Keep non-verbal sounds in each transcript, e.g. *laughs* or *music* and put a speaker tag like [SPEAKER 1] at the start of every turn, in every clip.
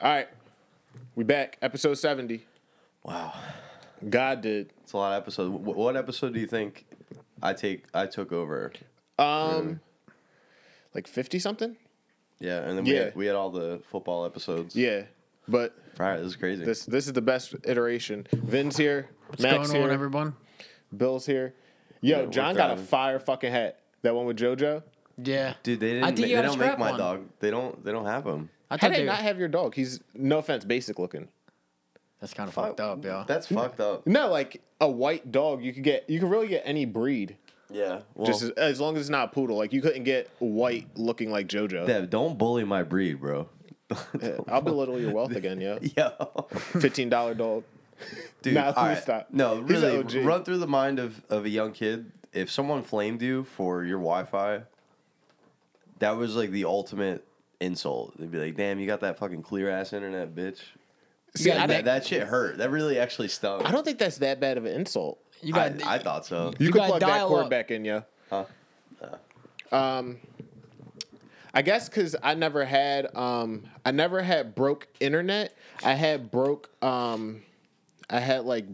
[SPEAKER 1] All right, we back. Episode seventy.
[SPEAKER 2] Wow,
[SPEAKER 1] God did.
[SPEAKER 2] it's a lot of episodes. Wh- What episode do you think I take? I took over.
[SPEAKER 1] Um, like fifty something.
[SPEAKER 2] Yeah, and then we,
[SPEAKER 1] Yeah.
[SPEAKER 2] Had, we had all the football episodes.
[SPEAKER 1] Yeah, but
[SPEAKER 2] Right, this is crazy.
[SPEAKER 1] this this is the best iteration. Vin's here.
[SPEAKER 3] What's
[SPEAKER 1] Max
[SPEAKER 3] going on,
[SPEAKER 1] here.
[SPEAKER 3] everyone?
[SPEAKER 1] Bill's here. Yo,
[SPEAKER 2] Yeah, we're
[SPEAKER 1] John got a
[SPEAKER 2] thriving.
[SPEAKER 1] fire fucking hat. That one with JoJo.
[SPEAKER 3] Yeah,
[SPEAKER 2] Dude, they didn't.
[SPEAKER 3] I
[SPEAKER 2] ma-
[SPEAKER 3] think you
[SPEAKER 2] they
[SPEAKER 3] gotta
[SPEAKER 2] don't make
[SPEAKER 3] strap
[SPEAKER 2] my
[SPEAKER 3] one.
[SPEAKER 2] dog. They don't. They don't have them.
[SPEAKER 3] I
[SPEAKER 1] How
[SPEAKER 3] thought
[SPEAKER 1] did
[SPEAKER 3] they.
[SPEAKER 1] not have your dog? He's no offense, basic looking.
[SPEAKER 3] That's kind of fucked up, yo.
[SPEAKER 2] That's fucked up.
[SPEAKER 1] No, like a white dog, you could get. You could really get any breed,
[SPEAKER 2] Yeah. Well,
[SPEAKER 1] just as, as long as it's not a poodle. Like you couldn't get white looking like JoJo.
[SPEAKER 2] Dev, don't bully my breed, bro. *laughs*
[SPEAKER 1] *laughs* I'll belittle your wealth again, yo.
[SPEAKER 2] Yo,
[SPEAKER 1] Fifteen dollar dog.
[SPEAKER 2] dude.
[SPEAKER 1] Nah,
[SPEAKER 2] all
[SPEAKER 1] please
[SPEAKER 2] right.
[SPEAKER 1] stop.
[SPEAKER 2] No,
[SPEAKER 1] He's a
[SPEAKER 2] really.
[SPEAKER 1] OG.
[SPEAKER 2] Run through the mind of of a young kid. If someone flamed you for your Wi-Fi, that was like the ultimate insult. They'd be like, "Damn, you got that fucking clear ass internet, bitch."
[SPEAKER 1] See, I,
[SPEAKER 3] got
[SPEAKER 1] don't-
[SPEAKER 2] That, that shit hurt. That really actually stung.
[SPEAKER 1] I don't think that's that bad of an insult.
[SPEAKER 3] You
[SPEAKER 2] I,
[SPEAKER 3] got.
[SPEAKER 2] I thought so.
[SPEAKER 1] You,
[SPEAKER 3] You
[SPEAKER 1] could
[SPEAKER 3] gotta
[SPEAKER 1] plug that
[SPEAKER 3] dial
[SPEAKER 1] cord
[SPEAKER 3] up.
[SPEAKER 1] back in, yo.
[SPEAKER 2] Huh?
[SPEAKER 1] Um, I guess because I never had, um, I never had broke internet. I had broke, um, I had like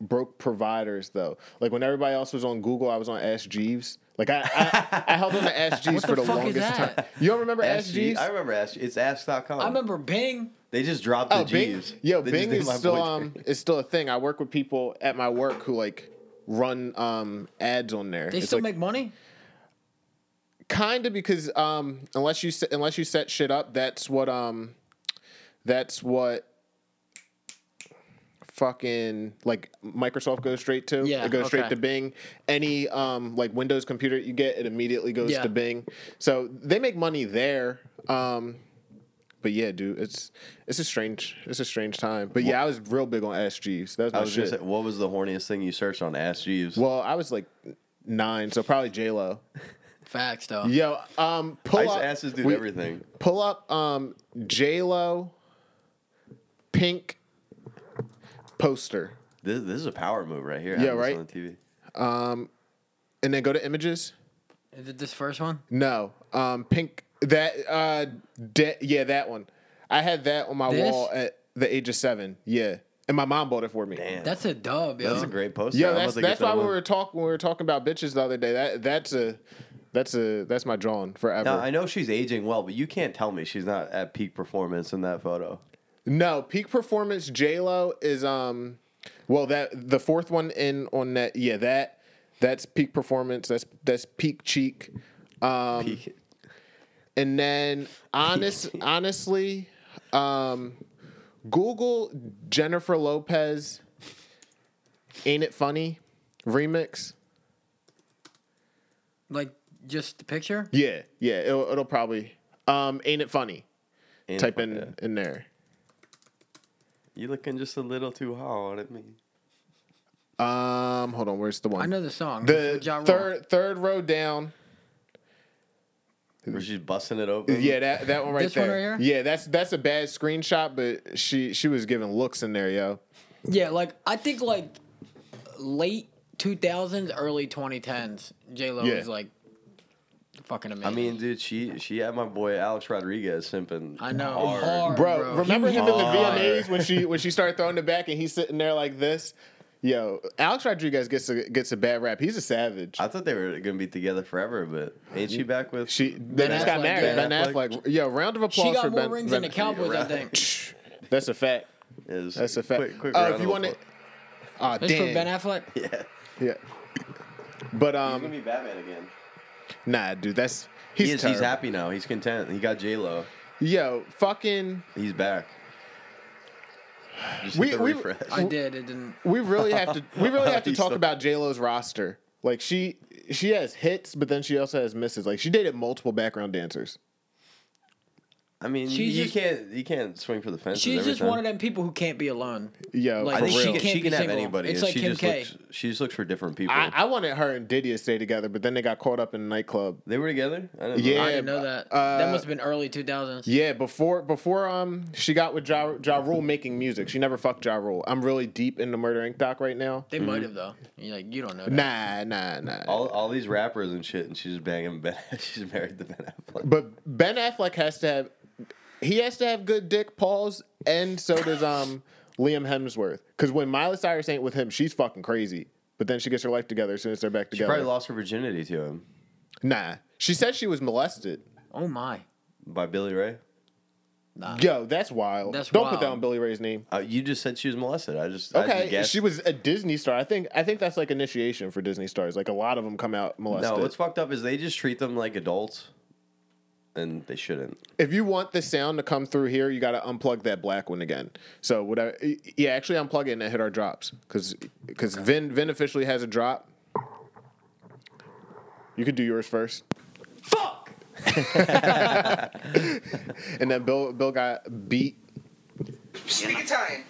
[SPEAKER 1] broke providers though. Like when everybody else was on Google, I was on Ask Jeeves. Like I, I, I held on to *laughs* Ask Jeeves
[SPEAKER 3] What
[SPEAKER 1] for the,
[SPEAKER 3] the fuck is
[SPEAKER 1] longest time.
[SPEAKER 3] that?
[SPEAKER 1] You don't remember Ask,
[SPEAKER 2] Ask Jeeves.
[SPEAKER 1] Jeeves?
[SPEAKER 2] I remember Ask. It's Ask.com.
[SPEAKER 3] I remember Bing.
[SPEAKER 2] They just dropped the
[SPEAKER 1] Oh, Bing,
[SPEAKER 2] Jeeves.
[SPEAKER 1] yo,
[SPEAKER 2] They just
[SPEAKER 1] Bing
[SPEAKER 2] did
[SPEAKER 1] is
[SPEAKER 2] my
[SPEAKER 1] still
[SPEAKER 2] boy-
[SPEAKER 1] um is still a thing. I work with people at my work who like run um ads on there.
[SPEAKER 3] They
[SPEAKER 1] It's
[SPEAKER 3] still
[SPEAKER 1] like-
[SPEAKER 3] make money.
[SPEAKER 1] kind of because um unless you se- unless you set shit up that's what um that's what fucking like microsoft goes straight to
[SPEAKER 3] Yeah,
[SPEAKER 1] it goes straight
[SPEAKER 3] okay.
[SPEAKER 1] to bing any um like windows computer you get it immediately goes
[SPEAKER 3] Yeah.
[SPEAKER 1] to bing so they make money there um but yeah dude it's it's a strange it's a strange time but yeah i was real big on sgs that was my
[SPEAKER 2] I was
[SPEAKER 1] Oh, shit
[SPEAKER 2] gonna say, what was the horniest thing you searched on Ask Jeeves?
[SPEAKER 1] well i was like nine so probably j-lo
[SPEAKER 3] Facts, though.
[SPEAKER 1] yo um pull
[SPEAKER 2] *laughs* I used
[SPEAKER 1] up-
[SPEAKER 2] to ask this dude
[SPEAKER 1] we-
[SPEAKER 2] everything.
[SPEAKER 1] pull up um J Lo pink poster
[SPEAKER 2] This, this is a power move right here.
[SPEAKER 1] Yeah,
[SPEAKER 2] having this
[SPEAKER 1] right?
[SPEAKER 2] On the TV.
[SPEAKER 1] and then go to images.
[SPEAKER 3] Is it this first one?
[SPEAKER 1] No, um, pink that uh, de- yeah, that one. I had that on my
[SPEAKER 3] This?
[SPEAKER 1] wall at the age of seven. Yeah, and my mom bought it for me.
[SPEAKER 2] Damn, that's,
[SPEAKER 3] That's a dub, yo.
[SPEAKER 2] a great poster.
[SPEAKER 1] Yo,
[SPEAKER 2] I'm
[SPEAKER 1] that's
[SPEAKER 2] about to get
[SPEAKER 1] that's
[SPEAKER 2] to
[SPEAKER 1] why
[SPEAKER 2] the
[SPEAKER 1] we
[SPEAKER 2] one-
[SPEAKER 1] were talking we were talking about bitches the other day. That that's a that's a that's my drawing forever.
[SPEAKER 2] Now, I know she's aging well, but you can't tell me she's not at peak performance in that photo.
[SPEAKER 1] No, peak performance J Lo is um well that the fourth one in on that yeah, that that's peak performance, that's that's peak cheek. Um
[SPEAKER 2] Peak.
[SPEAKER 1] and then honest honestly, um Google Jennifer Lopez Ain't It Funny remix.
[SPEAKER 3] Like just the picture.
[SPEAKER 1] Yeah, yeah, it'll it'll probably um Ain't It Funny.
[SPEAKER 2] And
[SPEAKER 1] Type
[SPEAKER 2] fuck
[SPEAKER 1] in
[SPEAKER 2] that.
[SPEAKER 1] in there.
[SPEAKER 2] You looking just a little too hard at me.
[SPEAKER 1] Um hold on, where's the one?
[SPEAKER 3] I know the song.
[SPEAKER 1] the
[SPEAKER 3] It's with Ja Rule.
[SPEAKER 1] third third row down.
[SPEAKER 2] Where she's busting it open.
[SPEAKER 1] Yeah, that that one right
[SPEAKER 3] This
[SPEAKER 1] there.
[SPEAKER 3] one right
[SPEAKER 1] Yeah, that's that's a bad screenshot, but she she was giving looks in there, yo.
[SPEAKER 3] Yeah, like I think like late 2000s, early 2010s. J Lo
[SPEAKER 1] Yeah.
[SPEAKER 3] is like fucking amazing.
[SPEAKER 2] I mean, dude, she she had my boy Alex Rodriguez simping.
[SPEAKER 3] I know.
[SPEAKER 2] hard.
[SPEAKER 3] Hard,
[SPEAKER 1] Bro,
[SPEAKER 3] bro.
[SPEAKER 1] remember him in the
[SPEAKER 2] Hard.
[SPEAKER 1] VMAs when she when she started throwing it back and he's sitting there like this? Yo, Alex Rodriguez gets a gets a bad rap. He's a savage.
[SPEAKER 2] I thought they were gonna be together forever, but ain't she back with?
[SPEAKER 1] She they just got
[SPEAKER 3] Affleck,
[SPEAKER 1] married.
[SPEAKER 3] Ben
[SPEAKER 1] Ben Affleck. Yo, round of applause
[SPEAKER 3] She got
[SPEAKER 1] for
[SPEAKER 3] more
[SPEAKER 1] Ben.
[SPEAKER 3] rings
[SPEAKER 1] ben
[SPEAKER 3] than the Cowboys, I think.
[SPEAKER 1] That's a fact.
[SPEAKER 2] is
[SPEAKER 1] That's a fact.
[SPEAKER 2] Quick, quick
[SPEAKER 1] uh,
[SPEAKER 2] round
[SPEAKER 1] if
[SPEAKER 2] of
[SPEAKER 1] you want to,
[SPEAKER 2] applause.
[SPEAKER 1] ah,
[SPEAKER 3] That's for
[SPEAKER 1] damn,
[SPEAKER 3] Ben Affleck.
[SPEAKER 2] yeah,
[SPEAKER 1] yeah. But
[SPEAKER 2] he's gonna
[SPEAKER 1] um,
[SPEAKER 2] be Batman again.
[SPEAKER 1] nah, dude, that's
[SPEAKER 2] He
[SPEAKER 1] he's
[SPEAKER 2] is. He's
[SPEAKER 1] terrible.
[SPEAKER 2] happy now. He's content. He got J Lo.
[SPEAKER 1] Yo, fucking.
[SPEAKER 2] He's back. Just
[SPEAKER 1] We-
[SPEAKER 2] hit the
[SPEAKER 1] we-
[SPEAKER 2] refresh.
[SPEAKER 3] I did. It didn't.
[SPEAKER 1] we really have to we really have to
[SPEAKER 2] *laughs* He's
[SPEAKER 1] talk
[SPEAKER 2] so-
[SPEAKER 1] about J Lo's roster. Like she she has hits, but then she also has misses. Like she dated multiple background dancers.
[SPEAKER 2] I mean, you,
[SPEAKER 3] She's
[SPEAKER 2] you
[SPEAKER 3] just-
[SPEAKER 2] can't you can't swing for the fences.
[SPEAKER 3] She's
[SPEAKER 2] every
[SPEAKER 3] just
[SPEAKER 2] time.
[SPEAKER 3] one of them people who can't be alone.
[SPEAKER 1] Yo,
[SPEAKER 3] Like,
[SPEAKER 2] I
[SPEAKER 1] for
[SPEAKER 2] think
[SPEAKER 1] real.
[SPEAKER 2] she
[SPEAKER 3] She
[SPEAKER 2] can, she
[SPEAKER 3] can't be
[SPEAKER 2] can have
[SPEAKER 3] single.
[SPEAKER 2] anybody.
[SPEAKER 3] It's
[SPEAKER 2] and
[SPEAKER 3] like
[SPEAKER 2] she
[SPEAKER 3] Kim
[SPEAKER 2] just
[SPEAKER 3] K.
[SPEAKER 2] looks she just looks for different people.
[SPEAKER 1] I, I wanted her and Diddy to stay together, but then they got caught up in a nightclub.
[SPEAKER 2] they were together. I didn't
[SPEAKER 1] Yeah.
[SPEAKER 3] I didn't know that. that
[SPEAKER 1] uh,
[SPEAKER 3] must have been early 2000s.
[SPEAKER 1] Yeah, before before um she got with Ja, ja Rule making music. She never fucked Ja Rule. I'm really deep in the Murder Inc. doc right now.
[SPEAKER 3] They might have though. You're like you don't know. That.
[SPEAKER 1] Mm-hmm. Nah, nah, nah.
[SPEAKER 2] All, all these rappers *laughs* and shit, and she's banging Ben. She's married to Ben Affleck.
[SPEAKER 1] But Ben Affleck has to have he has to have good dick paws, and so does um Liam Hemsworth. Because when Miley Cyrus ain't with him, she's fucking crazy. But then she gets her life together as soon as they're back
[SPEAKER 2] She
[SPEAKER 1] together.
[SPEAKER 2] probably lost her virginity to him
[SPEAKER 1] nah, she said she was molested.
[SPEAKER 3] Oh my.
[SPEAKER 2] by Billy Ray. Ah.
[SPEAKER 3] Nah.
[SPEAKER 1] Yo, that's wild.
[SPEAKER 3] That's
[SPEAKER 1] Don't put
[SPEAKER 3] wild.
[SPEAKER 1] down Billy Ray's name.
[SPEAKER 2] Uh, you just said she was molested. I just I just
[SPEAKER 1] Okay,
[SPEAKER 2] guessed.
[SPEAKER 1] she was a Disney star. I think I think that's like initiation for Disney stars. Like a lot of them come out molested.
[SPEAKER 2] no, what's fucked up is they just treat them like adults, and
[SPEAKER 1] *laughs*
[SPEAKER 2] they shouldn't.
[SPEAKER 1] if you want the sound to come through here, you got to unplug that black one again. So whatever, yeah, actually unplug it and hit our drops because because Vin Vin officially has a drop. You could do yours first,
[SPEAKER 3] Fuck!
[SPEAKER 1] *laughs* and then Bill Bill got beat.
[SPEAKER 4] Speak Italian.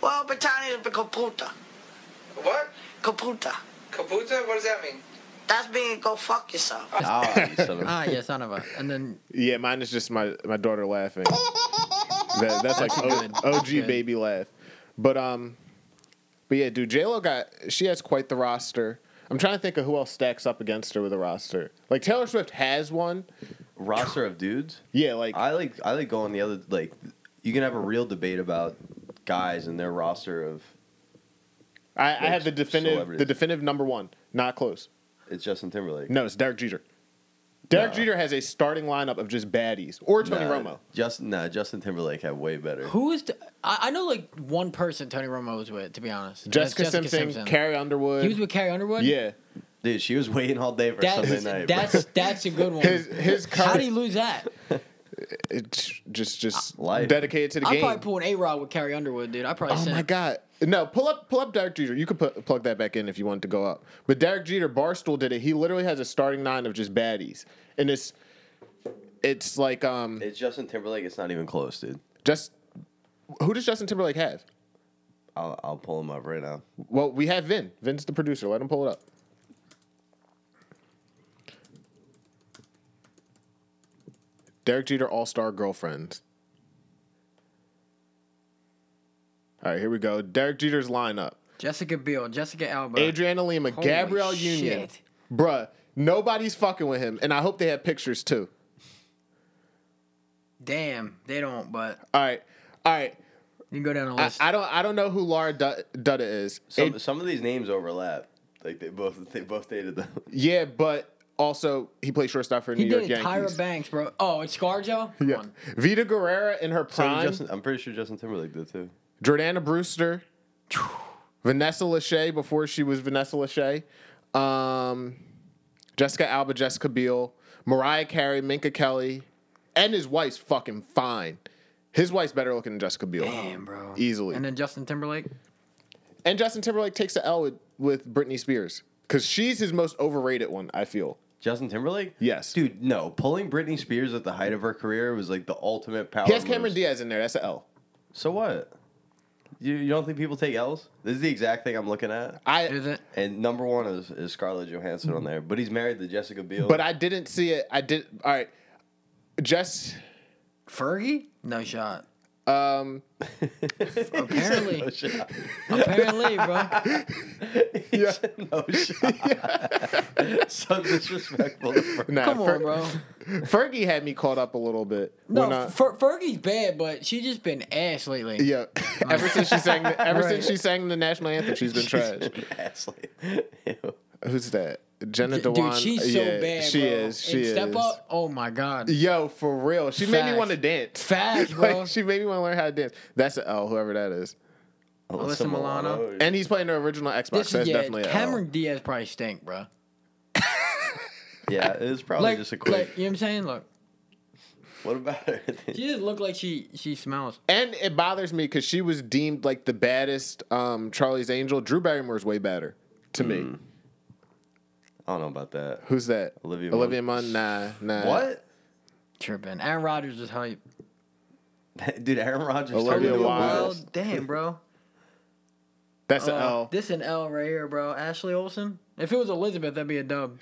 [SPEAKER 5] Well, Britannia is caputa.
[SPEAKER 4] What?
[SPEAKER 5] Caputa.
[SPEAKER 4] Caputa? What does that mean?
[SPEAKER 5] That's being go fuck yourself.
[SPEAKER 2] Ah, you son
[SPEAKER 1] *laughs*
[SPEAKER 2] of a-
[SPEAKER 3] Ah, yeah, son of a. And then
[SPEAKER 1] Yeah, mine is just my my daughter laughing. That, that's like O-
[SPEAKER 3] good.
[SPEAKER 1] OG
[SPEAKER 3] Good.
[SPEAKER 1] baby laugh. But um, but yeah, dude, J Lo got she has quite the roster. I'm trying to think of who else stacks up against her with a roster. Like Taylor Swift has one.
[SPEAKER 2] roster of dudes.
[SPEAKER 1] Yeah, like
[SPEAKER 2] I like I like going the other like you can have a real debate about guys and their roster of
[SPEAKER 1] I, I have the
[SPEAKER 2] Like
[SPEAKER 1] definitive, the
[SPEAKER 2] celebrities.
[SPEAKER 1] definitive number one. Not close.
[SPEAKER 2] it's Justin Timberlake.
[SPEAKER 1] No, it's Derek Jeter. Derek
[SPEAKER 2] No.
[SPEAKER 1] Jeter has a starting lineup of just baddies or Tony
[SPEAKER 2] Nah,
[SPEAKER 1] Romo.
[SPEAKER 2] Justin nah, Justin Timberlake had way better.
[SPEAKER 3] who is? The, I, I know like one person Tony Romo was with, to be honest. And that's
[SPEAKER 1] Jessica, Simpson, Carrie Underwood.
[SPEAKER 3] he was with Carrie Underwood.
[SPEAKER 1] yeah,
[SPEAKER 2] Dude, she was waiting all day for Sunday
[SPEAKER 3] That's
[SPEAKER 2] night. bro.
[SPEAKER 3] that's that's
[SPEAKER 1] *laughs*
[SPEAKER 3] a good one.
[SPEAKER 1] his his
[SPEAKER 3] How do you
[SPEAKER 1] current
[SPEAKER 3] lose that?
[SPEAKER 1] it's just just
[SPEAKER 2] Life.
[SPEAKER 1] dedicated to the
[SPEAKER 3] I
[SPEAKER 1] game.
[SPEAKER 3] probably pull an A Rod with Carrie Underwood, dude. I probably.
[SPEAKER 1] Oh
[SPEAKER 3] sent-
[SPEAKER 1] my god! No, pull up pull up Derek Jeter. You could put, plug that back in if you want to go up. But Derek Jeter Barstool did it. He literally has a starting nine of just baddies, and it's it's like um
[SPEAKER 2] It's Justin Timberlake. It's not even close, dude.
[SPEAKER 1] just who does Justin Timberlake have?
[SPEAKER 2] I'll, I'll pull him up right now.
[SPEAKER 1] Well, we have Vin. Vin's the producer. Let him pull it up. Derek Jeter All Star Girlfriends. All right, here we go. Derek Jeter's lineup:
[SPEAKER 3] Jessica Biel, Jessica Alba,
[SPEAKER 1] Adriana Lima,
[SPEAKER 3] Holy
[SPEAKER 1] Gabrielle Union.
[SPEAKER 3] shit.
[SPEAKER 1] Bruh, nobody's fucking with him, and I hope they have pictures too.
[SPEAKER 3] Damn, they don't. But
[SPEAKER 1] All right, all right.
[SPEAKER 3] you can go down the
[SPEAKER 1] I,
[SPEAKER 3] list.
[SPEAKER 1] I don't. I don't know who Laura Dud- Dutta is.
[SPEAKER 2] Some,
[SPEAKER 1] Ad-
[SPEAKER 2] some of these names overlap. Like they both they both dated them.
[SPEAKER 1] yeah, but also he played shortstop for
[SPEAKER 3] he
[SPEAKER 1] New
[SPEAKER 3] did
[SPEAKER 1] York
[SPEAKER 3] it. Tyra
[SPEAKER 1] Yankees.
[SPEAKER 3] Banks, bro. Oh, it's ScarJo. Come
[SPEAKER 1] Yeah.
[SPEAKER 3] on.
[SPEAKER 1] Vita Guerrera in her
[SPEAKER 2] So did
[SPEAKER 1] prime.
[SPEAKER 2] Justin, I'm pretty sure Justin Timberlake did too.
[SPEAKER 1] Jordana Brewster. Vanessa Lachey before she was Vanessa Lachey. Um, Jessica Alba, Jessica Biel, Mariah Carey, Minka Kelly, and his wife's fucking fine. His wife's better looking than Jessica Biel.
[SPEAKER 3] Damn, bro.
[SPEAKER 1] Easily.
[SPEAKER 3] And
[SPEAKER 1] And,
[SPEAKER 3] then Justin Timberlake.
[SPEAKER 1] Justin Timberlake takes the L with, with Britney Spears because she's his most overrated one, I feel.
[SPEAKER 2] Justin Timberlake?
[SPEAKER 1] Yes.
[SPEAKER 2] Dude, no. Pulling Britney Spears at the height of her career was like the ultimate power.
[SPEAKER 1] He has Cameron
[SPEAKER 2] moves.
[SPEAKER 1] Diaz in there. That's an L.
[SPEAKER 2] So what? You, you don't think people take L's? This is the exact thing I'm looking at.
[SPEAKER 1] I,
[SPEAKER 3] Is it?
[SPEAKER 2] And number one is, is Scarlett Johansson on there, but he's married to Jessica Biel.
[SPEAKER 1] but I didn't see it. I did. All right. Just.
[SPEAKER 3] Fergie? No shot.
[SPEAKER 1] Um,
[SPEAKER 2] *laughs*
[SPEAKER 3] Apparently,
[SPEAKER 2] no
[SPEAKER 1] *laughs*
[SPEAKER 2] shot.
[SPEAKER 3] apparently, bro.
[SPEAKER 1] yeah.
[SPEAKER 2] *laughs* No
[SPEAKER 1] *laughs*
[SPEAKER 2] shot. so disrespectful. To Fer-
[SPEAKER 1] Nah,
[SPEAKER 3] Come
[SPEAKER 1] Fer-
[SPEAKER 3] on, bro.
[SPEAKER 1] *laughs* Fergie had me caught up a little bit.
[SPEAKER 3] No,
[SPEAKER 1] when I-
[SPEAKER 3] Fer- Fergie's bad, but she just been ass lately.
[SPEAKER 1] yeah. *laughs* ever since she sang, the, ever
[SPEAKER 3] Right.
[SPEAKER 1] since she sang the national anthem, she's
[SPEAKER 2] *laughs*
[SPEAKER 3] *laughs*
[SPEAKER 1] been trash.
[SPEAKER 2] Ashley.
[SPEAKER 1] Who's that? Jenna
[SPEAKER 3] D-
[SPEAKER 1] Dewan.
[SPEAKER 3] Dude, she's so
[SPEAKER 1] Yeah,
[SPEAKER 3] bad.
[SPEAKER 1] She
[SPEAKER 3] bro.
[SPEAKER 1] is. She
[SPEAKER 3] and
[SPEAKER 1] is.
[SPEAKER 3] Step up. Oh my god.
[SPEAKER 1] Yo, for real, she made me
[SPEAKER 3] Facts.
[SPEAKER 1] want to dance. *laughs*
[SPEAKER 3] Facts,
[SPEAKER 1] Like,
[SPEAKER 3] bro.
[SPEAKER 1] she made me want to learn how to dance. That's an L, whoever that is.
[SPEAKER 3] Alyssa Milano.
[SPEAKER 1] And he's playing the original Xbox.
[SPEAKER 3] This
[SPEAKER 1] That's
[SPEAKER 3] is yeah.
[SPEAKER 1] definitely uh,
[SPEAKER 3] Cameron
[SPEAKER 1] Cameron.
[SPEAKER 3] Diaz probably stink, bro.
[SPEAKER 2] yeah, it's probably
[SPEAKER 3] Like,
[SPEAKER 2] just a quick.
[SPEAKER 3] like, you know what I'm saying? Look,
[SPEAKER 2] what about her?
[SPEAKER 3] she just look like she she smells.
[SPEAKER 1] And it bothers me because she was deemed like the baddest um, Charlie's Angel. Drew Barrymore's way better to
[SPEAKER 2] Hmm.
[SPEAKER 1] me.
[SPEAKER 2] I don't know about that.
[SPEAKER 1] Who's that?
[SPEAKER 2] Olivia Munn.
[SPEAKER 1] Olivia Munn. Nah, nah.
[SPEAKER 2] What?
[SPEAKER 3] Tripping. Aaron Rodgers is hype.
[SPEAKER 2] *laughs* Dude, Aaron Rodgers.
[SPEAKER 1] Olivia
[SPEAKER 2] turned into a
[SPEAKER 1] Wilde. *laughs*
[SPEAKER 2] wild-
[SPEAKER 3] damn, bro.
[SPEAKER 1] That's an
[SPEAKER 3] Uh,
[SPEAKER 1] L.
[SPEAKER 3] This an L right here, bro. Ashley Olsen. If it was Elizabeth, that'd be a dub.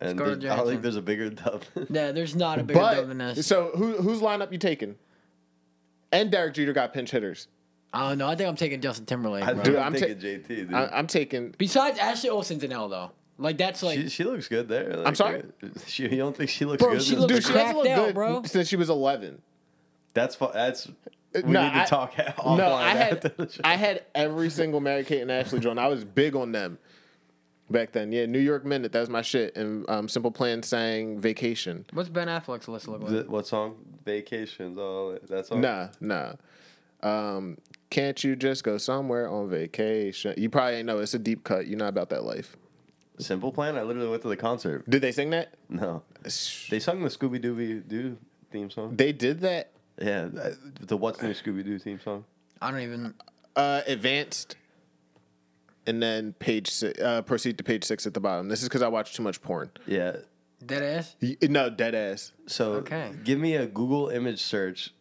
[SPEAKER 2] And there's- I
[SPEAKER 3] Scarlett
[SPEAKER 2] don't
[SPEAKER 3] Johansson.
[SPEAKER 2] think there's a bigger dub. *laughs*
[SPEAKER 3] Yeah, there's not a bigger dub than
[SPEAKER 1] But
[SPEAKER 3] this.
[SPEAKER 1] so who whose lineup you taking? And Derek Jeter got pinch hitters.
[SPEAKER 3] I don't know. I think I'm taking Justin Timberlake. Bro.
[SPEAKER 1] Dude,
[SPEAKER 2] I'm
[SPEAKER 1] I'm ta-
[SPEAKER 2] taking JT. Dude.
[SPEAKER 1] I, I'm taking.
[SPEAKER 3] Besides Ashley Olsen's an L though. Like that's like
[SPEAKER 2] she, she looks good there. like,
[SPEAKER 1] sorry?
[SPEAKER 2] uh, *laughs* She, you don't think she looks
[SPEAKER 3] Bro,
[SPEAKER 2] good?
[SPEAKER 3] she
[SPEAKER 2] in
[SPEAKER 3] looks
[SPEAKER 2] this
[SPEAKER 1] Dude,
[SPEAKER 2] picture?
[SPEAKER 1] she hasn't
[SPEAKER 3] cracked
[SPEAKER 1] looked
[SPEAKER 3] out,
[SPEAKER 1] good
[SPEAKER 3] bro.
[SPEAKER 1] since she was 11.
[SPEAKER 2] That's fu- that's we
[SPEAKER 1] Uh, no,
[SPEAKER 2] need to
[SPEAKER 1] I-
[SPEAKER 2] talk *laughs* offline.
[SPEAKER 1] No, I
[SPEAKER 2] after the
[SPEAKER 1] had
[SPEAKER 2] show.
[SPEAKER 1] I had every single Mary Kate and Ashley joint. I was big on them back then. Yeah, New York Minute, that was my shit. And um, Simple Plan sang Vacation.
[SPEAKER 3] What's Ben Affleck's list look like?
[SPEAKER 2] The- what song? Vacations. Oh, that's all.
[SPEAKER 1] Nah, nah. Um, can't you just go somewhere on vacation? You probably ain't know. It's a deep cut. You're not about that life.
[SPEAKER 2] Simple Plan. I literally went to the concert. *laughs*
[SPEAKER 1] Did they sing that?
[SPEAKER 2] No, they sung the Scooby Dooby Doo theme song.
[SPEAKER 1] They did that.
[SPEAKER 2] Yeah, uh, the What's New Scooby Doo theme song.
[SPEAKER 3] I don't even.
[SPEAKER 1] Uh, advanced. And then page six, uh, proceed to page six at the bottom. This is because I watch too much porn.
[SPEAKER 2] Yeah.
[SPEAKER 3] Dead ass.
[SPEAKER 1] Y- No, dead ass.
[SPEAKER 2] So
[SPEAKER 3] Okay.
[SPEAKER 2] give me a Google image search.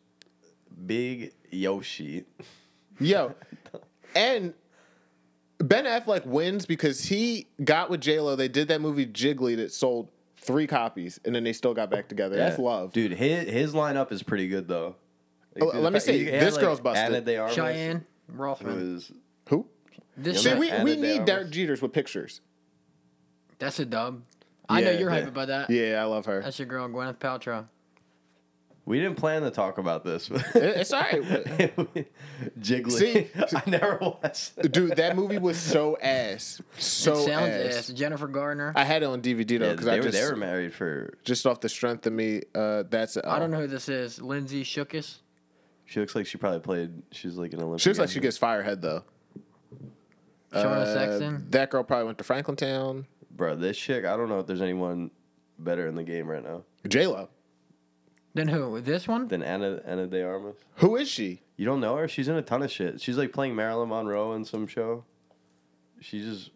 [SPEAKER 2] Big Yoshi. *laughs*
[SPEAKER 1] Yo, and Ben Affleck wins because he got with J Lo. They did that movie Jiggly that sold three copies, and then they still got back together. That's
[SPEAKER 2] Yeah.
[SPEAKER 1] love,
[SPEAKER 2] dude. His his lineup is pretty good though.
[SPEAKER 1] Oh, let me see.
[SPEAKER 2] see.
[SPEAKER 1] This girl's busted.
[SPEAKER 2] Anna De Armas
[SPEAKER 3] Cheyenne Rothman.
[SPEAKER 2] Was,
[SPEAKER 1] Who?
[SPEAKER 3] This
[SPEAKER 1] See,
[SPEAKER 2] Yeah,
[SPEAKER 3] shit,
[SPEAKER 1] we,
[SPEAKER 2] and
[SPEAKER 1] we
[SPEAKER 2] the
[SPEAKER 1] need
[SPEAKER 2] Dallas.
[SPEAKER 1] Derek Jeters with pictures.
[SPEAKER 3] that's a dub. I know
[SPEAKER 2] Yeah,
[SPEAKER 3] you're
[SPEAKER 2] yeah.
[SPEAKER 3] hyped about that.
[SPEAKER 1] Yeah, I love her.
[SPEAKER 3] That's your girl Gwyneth Paltrow.
[SPEAKER 2] we didn't plan to talk about this.
[SPEAKER 1] *laughs* It- it's all right,
[SPEAKER 2] *laughs* Jiggly.
[SPEAKER 1] See?
[SPEAKER 2] *laughs* I never
[SPEAKER 1] *laughs*
[SPEAKER 2] watched. That.
[SPEAKER 1] dude. That movie was so ass, so
[SPEAKER 3] it sounds
[SPEAKER 1] ass.
[SPEAKER 3] ass. Jennifer Gardner.
[SPEAKER 1] I had it on DVD though
[SPEAKER 2] Yeah,
[SPEAKER 1] because
[SPEAKER 2] they,
[SPEAKER 1] I
[SPEAKER 2] were,
[SPEAKER 1] just
[SPEAKER 2] they were married for.
[SPEAKER 1] just off the strength of me. Uh, that's
[SPEAKER 3] I don't know who this is. Lindsay Shookus.
[SPEAKER 2] She looks like she probably played. She's like an Olympic.
[SPEAKER 1] She looks like she
[SPEAKER 2] athlete.
[SPEAKER 1] gets firehead though.
[SPEAKER 3] Shona
[SPEAKER 1] Uh,
[SPEAKER 3] Sexton.
[SPEAKER 1] that girl probably went to Franklin Town.
[SPEAKER 2] Bro, this chick. I don't know if there's anyone better in the game right now
[SPEAKER 1] J Lo,
[SPEAKER 3] Then who? This one?
[SPEAKER 2] than Anna Anna De Armas.
[SPEAKER 1] who is she?
[SPEAKER 2] You don't know her? She's in a ton of shit. She's like playing Marilyn Monroe in some show. She just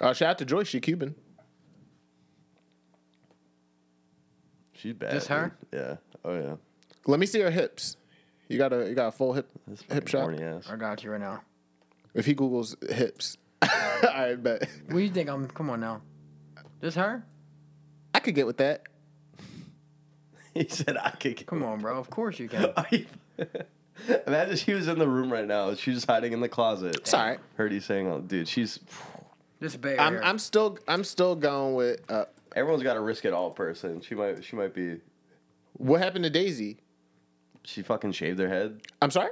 [SPEAKER 1] Uh, shout out to Joyce. She Cuban.
[SPEAKER 2] she's bad.
[SPEAKER 3] This her?
[SPEAKER 2] dude. Yeah. Oh yeah.
[SPEAKER 1] Let me see her hips. You got a you got a full hip
[SPEAKER 2] That's
[SPEAKER 1] hip
[SPEAKER 2] fucking
[SPEAKER 1] shot.
[SPEAKER 2] horny ass.
[SPEAKER 3] I got you right now.
[SPEAKER 1] If he googles hips, *laughs* I bet
[SPEAKER 3] What do you think? I'm. Come on now. This her?
[SPEAKER 1] I could get with that.
[SPEAKER 2] *laughs* He said I could get
[SPEAKER 3] Come on, bro. Of course you can.
[SPEAKER 2] Are you- *laughs* Imagine she was in the room right now. She's hiding in the closet.
[SPEAKER 1] It's all right.
[SPEAKER 2] Heard you saying, "Oh, dude, she's
[SPEAKER 3] This bear.
[SPEAKER 1] I'm I'm still I'm still going with uh,
[SPEAKER 2] everyone's got a risk at all person." She might, she might be.
[SPEAKER 1] what happened to Daisy.
[SPEAKER 2] She fucking shaved her head.
[SPEAKER 1] I'm sorry.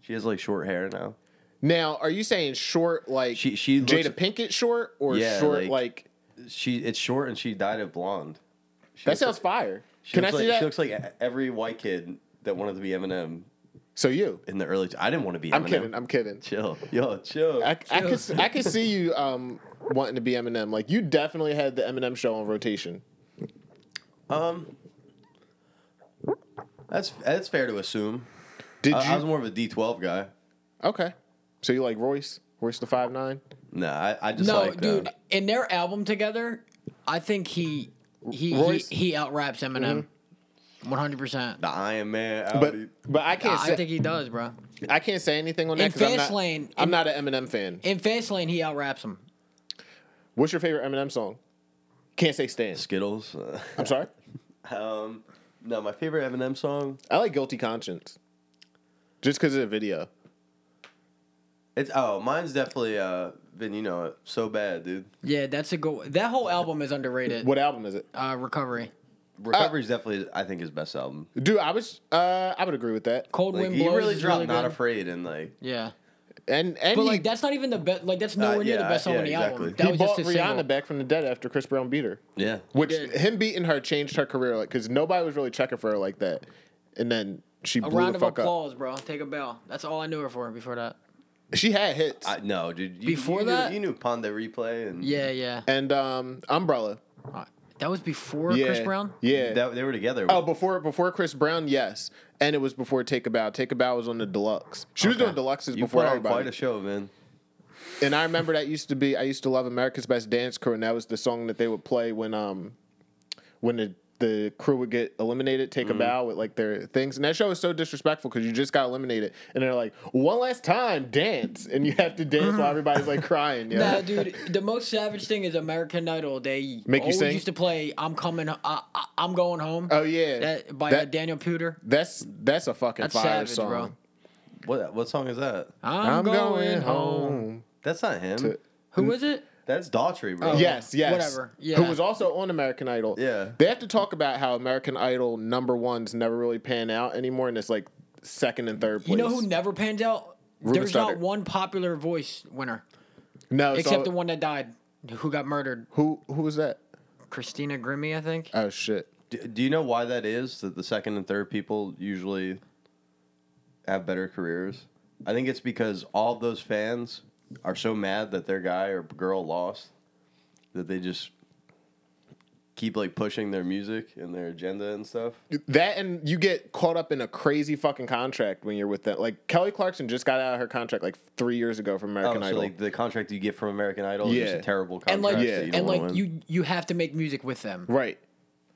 [SPEAKER 2] She has like short hair now.
[SPEAKER 1] Now, are you saying short like
[SPEAKER 2] She- she looks-
[SPEAKER 1] Jada Pinkett short or
[SPEAKER 2] Yeah,
[SPEAKER 1] short like,
[SPEAKER 2] like- She it's short and she dyed it blonde. She
[SPEAKER 1] that
[SPEAKER 2] looks
[SPEAKER 1] sounds
[SPEAKER 2] like-
[SPEAKER 1] fire?
[SPEAKER 2] she
[SPEAKER 1] Can I
[SPEAKER 2] looks
[SPEAKER 1] see
[SPEAKER 2] like,
[SPEAKER 1] that?
[SPEAKER 2] She looks like e-, every white kid that wanted to be Eminem
[SPEAKER 1] so you?
[SPEAKER 2] in the early. I didn't want to be. Eminem.
[SPEAKER 1] I'm kidding. I'm kidding.
[SPEAKER 2] *laughs* chill, yo, chill.
[SPEAKER 1] I, I could s- I could see you um wanting to be Eminem. Like you definitely had the Eminem show on rotation.
[SPEAKER 2] um, that's that's fair to assume.
[SPEAKER 1] Did
[SPEAKER 2] Uh, I, I was
[SPEAKER 1] you?
[SPEAKER 2] more of a D twelve guy.
[SPEAKER 1] okay. So you like Royce? Royce the five nine?
[SPEAKER 2] Nah, I, I just
[SPEAKER 3] no,
[SPEAKER 2] like uh,
[SPEAKER 3] dude. In their album together, I think he he he,
[SPEAKER 1] Royce-
[SPEAKER 3] he outraps Eminem.
[SPEAKER 2] Mm-hmm.
[SPEAKER 3] One hundred percent.
[SPEAKER 2] the Iron Man.
[SPEAKER 1] But
[SPEAKER 2] Audi.
[SPEAKER 1] but I can't say
[SPEAKER 3] I think he does, bro.
[SPEAKER 1] I can't say anything on
[SPEAKER 3] In
[SPEAKER 1] that because I'm not
[SPEAKER 3] Fastlane-
[SPEAKER 1] I'm
[SPEAKER 3] in-
[SPEAKER 1] not an Eminem fan.
[SPEAKER 3] In Fastlane, he outraps him.
[SPEAKER 1] What's your favorite Eminem song? Can't say Stan.
[SPEAKER 2] Skittles. *laughs* uh,
[SPEAKER 1] I'm sorry.
[SPEAKER 2] um, no, my favorite Eminem song.
[SPEAKER 1] I like Guilty Conscience. Just because of the video.
[SPEAKER 2] It's oh, mine's definitely uh, Vin. You know it so bad, dude.
[SPEAKER 3] Yeah, that's a good. That whole album is underrated.
[SPEAKER 1] What album is it?
[SPEAKER 3] Uh, recovery.
[SPEAKER 1] Uh,
[SPEAKER 2] Recovery's definitely, I think, his best album.
[SPEAKER 1] Dude, I was uh I would agree with that.
[SPEAKER 3] Cold
[SPEAKER 2] Like
[SPEAKER 3] wind
[SPEAKER 2] he
[SPEAKER 3] blows.
[SPEAKER 2] really
[SPEAKER 3] is
[SPEAKER 2] dropped
[SPEAKER 3] really
[SPEAKER 2] "Not
[SPEAKER 3] good.
[SPEAKER 2] Afraid" and like
[SPEAKER 3] Yeah,
[SPEAKER 1] And and
[SPEAKER 3] but
[SPEAKER 1] he,
[SPEAKER 3] like that's not even the best. Like that's nowhere
[SPEAKER 2] Uh,
[SPEAKER 3] near
[SPEAKER 2] yeah,
[SPEAKER 3] the best song
[SPEAKER 2] yeah,
[SPEAKER 3] on the
[SPEAKER 2] exactly.
[SPEAKER 3] album. That
[SPEAKER 1] he
[SPEAKER 3] was
[SPEAKER 1] bought
[SPEAKER 3] just a
[SPEAKER 1] Rihanna
[SPEAKER 3] single.
[SPEAKER 1] back from the dead after Chris Brown beat her.
[SPEAKER 2] yeah.
[SPEAKER 1] Which
[SPEAKER 3] did.
[SPEAKER 1] him beating her changed her career like because nobody was really checking for her like that. And then she
[SPEAKER 3] A
[SPEAKER 1] blew
[SPEAKER 3] round
[SPEAKER 1] the
[SPEAKER 3] of
[SPEAKER 1] fuck up.
[SPEAKER 3] applause, bro. Take a bell. That's all I knew her for before that.
[SPEAKER 1] She had hits.
[SPEAKER 2] I, no, dude. You,
[SPEAKER 3] Before
[SPEAKER 2] you
[SPEAKER 3] that-
[SPEAKER 2] knew, you knew Pond the replay and
[SPEAKER 3] Yeah, yeah.
[SPEAKER 1] and um Umbrella.
[SPEAKER 3] Uh, that was before
[SPEAKER 1] Yeah.
[SPEAKER 3] Chris Brown.
[SPEAKER 1] Yeah.
[SPEAKER 2] that, they were together.
[SPEAKER 1] Oh, before before Chris Brown, yes, and it was before Take a Bow. Take a Bow was on the deluxe. She was doing deluxes
[SPEAKER 2] you
[SPEAKER 1] before
[SPEAKER 2] put on quite
[SPEAKER 1] everybody.
[SPEAKER 2] a show, man.
[SPEAKER 1] and I remember that used to be. I used to love America's Best Dance Crew, and that was the song that they would play when um when the the crew would get eliminated, take
[SPEAKER 3] Mm-hmm.
[SPEAKER 1] a bow with like their things. And that show is so disrespectful because you just got eliminated, and they're like, "One last time, dance," and you have to dance
[SPEAKER 3] Mm-hmm.
[SPEAKER 1] while everybody's like crying. You know?
[SPEAKER 3] Nah, dude. The most savage thing is American Idol. They
[SPEAKER 1] Make you
[SPEAKER 3] always
[SPEAKER 1] sing?
[SPEAKER 3] used to play "I'm coming, I, I, I'm going home."
[SPEAKER 1] Oh yeah,
[SPEAKER 3] that by uh,
[SPEAKER 1] That-
[SPEAKER 3] Daniel Pewter.
[SPEAKER 1] that's that's a fucking
[SPEAKER 3] That's
[SPEAKER 1] fire
[SPEAKER 3] savage,
[SPEAKER 1] song.
[SPEAKER 3] bro.
[SPEAKER 2] What what song is that?
[SPEAKER 3] I'm,
[SPEAKER 1] I'm,
[SPEAKER 3] going,
[SPEAKER 1] going
[SPEAKER 3] home.
[SPEAKER 1] home.
[SPEAKER 2] That's not him.
[SPEAKER 3] Who is it?
[SPEAKER 2] That's Daughtry, bro.
[SPEAKER 3] Oh.
[SPEAKER 1] Yes, yes.
[SPEAKER 3] Whatever, yeah.
[SPEAKER 1] Who was also on American Idol.
[SPEAKER 2] Yeah.
[SPEAKER 1] They have to talk about how American Idol number ones never really pan out anymore, and it's like second and third place.
[SPEAKER 3] You know who never pans out?
[SPEAKER 1] Ruben
[SPEAKER 3] There's
[SPEAKER 1] Studdard.
[SPEAKER 3] not one popular voice winner
[SPEAKER 1] no, it's
[SPEAKER 3] except
[SPEAKER 1] all-
[SPEAKER 3] the one that died, who got murdered.
[SPEAKER 1] Who who was that?
[SPEAKER 3] Christina Grimmie, I think.
[SPEAKER 1] Oh shit.
[SPEAKER 2] Do, do you know why that is? That the second and third people usually have better careers. I think it's because all those fans are so mad that their guy or girl lost that they just keep like pushing their music and their agenda and stuff.
[SPEAKER 1] That and you get caught up in a crazy fucking contract when you're with them. Like Kelly Clarkson just got out of her contract like three years ago from
[SPEAKER 2] Oh,
[SPEAKER 1] American
[SPEAKER 2] so
[SPEAKER 1] Idol.
[SPEAKER 2] like the contract you get from American Idol is
[SPEAKER 1] Yeah.
[SPEAKER 2] just a terrible contract.
[SPEAKER 3] and like,
[SPEAKER 2] that you
[SPEAKER 1] Yeah.
[SPEAKER 2] don't
[SPEAKER 3] and
[SPEAKER 2] wanna
[SPEAKER 3] like
[SPEAKER 2] win.
[SPEAKER 3] you, you have to make music with them.
[SPEAKER 1] right.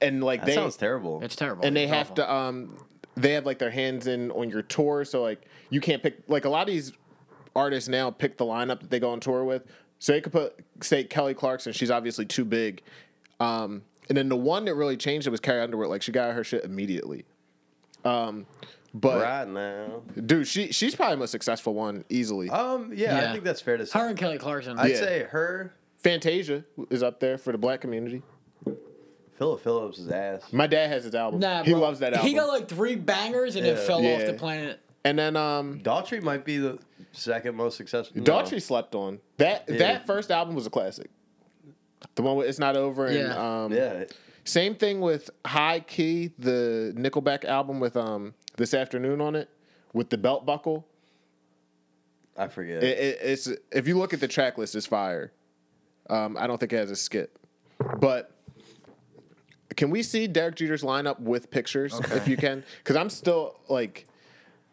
[SPEAKER 1] And like
[SPEAKER 2] that
[SPEAKER 1] they
[SPEAKER 2] sounds terrible.
[SPEAKER 3] It's terrible.
[SPEAKER 1] and they
[SPEAKER 3] Oh, It's
[SPEAKER 1] have
[SPEAKER 3] awful.
[SPEAKER 1] to um they have like their hands in on your tour so like you can't pick like a lot of these artists now pick the lineup that they go on tour with so they could put say kelly clarkson she's obviously too big um and then the one that really changed it was carrie underwood like she got her shit immediately um but
[SPEAKER 2] right now.
[SPEAKER 1] dude she she's probably the most successful one easily
[SPEAKER 2] Um, yeah, I
[SPEAKER 3] Yeah.
[SPEAKER 2] think that's fair to say.
[SPEAKER 3] Her and Kelly Clarkson.
[SPEAKER 2] I'd
[SPEAKER 1] Yeah.
[SPEAKER 2] say her.
[SPEAKER 1] fantasia is up there for the black community
[SPEAKER 2] Philip Phillips' ass.
[SPEAKER 1] my dad has his album
[SPEAKER 3] nah,
[SPEAKER 1] he
[SPEAKER 3] bro.
[SPEAKER 1] loves that album
[SPEAKER 3] He got like three bangers and it
[SPEAKER 2] Yeah.
[SPEAKER 3] fell off
[SPEAKER 1] Yeah.
[SPEAKER 3] the planet.
[SPEAKER 1] and then um
[SPEAKER 2] Daughtry might be the second most successful. no.
[SPEAKER 1] Daughtry slept on that.
[SPEAKER 2] Yeah.
[SPEAKER 1] That first album was a classic. The one with "It's Not Over" and
[SPEAKER 3] Yeah.
[SPEAKER 1] um,
[SPEAKER 2] Yeah.
[SPEAKER 1] same thing with "High Key," the Nickelback album with um, "This Afternoon" on it with the belt buckle.
[SPEAKER 2] I forget.
[SPEAKER 1] It, it, it's if you look at the track list, it's fire. Um, I don't think it has a skip, but can we see Derek Jeter's lineup with pictures if you can? Because I'm still like,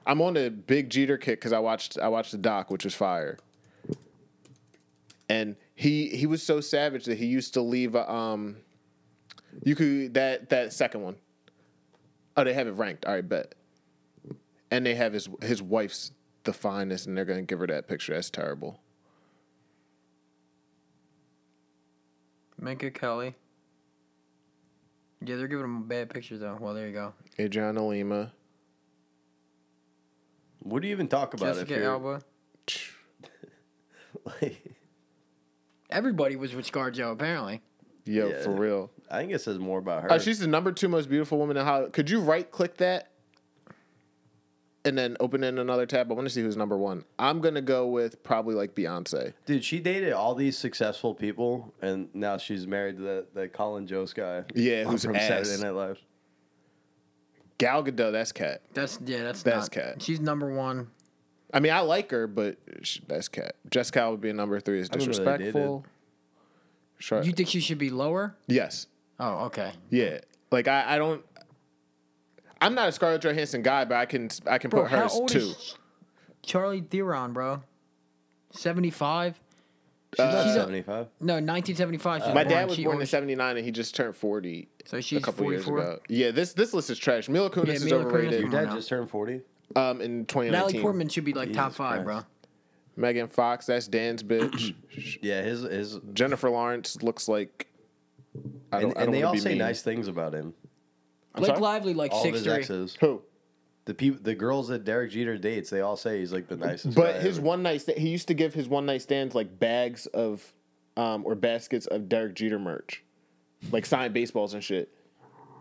[SPEAKER 1] I'm on a big Jeter kick because I watched I watched the doc, which was fire. And he he was so savage that he used to leave. uh, Um, you could that that second one. Oh, they have it ranked. All right, bet. And they have his his wife's the finest, and they're gonna give her that picture. That's terrible.
[SPEAKER 3] Minka Kelly. Yeah, they're giving him a bad picture though. Well, there you go.
[SPEAKER 1] Adriana Lima.
[SPEAKER 2] what do you even talk about? if
[SPEAKER 3] Jessica
[SPEAKER 2] you're-
[SPEAKER 3] Alba.
[SPEAKER 2] Like,
[SPEAKER 3] Everybody was with ScarJo apparently.
[SPEAKER 1] Yo,
[SPEAKER 2] Yeah.
[SPEAKER 1] for real.
[SPEAKER 2] *laughs* I think it says more about her.
[SPEAKER 1] Oh, she's the number two most beautiful woman in Hollywood. Could you right click that and then open in another tab? I want to see who's number one. I'm gonna go with probably like Beyonce.
[SPEAKER 2] Dude, she dated all these successful people, and now she's married to that, that Colin Jost guy.
[SPEAKER 1] Yeah, who's
[SPEAKER 2] from
[SPEAKER 1] ass.
[SPEAKER 2] Saturday Night Live.
[SPEAKER 1] Gal Gadot. That's cat.
[SPEAKER 3] That's yeah. That's
[SPEAKER 1] That's
[SPEAKER 3] not-
[SPEAKER 1] cat.
[SPEAKER 3] She's number one.
[SPEAKER 1] I mean, I like her, but sh- that's cat. Jessica Alba being number three is
[SPEAKER 2] I didn't know they
[SPEAKER 1] disrespectful. Sure.
[SPEAKER 3] You think she should be lower?
[SPEAKER 1] yes.
[SPEAKER 3] Oh, okay.
[SPEAKER 1] Yeah. Like I, I don't. I'm not a Scarlett Johansson guy, but I can I can
[SPEAKER 3] Bro,
[SPEAKER 1] put
[SPEAKER 3] how
[SPEAKER 1] hers
[SPEAKER 3] old
[SPEAKER 1] too.
[SPEAKER 3] is Charlie Theron, bro? Seventy five.
[SPEAKER 2] She's not
[SPEAKER 3] she's a-
[SPEAKER 2] 75.
[SPEAKER 3] No, 1975. She's
[SPEAKER 1] Uh, My dad was
[SPEAKER 3] She
[SPEAKER 1] born in
[SPEAKER 3] always-
[SPEAKER 1] '79, and he just turned 40
[SPEAKER 3] So she's
[SPEAKER 1] a couple years
[SPEAKER 3] 44?
[SPEAKER 1] ago. Yeah, this this list is trash. Mila Kunis
[SPEAKER 3] Yeah,
[SPEAKER 1] is
[SPEAKER 3] Mila Kunis,
[SPEAKER 1] overrated.
[SPEAKER 2] Your
[SPEAKER 3] Come on
[SPEAKER 2] dad
[SPEAKER 3] now.
[SPEAKER 2] just turned 40?
[SPEAKER 1] Um, in
[SPEAKER 3] Natalie
[SPEAKER 1] 2019,
[SPEAKER 3] Portman should be like top
[SPEAKER 2] Jesus
[SPEAKER 3] five,
[SPEAKER 2] Christ.
[SPEAKER 1] Megan Fox, that's Dan's bitch. *clears throat*
[SPEAKER 2] Yeah, his. his and
[SPEAKER 1] Jennifer Lawrence looks like. I don't.
[SPEAKER 2] and
[SPEAKER 1] I don't
[SPEAKER 2] they
[SPEAKER 1] wanna
[SPEAKER 2] all
[SPEAKER 1] be
[SPEAKER 2] say
[SPEAKER 1] mean.
[SPEAKER 2] nice things about him.
[SPEAKER 3] bro. Blake
[SPEAKER 1] sorry?
[SPEAKER 3] Lively, like
[SPEAKER 2] All of
[SPEAKER 3] six
[SPEAKER 2] his
[SPEAKER 3] three.
[SPEAKER 2] exes.
[SPEAKER 1] Who?
[SPEAKER 2] The, peop the girls that Derek Jeter dates, they all say he's like the nicest
[SPEAKER 1] But
[SPEAKER 2] guy
[SPEAKER 1] his
[SPEAKER 2] ever.
[SPEAKER 1] one night stand, he used to give his one night stands like bags of, um, or baskets of Derek Jeter merch, like signed baseballs and shit.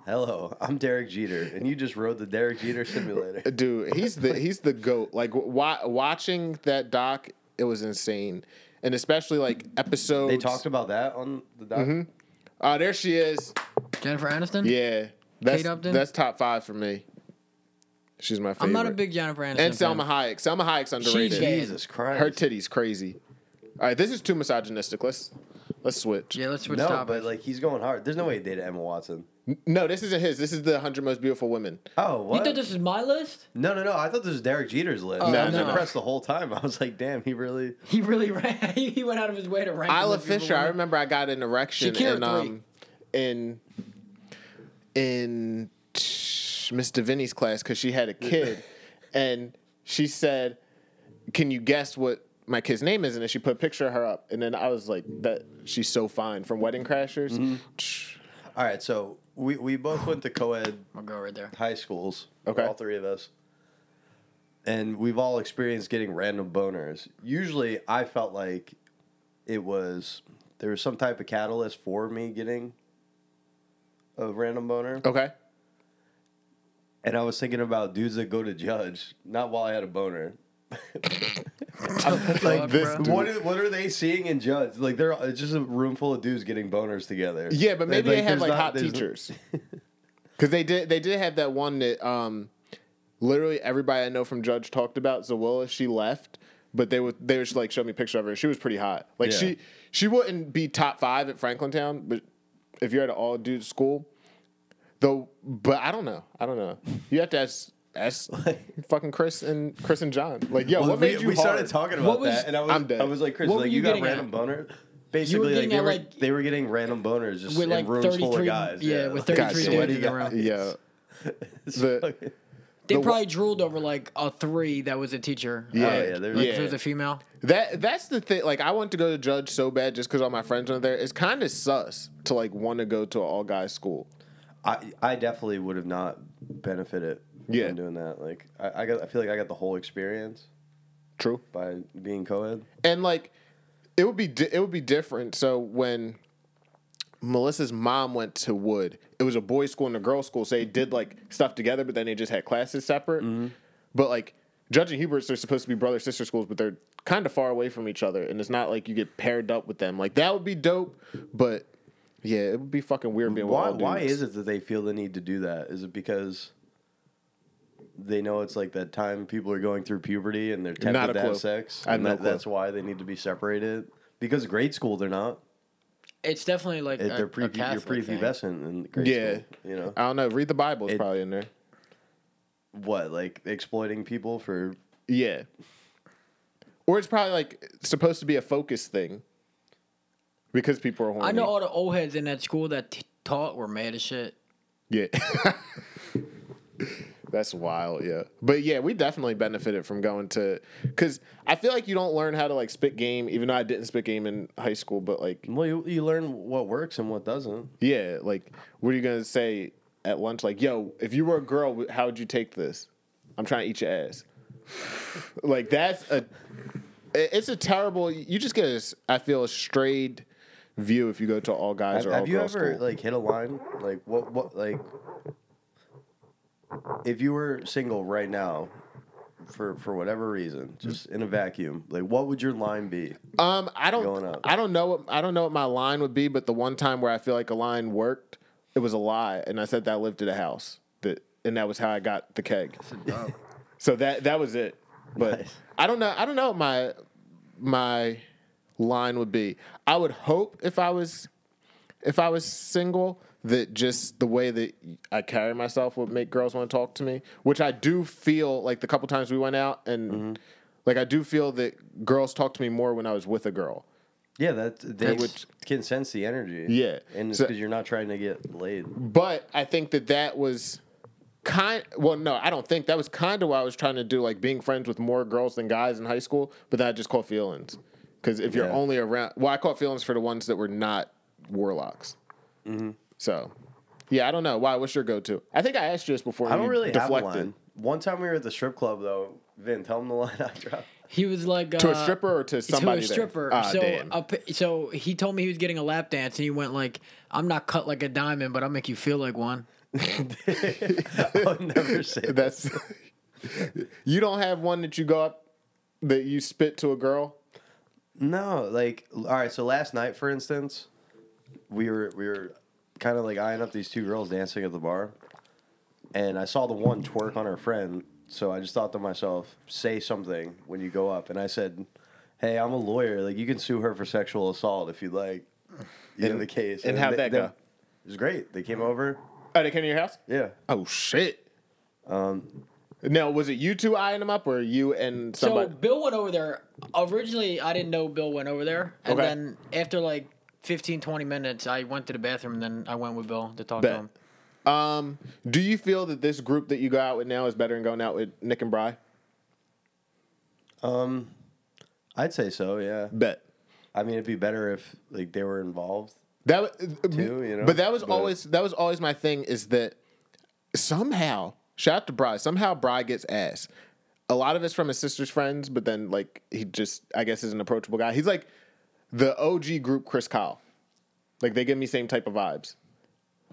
[SPEAKER 2] Hello, I'm Derek Jeter, and you just rode the Derek Jeter *laughs* simulator.
[SPEAKER 1] dude he's the he's the goat like wa- watching that doc it was insane and especially like episodes
[SPEAKER 2] They talked about that on the doc.
[SPEAKER 1] oh there she is
[SPEAKER 3] Jennifer Aniston.
[SPEAKER 1] yeah that's
[SPEAKER 3] Kate Upton?
[SPEAKER 1] that's top five for me she's my favorite
[SPEAKER 3] I'm not a big Jennifer Aniston.
[SPEAKER 1] and
[SPEAKER 3] fan.
[SPEAKER 1] Selma Hayek Selma Hayek's underrated
[SPEAKER 3] bad.
[SPEAKER 2] Jesus Christ.
[SPEAKER 1] her titties crazy all right this is too misogynistic let's let's switch
[SPEAKER 3] Yeah, let's switch
[SPEAKER 2] No,
[SPEAKER 3] topics.
[SPEAKER 2] but like he's going hard. There's no way he dated Emma Watson.
[SPEAKER 1] no this isn't his this is the 100 most beautiful women
[SPEAKER 2] Oh,
[SPEAKER 3] you
[SPEAKER 2] what?
[SPEAKER 3] thought this was my list? *laughs*
[SPEAKER 2] no, no, no. I thought this was Derek Jeter's list.
[SPEAKER 3] No,
[SPEAKER 2] I was
[SPEAKER 1] Oh, no.
[SPEAKER 2] impressed the whole time. *laughs* I was like, damn, he really.
[SPEAKER 3] He really ran. *laughs* He, he went out of his way to rank. the
[SPEAKER 1] Isla
[SPEAKER 3] most beautiful
[SPEAKER 1] Fisher. I
[SPEAKER 3] women.
[SPEAKER 1] remember I got an erection
[SPEAKER 3] Shakira
[SPEAKER 1] in um in in Miss Davini's class because she had a kid, and she said, "Can you guess what my kid's name is?" And then she put a picture of her up, and then I was like, "That she's so fine from Wedding Crashers."
[SPEAKER 2] All right, so we, we both went to co ed
[SPEAKER 3] I'll go
[SPEAKER 1] *laughs*
[SPEAKER 3] right there.
[SPEAKER 2] high schools.
[SPEAKER 1] Okay.
[SPEAKER 2] All three of us. And we've all experienced getting random boners. Usually I felt like it was there was some type of catalyst for me getting a random boner.
[SPEAKER 1] Okay,
[SPEAKER 2] And I was thinking about dudes that go to judge, not while I had a boner.
[SPEAKER 3] Fuck,
[SPEAKER 1] this
[SPEAKER 3] bro.
[SPEAKER 1] dude-
[SPEAKER 2] What are, what are they seeing in judge? Like they're it's just a room full of dudes getting boners together.
[SPEAKER 1] Yeah, but maybe they have
[SPEAKER 2] there's
[SPEAKER 1] like
[SPEAKER 2] not-
[SPEAKER 1] hot
[SPEAKER 2] there's- *laughs*
[SPEAKER 1] teachers. Because they did, they did have that one that um, literally everybody I know from Judge talked about. Zoella, she left, but they would they would like show me a picture of her. She was pretty hot. Like
[SPEAKER 2] Yeah.
[SPEAKER 1] she she wouldn't be top five at Franklin Town, but if you're at an all dude school, though. But I don't know. I don't know. You have to ask.
[SPEAKER 2] *laughs*
[SPEAKER 1] ask fucking Chris and Chris and John. Like, yo,
[SPEAKER 2] Well,
[SPEAKER 1] what
[SPEAKER 2] we,
[SPEAKER 1] made you
[SPEAKER 2] we
[SPEAKER 1] hard?
[SPEAKER 2] started talking about
[SPEAKER 3] What was-
[SPEAKER 2] that, and I was
[SPEAKER 1] I'm dead.
[SPEAKER 2] I was like, Chris,
[SPEAKER 3] What were
[SPEAKER 2] like
[SPEAKER 3] you
[SPEAKER 2] you got
[SPEAKER 3] getting
[SPEAKER 2] random
[SPEAKER 3] at?
[SPEAKER 2] boner. Basically, like
[SPEAKER 3] getting
[SPEAKER 2] they
[SPEAKER 3] at,
[SPEAKER 2] were
[SPEAKER 3] like-
[SPEAKER 2] they were getting random boners just
[SPEAKER 3] With,
[SPEAKER 2] in
[SPEAKER 3] like,
[SPEAKER 2] rooms full of
[SPEAKER 3] 33
[SPEAKER 2] guys.
[SPEAKER 3] yeah, with
[SPEAKER 2] Like,
[SPEAKER 3] 33
[SPEAKER 2] sweaty
[SPEAKER 3] dudes in a
[SPEAKER 2] guys.
[SPEAKER 3] row.
[SPEAKER 1] Yeah.
[SPEAKER 2] *laughs* It's
[SPEAKER 1] The-
[SPEAKER 2] fucking-
[SPEAKER 3] They
[SPEAKER 1] The wha-
[SPEAKER 3] probably drooled over like a three that was a teacher. Uh,
[SPEAKER 1] Yeah,
[SPEAKER 3] like,
[SPEAKER 2] Oh, yeah, there-
[SPEAKER 3] like,
[SPEAKER 1] yeah.
[SPEAKER 3] if it was a female.
[SPEAKER 1] That that's the thing. Like, I want to go to judge so bad just because all my friends went there. It's kind of sus to like want to go to an all guys school.
[SPEAKER 2] I I definitely would have not benefited
[SPEAKER 1] Yeah.
[SPEAKER 2] from doing that. Like I, I got I feel like I got the whole experience
[SPEAKER 1] True.
[SPEAKER 2] by being co-ed.
[SPEAKER 1] And like, it would be di- it would be different. So when Melissa's mom went to Wood, it was a boys' school and a girls' school. So they did like stuff together, but then they just had classes separate.
[SPEAKER 2] Mm-hmm.
[SPEAKER 1] But like. Judge and Hubert's, they're supposed to be brother sister schools, but they're kind of far away from each other, and it's not like you get paired up with them. Like that would be dope, but yeah, it would be fucking weird being. with
[SPEAKER 2] Why
[SPEAKER 1] all
[SPEAKER 2] why
[SPEAKER 1] dudes.
[SPEAKER 2] is it that they feel the need to do that? Is it because they know it's like that time people are going through puberty and they're tempted
[SPEAKER 1] Not a
[SPEAKER 2] to
[SPEAKER 1] clue.
[SPEAKER 2] have sex?
[SPEAKER 1] I have
[SPEAKER 2] and
[SPEAKER 1] no
[SPEAKER 2] that,
[SPEAKER 1] clue.
[SPEAKER 2] that's why they need to be separated. Because grade school they're not.
[SPEAKER 3] It's definitely like
[SPEAKER 2] It-
[SPEAKER 3] a,
[SPEAKER 2] they're pre
[SPEAKER 3] a
[SPEAKER 2] you're
[SPEAKER 3] Catholic thing.
[SPEAKER 2] prepubescent in grade
[SPEAKER 1] Yeah.
[SPEAKER 2] school. You know?
[SPEAKER 1] I don't know. Read the Bible is
[SPEAKER 2] It-
[SPEAKER 1] probably in there.
[SPEAKER 2] what, like exploiting people for
[SPEAKER 1] Yeah. Or it's probably like supposed to be a focus thing because people are horny.
[SPEAKER 3] I know all the old heads in that school that t- taught were mad as shit.
[SPEAKER 1] Yeah. *laughs* That's wild, yeah. But yeah, we definitely benefited from going to cuz I feel like you don't learn how to like spit game even though I didn't spit game in high school, but like
[SPEAKER 2] well, you, you learn what works and what doesn't.
[SPEAKER 1] yeah, like what are you going to say at lunch like, "Yo, if you were a girl, how would you take this?" I'm trying to eat your ass. *laughs* like that's a it- it's a terrible you just get a s- I feel a strayed view if you go to all guys
[SPEAKER 2] Have,
[SPEAKER 1] or all
[SPEAKER 2] have you
[SPEAKER 1] girls
[SPEAKER 2] ever
[SPEAKER 1] school.
[SPEAKER 2] like hit a line? Like what? What like? If you were single right now, for for whatever reason,
[SPEAKER 1] Hmm.
[SPEAKER 2] just in a vacuum, like what would your line be?
[SPEAKER 1] um I
[SPEAKER 2] going
[SPEAKER 1] don't
[SPEAKER 2] up?
[SPEAKER 1] I don't know what I don't know what my line would be but the one time where I feel like a line worked it was a lie and I said that I lived at a house that and that was how I got the keg *laughs* so that that was it but
[SPEAKER 2] Nice.
[SPEAKER 1] I don't know I don't know what my my line would be I would hope if I was if I was single, that just the way that I carry myself would make girls want to talk to me, which I do feel like the couple times we went out and like I do feel that girls talked to me more when I was with a girl.
[SPEAKER 2] Yeah, that they
[SPEAKER 3] That's-
[SPEAKER 2] would can sense the energy.
[SPEAKER 1] Yeah.
[SPEAKER 2] and it's
[SPEAKER 1] So-
[SPEAKER 2] because you're not trying to get laid.
[SPEAKER 1] But I think that that was kind well no i don't think that was kind of what i was trying to do like being friends with more girls than guys in high school but that I just caught feelings because if you're
[SPEAKER 2] Yeah.
[SPEAKER 1] only around well i caught feelings for the ones that were not warlocks
[SPEAKER 2] Mm-hmm.
[SPEAKER 1] so yeah i don't know why what's your go-to i think i asked you this before
[SPEAKER 2] I
[SPEAKER 1] and
[SPEAKER 2] don't
[SPEAKER 1] you
[SPEAKER 2] really have a line. One time we were at the strip club though. Vin, tell them the line I
[SPEAKER 1] *laughs*
[SPEAKER 2] dropped. *laughs*
[SPEAKER 3] He was like
[SPEAKER 1] to
[SPEAKER 3] uh,
[SPEAKER 1] a stripper or to
[SPEAKER 3] to
[SPEAKER 1] somebody
[SPEAKER 3] a
[SPEAKER 1] there?
[SPEAKER 3] stripper.
[SPEAKER 1] Ah,
[SPEAKER 3] so
[SPEAKER 1] damn.
[SPEAKER 3] a p- so he told me he was getting a lap dance, and he went like, "I'm not cut like a diamond, but I'll make you feel like one."
[SPEAKER 2] I would
[SPEAKER 1] *laughs*
[SPEAKER 2] never say
[SPEAKER 1] *laughs*
[SPEAKER 2] that.
[SPEAKER 1] that's you don't have one that you go up that you spit to a girl
[SPEAKER 2] No, like all right. So last night, for instance, we were we were kind of like eyeing up these two girls dancing at the bar, and I saw the one twerk on her friend. So I just thought to myself, say something when you go up, and I said, "Hey, I'm a lawyer. Like you can sue her for sexual assault if you like." You know the case.
[SPEAKER 1] and how'd that
[SPEAKER 2] they-
[SPEAKER 1] go?
[SPEAKER 2] It was great. They came over.
[SPEAKER 1] oh they came to your house
[SPEAKER 2] Yeah.
[SPEAKER 1] oh shit um now was it you two eyeing them up or you and somebody
[SPEAKER 3] So Bill went over there. Originally, I didn't know Bill went over there, and
[SPEAKER 1] Okay.
[SPEAKER 3] then after like 15, 20 minutes, I went to the bathroom, and then I went with Bill to talk to
[SPEAKER 1] Bet.
[SPEAKER 3] him. *laughs*
[SPEAKER 1] Um, do you feel that this group that you go out with now is better than going out with Nick and Bry?
[SPEAKER 2] I'd say so. Yeah.
[SPEAKER 1] Bet
[SPEAKER 2] I mean, it'd be better if like they were involved. *clears throat*
[SPEAKER 1] that. w-
[SPEAKER 2] Two, you know,
[SPEAKER 1] but that was
[SPEAKER 2] but-
[SPEAKER 1] always that was always my thing is that somehow shout out to Bry somehow Bry gets ass. A lot of it's from his sister's friends, but then like he just I guess is an approachable guy. He's like the OG group Chris Kyle. Like they give me same type of vibes.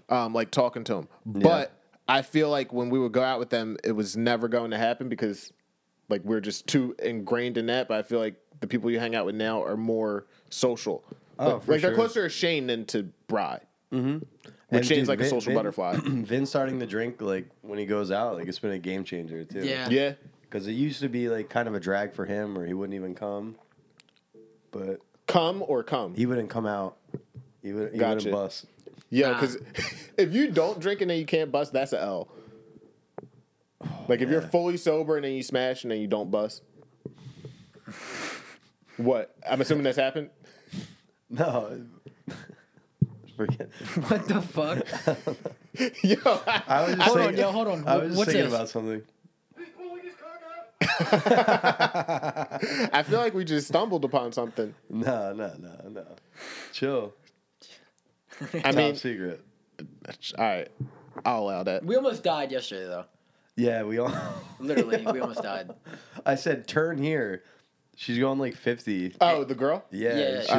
[SPEAKER 1] Um, like talking to him, but I feel like when we would go out with them, it was never going to happen because like we are just too ingrained in that. But I feel like the people you hang out with now are more social.
[SPEAKER 2] Oh,
[SPEAKER 1] like,
[SPEAKER 2] for
[SPEAKER 1] like they're
[SPEAKER 2] sure.
[SPEAKER 1] closer to Shane than to Bry. Mm-hmm. Which
[SPEAKER 2] And
[SPEAKER 1] Shane's
[SPEAKER 2] dude,
[SPEAKER 1] like a
[SPEAKER 2] Vin-
[SPEAKER 1] social
[SPEAKER 2] Vin- *clears throat*
[SPEAKER 1] butterfly.
[SPEAKER 2] Vin starting to drink like when he goes out, like it's been a game changer too.
[SPEAKER 3] Yeah.
[SPEAKER 1] yeah.
[SPEAKER 2] Because it used to be like kind of a drag for him, or he wouldn't even come. But
[SPEAKER 1] Come or come.
[SPEAKER 2] he wouldn't come out. He would. He
[SPEAKER 1] Gotcha.
[SPEAKER 2] wouldn't bust. *laughs*
[SPEAKER 1] Yeah,
[SPEAKER 3] Nah.
[SPEAKER 1] because *laughs* if you don't drink and then you can't bust, that's an L. Like if you're fully sober and then you smash and then you don't bust. What? I'm assuming that's happened. *laughs*
[SPEAKER 2] No. *laughs* Forget.
[SPEAKER 3] What the fuck?
[SPEAKER 1] Yo,
[SPEAKER 2] I was just
[SPEAKER 3] Hold on,
[SPEAKER 2] thinking,
[SPEAKER 3] yo, hold on.
[SPEAKER 2] I was just
[SPEAKER 3] What's
[SPEAKER 2] thinking
[SPEAKER 3] this?
[SPEAKER 2] about something.
[SPEAKER 1] I feel like we just stumbled upon something.
[SPEAKER 2] No, no, no, no. Chill.
[SPEAKER 1] I
[SPEAKER 2] Top
[SPEAKER 1] mean,
[SPEAKER 2] secret.
[SPEAKER 1] all right, I'll allow that.
[SPEAKER 3] we almost died yesterday though.
[SPEAKER 2] Yeah, we all. *laughs*
[SPEAKER 3] Literally, we almost died.
[SPEAKER 2] I said turn here. She's going like fifty.
[SPEAKER 1] Oh, the girl.
[SPEAKER 2] Yeah,
[SPEAKER 3] Yeah,
[SPEAKER 2] she
[SPEAKER 3] she,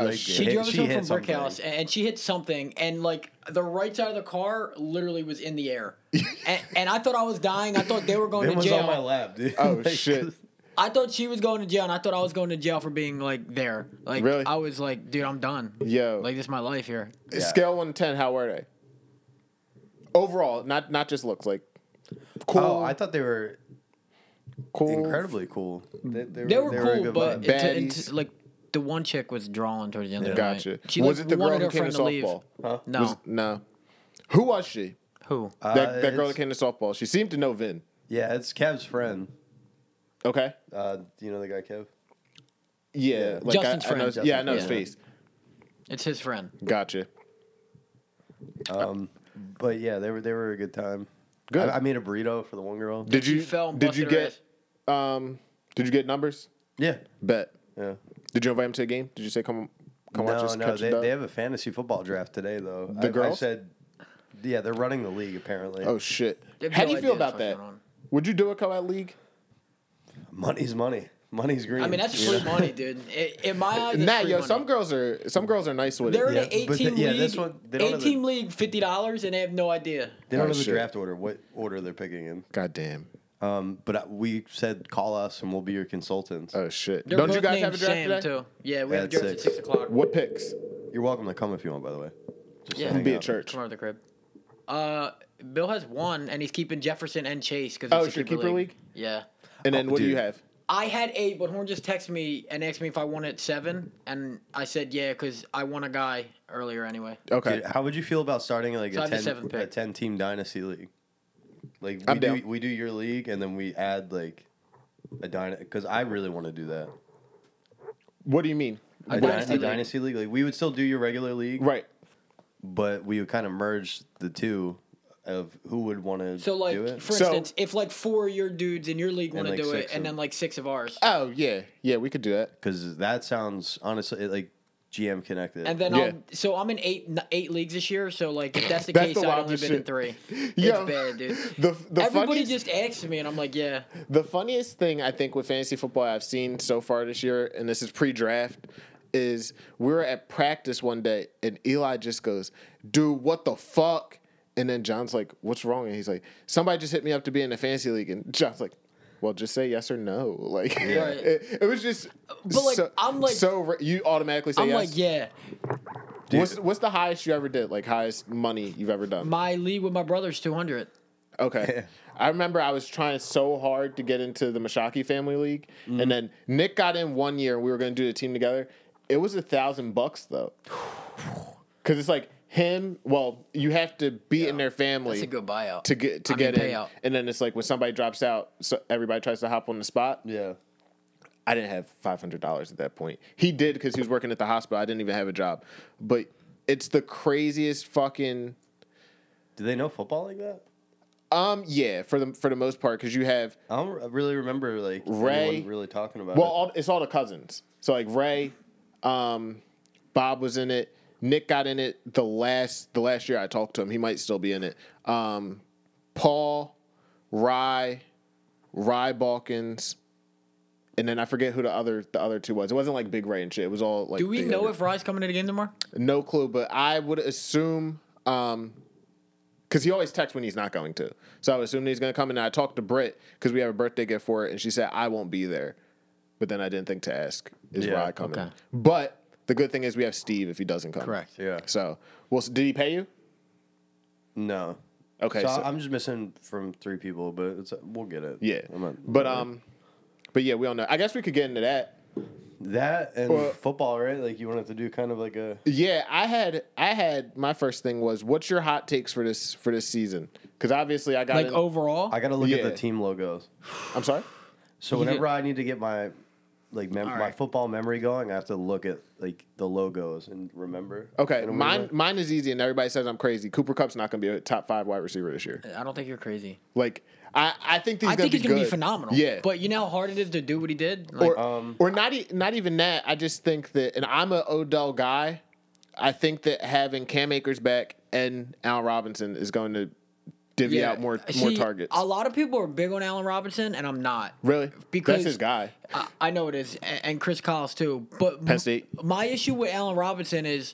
[SPEAKER 2] like hit-
[SPEAKER 3] drove us
[SPEAKER 2] she
[SPEAKER 3] home
[SPEAKER 2] hit
[SPEAKER 3] from
[SPEAKER 2] something.
[SPEAKER 3] Brickhouse, and and she hit something, and like the right side of the car literally was in
[SPEAKER 1] *laughs*
[SPEAKER 3] the air, and, and I thought I was dying. I thought they were going
[SPEAKER 2] It
[SPEAKER 3] to
[SPEAKER 2] was
[SPEAKER 3] jail.
[SPEAKER 2] on my lap, dude. *laughs*
[SPEAKER 1] Oh, shit.
[SPEAKER 3] I thought she was going to jail, and I thought I was going to jail for being like there. Like
[SPEAKER 1] Really?
[SPEAKER 3] I was like, dude, I'm done.
[SPEAKER 1] Yo,
[SPEAKER 3] Like this is my life here.
[SPEAKER 2] Yeah.
[SPEAKER 1] scale one to ten. How were they? Overall, not not just looks like cool.
[SPEAKER 2] Oh, I thought they were
[SPEAKER 1] cool.
[SPEAKER 2] incredibly cool. They,
[SPEAKER 3] They were
[SPEAKER 2] a
[SPEAKER 3] cool,
[SPEAKER 2] good
[SPEAKER 3] but
[SPEAKER 2] vibe.
[SPEAKER 3] it, t- it
[SPEAKER 1] Baddies.
[SPEAKER 3] t- like the one chick was drawn towards the end of the night.
[SPEAKER 1] Gotcha.
[SPEAKER 3] She
[SPEAKER 1] was
[SPEAKER 3] like,
[SPEAKER 1] it the girl
[SPEAKER 3] wanted
[SPEAKER 1] who
[SPEAKER 3] her
[SPEAKER 1] came to
[SPEAKER 3] friend to leave.
[SPEAKER 1] softball?
[SPEAKER 2] Huh?
[SPEAKER 3] No,
[SPEAKER 1] Was- no. Who was she?
[SPEAKER 3] who?
[SPEAKER 1] That,
[SPEAKER 2] Uh,
[SPEAKER 1] that girl that
[SPEAKER 2] it's-
[SPEAKER 1] came to softball. She seemed to know Vin.
[SPEAKER 2] Yeah, it's Kev's friend.
[SPEAKER 1] Okay.
[SPEAKER 2] Uh, do you know the guy Kev?
[SPEAKER 1] Yeah. Like
[SPEAKER 3] Justin's
[SPEAKER 1] I, I know,
[SPEAKER 3] friend.
[SPEAKER 1] yeah, I know his
[SPEAKER 3] Justin's
[SPEAKER 1] face.
[SPEAKER 3] It's his friend.
[SPEAKER 1] Gotcha.
[SPEAKER 2] Um, but yeah, they were they were a good time.
[SPEAKER 1] Good.
[SPEAKER 2] I, I made a burrito for the one girl.
[SPEAKER 1] Did
[SPEAKER 3] She
[SPEAKER 1] you
[SPEAKER 3] fell and
[SPEAKER 1] did you
[SPEAKER 3] busted her
[SPEAKER 1] get um did you get numbers?
[SPEAKER 2] yeah,
[SPEAKER 1] Bet.
[SPEAKER 2] yeah.
[SPEAKER 1] Did you invite him to a game? Did you say come come watch
[SPEAKER 2] No,
[SPEAKER 1] us
[SPEAKER 2] no,
[SPEAKER 1] catch a
[SPEAKER 2] they,
[SPEAKER 1] dub?
[SPEAKER 2] they have a fantasy football draft today though.
[SPEAKER 1] The
[SPEAKER 2] I, I
[SPEAKER 1] girls?
[SPEAKER 2] said, yeah, they're running the league apparently.
[SPEAKER 1] Oh shit.
[SPEAKER 3] They have
[SPEAKER 1] How
[SPEAKER 3] no
[SPEAKER 1] do you
[SPEAKER 3] idea
[SPEAKER 1] feel
[SPEAKER 3] what's
[SPEAKER 1] about that?
[SPEAKER 3] going on.
[SPEAKER 1] Would you do a co-ed league?
[SPEAKER 2] money's money. Money's green.
[SPEAKER 3] I mean, that's
[SPEAKER 2] you
[SPEAKER 3] free
[SPEAKER 2] know?
[SPEAKER 3] money, dude. It, in my eyes, it's
[SPEAKER 1] Nah,
[SPEAKER 3] free
[SPEAKER 1] yo,
[SPEAKER 3] money.
[SPEAKER 1] some girls are some girls are nice with
[SPEAKER 3] They're
[SPEAKER 1] it.
[SPEAKER 3] in an
[SPEAKER 2] Yeah, but the-
[SPEAKER 3] eighteen
[SPEAKER 2] yeah,
[SPEAKER 3] league.
[SPEAKER 2] this one- they don't
[SPEAKER 3] eighteen
[SPEAKER 2] have the-
[SPEAKER 3] league, fifty dollars, and they have no idea.
[SPEAKER 2] They don't
[SPEAKER 1] Oh,
[SPEAKER 2] know the
[SPEAKER 1] shit.
[SPEAKER 2] draft order. What order they're picking in?
[SPEAKER 1] God damn.
[SPEAKER 2] Um, but I, we said call us and we'll be your consultants.
[SPEAKER 1] Oh shit.
[SPEAKER 3] They're
[SPEAKER 1] Don't
[SPEAKER 3] both
[SPEAKER 1] you guys
[SPEAKER 3] named
[SPEAKER 1] have a draft
[SPEAKER 3] Sam
[SPEAKER 1] today?
[SPEAKER 3] too. Yeah, we
[SPEAKER 2] Yeah,
[SPEAKER 3] have a
[SPEAKER 2] at
[SPEAKER 3] draft at
[SPEAKER 2] six.
[SPEAKER 3] six o'clock.
[SPEAKER 1] What picks?
[SPEAKER 2] You're welcome to come if you want. By the way, Just
[SPEAKER 3] Yeah.
[SPEAKER 2] hang
[SPEAKER 1] Be at
[SPEAKER 2] out.
[SPEAKER 1] church.
[SPEAKER 3] Come over to the crib. Uh, Bill has one, and he's keeping Jefferson and Chase because
[SPEAKER 1] Oh,
[SPEAKER 3] it's
[SPEAKER 1] it's
[SPEAKER 3] a
[SPEAKER 1] your
[SPEAKER 3] keeper,
[SPEAKER 1] keeper
[SPEAKER 3] league.
[SPEAKER 1] league?
[SPEAKER 3] Yeah,
[SPEAKER 1] And then
[SPEAKER 2] Oh,
[SPEAKER 1] what do you
[SPEAKER 2] dude.
[SPEAKER 1] have?
[SPEAKER 3] I had eight, but Horn just texted me and asked me if I wanted seven, and I said yeah because I won a guy earlier anyway.
[SPEAKER 1] Okay.
[SPEAKER 2] Dude, how would you feel about starting like
[SPEAKER 3] So
[SPEAKER 2] a
[SPEAKER 3] I'm the
[SPEAKER 2] ten,
[SPEAKER 3] seventh
[SPEAKER 2] a
[SPEAKER 3] pick.
[SPEAKER 2] ten team dynasty league? Like we
[SPEAKER 1] I'm
[SPEAKER 2] do,
[SPEAKER 1] down.
[SPEAKER 2] we do your league and then we add like a dynasty because I really want to do that.
[SPEAKER 1] What do you mean?
[SPEAKER 2] A, dy-
[SPEAKER 3] dynasty
[SPEAKER 2] a
[SPEAKER 3] league.
[SPEAKER 2] dynasty league, like we would still do your regular league,
[SPEAKER 1] Right.
[SPEAKER 2] But we would kind of merge the two of who would want to
[SPEAKER 3] So like
[SPEAKER 2] do it.
[SPEAKER 3] for
[SPEAKER 1] So-
[SPEAKER 3] instance, if like four of your dudes in your league want to
[SPEAKER 2] like,
[SPEAKER 3] do it,
[SPEAKER 2] six
[SPEAKER 3] and
[SPEAKER 2] of-
[SPEAKER 3] then like six of ours,
[SPEAKER 1] Oh yeah. Yeah, we could do that.
[SPEAKER 2] because that sounds honestly it, like GM connected.
[SPEAKER 3] and then
[SPEAKER 1] Yeah.
[SPEAKER 3] I'll, so I'm in eight n- eight leagues this year. So like if that's the
[SPEAKER 1] That's
[SPEAKER 3] case,
[SPEAKER 1] the
[SPEAKER 3] I've only
[SPEAKER 1] wildest
[SPEAKER 3] been in
[SPEAKER 1] shit. *laughs*
[SPEAKER 3] three.
[SPEAKER 1] Yo.
[SPEAKER 3] It's bad, dude.
[SPEAKER 1] *laughs* The the
[SPEAKER 3] Everybody
[SPEAKER 1] funniest-
[SPEAKER 3] just asks me, and I'm like, yeah.
[SPEAKER 1] The funniest thing I think with fantasy football I've seen so far this year, and this is pre-draft, is we were at practice one day and Eli just goes, "Dude, what the fuck?" And then John's like, "What's wrong?" And he's like, "Somebody just hit me up to be in a fantasy league." And John's like, "Well, just say yes or no." *laughs* Like
[SPEAKER 3] Right.
[SPEAKER 1] it, it was just.
[SPEAKER 3] But, like,
[SPEAKER 1] so,
[SPEAKER 3] I'm like-
[SPEAKER 1] so ra- you automatically say
[SPEAKER 3] I'm
[SPEAKER 1] yes.
[SPEAKER 3] like, yeah.
[SPEAKER 1] What's what's the highest you ever did? Like highest money you've ever done?
[SPEAKER 3] My league with my brother's 200. *laughs*
[SPEAKER 1] Okay. I remember I was trying so hard to get into the Mashaki Family League,
[SPEAKER 3] Mm-hmm.
[SPEAKER 1] and then Nick got in one year, and we were going to do the team together. It was a thousand bucks
[SPEAKER 3] *sighs*
[SPEAKER 1] though, because it's like him. Well, you have to be in their family
[SPEAKER 3] That's a good buyout.
[SPEAKER 1] to get to
[SPEAKER 3] I mean,
[SPEAKER 1] get in,
[SPEAKER 3] payout.
[SPEAKER 1] and then it's like when somebody drops out, so everybody tries to hop on the spot.
[SPEAKER 2] yeah,
[SPEAKER 1] I didn't have five hundred dollars at that point. He did because he was working at the hospital. I didn't even have a job, but it's the craziest fucking.
[SPEAKER 2] do they know football like that?
[SPEAKER 1] Um, yeah, for the for the most part, because you have
[SPEAKER 2] I don't really remember like
[SPEAKER 1] Ray-
[SPEAKER 2] anyone really talking about
[SPEAKER 1] Well,
[SPEAKER 2] it.
[SPEAKER 1] all, it's all the cousins. So like Ray, um, Bob was in it. Nick got in it the last the last year I talked to him. He might still be in it. Um, Paul, Rye, Rye Balkins, and then I forget who the other the other two was. It wasn't like Big Ray and shit. It was all like.
[SPEAKER 3] Do we
[SPEAKER 1] the
[SPEAKER 3] know
[SPEAKER 1] other-
[SPEAKER 3] if Rye's coming in again tomorrow?
[SPEAKER 1] No clue, but I would assume um, because he always texts when he's not going to. So I assumed he's going to come. And I talked to Britt because we have a birthday gift for it, and she said I won't be there. But then I didn't think to ask is
[SPEAKER 2] Yeah,
[SPEAKER 1] Rod coming?
[SPEAKER 3] okay.
[SPEAKER 1] But the good thing is we have Steve if he doesn't come.
[SPEAKER 3] Correct.
[SPEAKER 2] Yeah.
[SPEAKER 1] So well, s- did he pay you?
[SPEAKER 2] No.
[SPEAKER 1] Okay,
[SPEAKER 2] So,
[SPEAKER 1] so-
[SPEAKER 2] I'm just missing from three people, but it's we'll get it.
[SPEAKER 1] Yeah.
[SPEAKER 2] I'm not-
[SPEAKER 1] but um, but yeah, we all know. I guess we could get into that.
[SPEAKER 2] that and
[SPEAKER 1] Well-
[SPEAKER 2] football, right? Like you wanted to do kind of like a
[SPEAKER 1] Yeah, I had I had my first thing was what's your hot takes for this for this season? Because obviously I got
[SPEAKER 3] Like oh
[SPEAKER 1] in-
[SPEAKER 3] overall,
[SPEAKER 2] I got to look at the
[SPEAKER 1] Yeah.
[SPEAKER 2] team logos.
[SPEAKER 1] I'm sorry.
[SPEAKER 2] So
[SPEAKER 3] You
[SPEAKER 2] whenever
[SPEAKER 3] did-
[SPEAKER 2] I need to get my like mem- my
[SPEAKER 3] right.
[SPEAKER 2] football memory going, I have to look at like the logos and remember.
[SPEAKER 1] Okay,
[SPEAKER 2] In a weird
[SPEAKER 1] mine
[SPEAKER 2] way.
[SPEAKER 1] mine is easy, and everybody says I'm crazy. Cooper Cup's not going to be a top five wide receiver this year.
[SPEAKER 3] I don't think you're crazy.
[SPEAKER 1] Like I I think he's
[SPEAKER 3] I
[SPEAKER 1] going
[SPEAKER 3] think
[SPEAKER 1] to
[SPEAKER 3] he's
[SPEAKER 1] be
[SPEAKER 3] gonna
[SPEAKER 1] good.
[SPEAKER 3] be phenomenal.
[SPEAKER 1] Yeah,
[SPEAKER 3] But you know how hard it is to do what he did. Like,
[SPEAKER 1] or or not e- not even that. I just think that, and I'm a Odell guy. I think that having Cam Akers back and Al Robinson is going to divvy out more more
[SPEAKER 3] See,
[SPEAKER 1] targets.
[SPEAKER 3] A lot of people are big on Allen Robinson, and I'm not.
[SPEAKER 1] really,
[SPEAKER 3] because-
[SPEAKER 1] that's his guy.
[SPEAKER 3] I, I know it is, a- and Chris Collins too. But
[SPEAKER 1] Penn State.
[SPEAKER 3] my issue with Allen Robinson is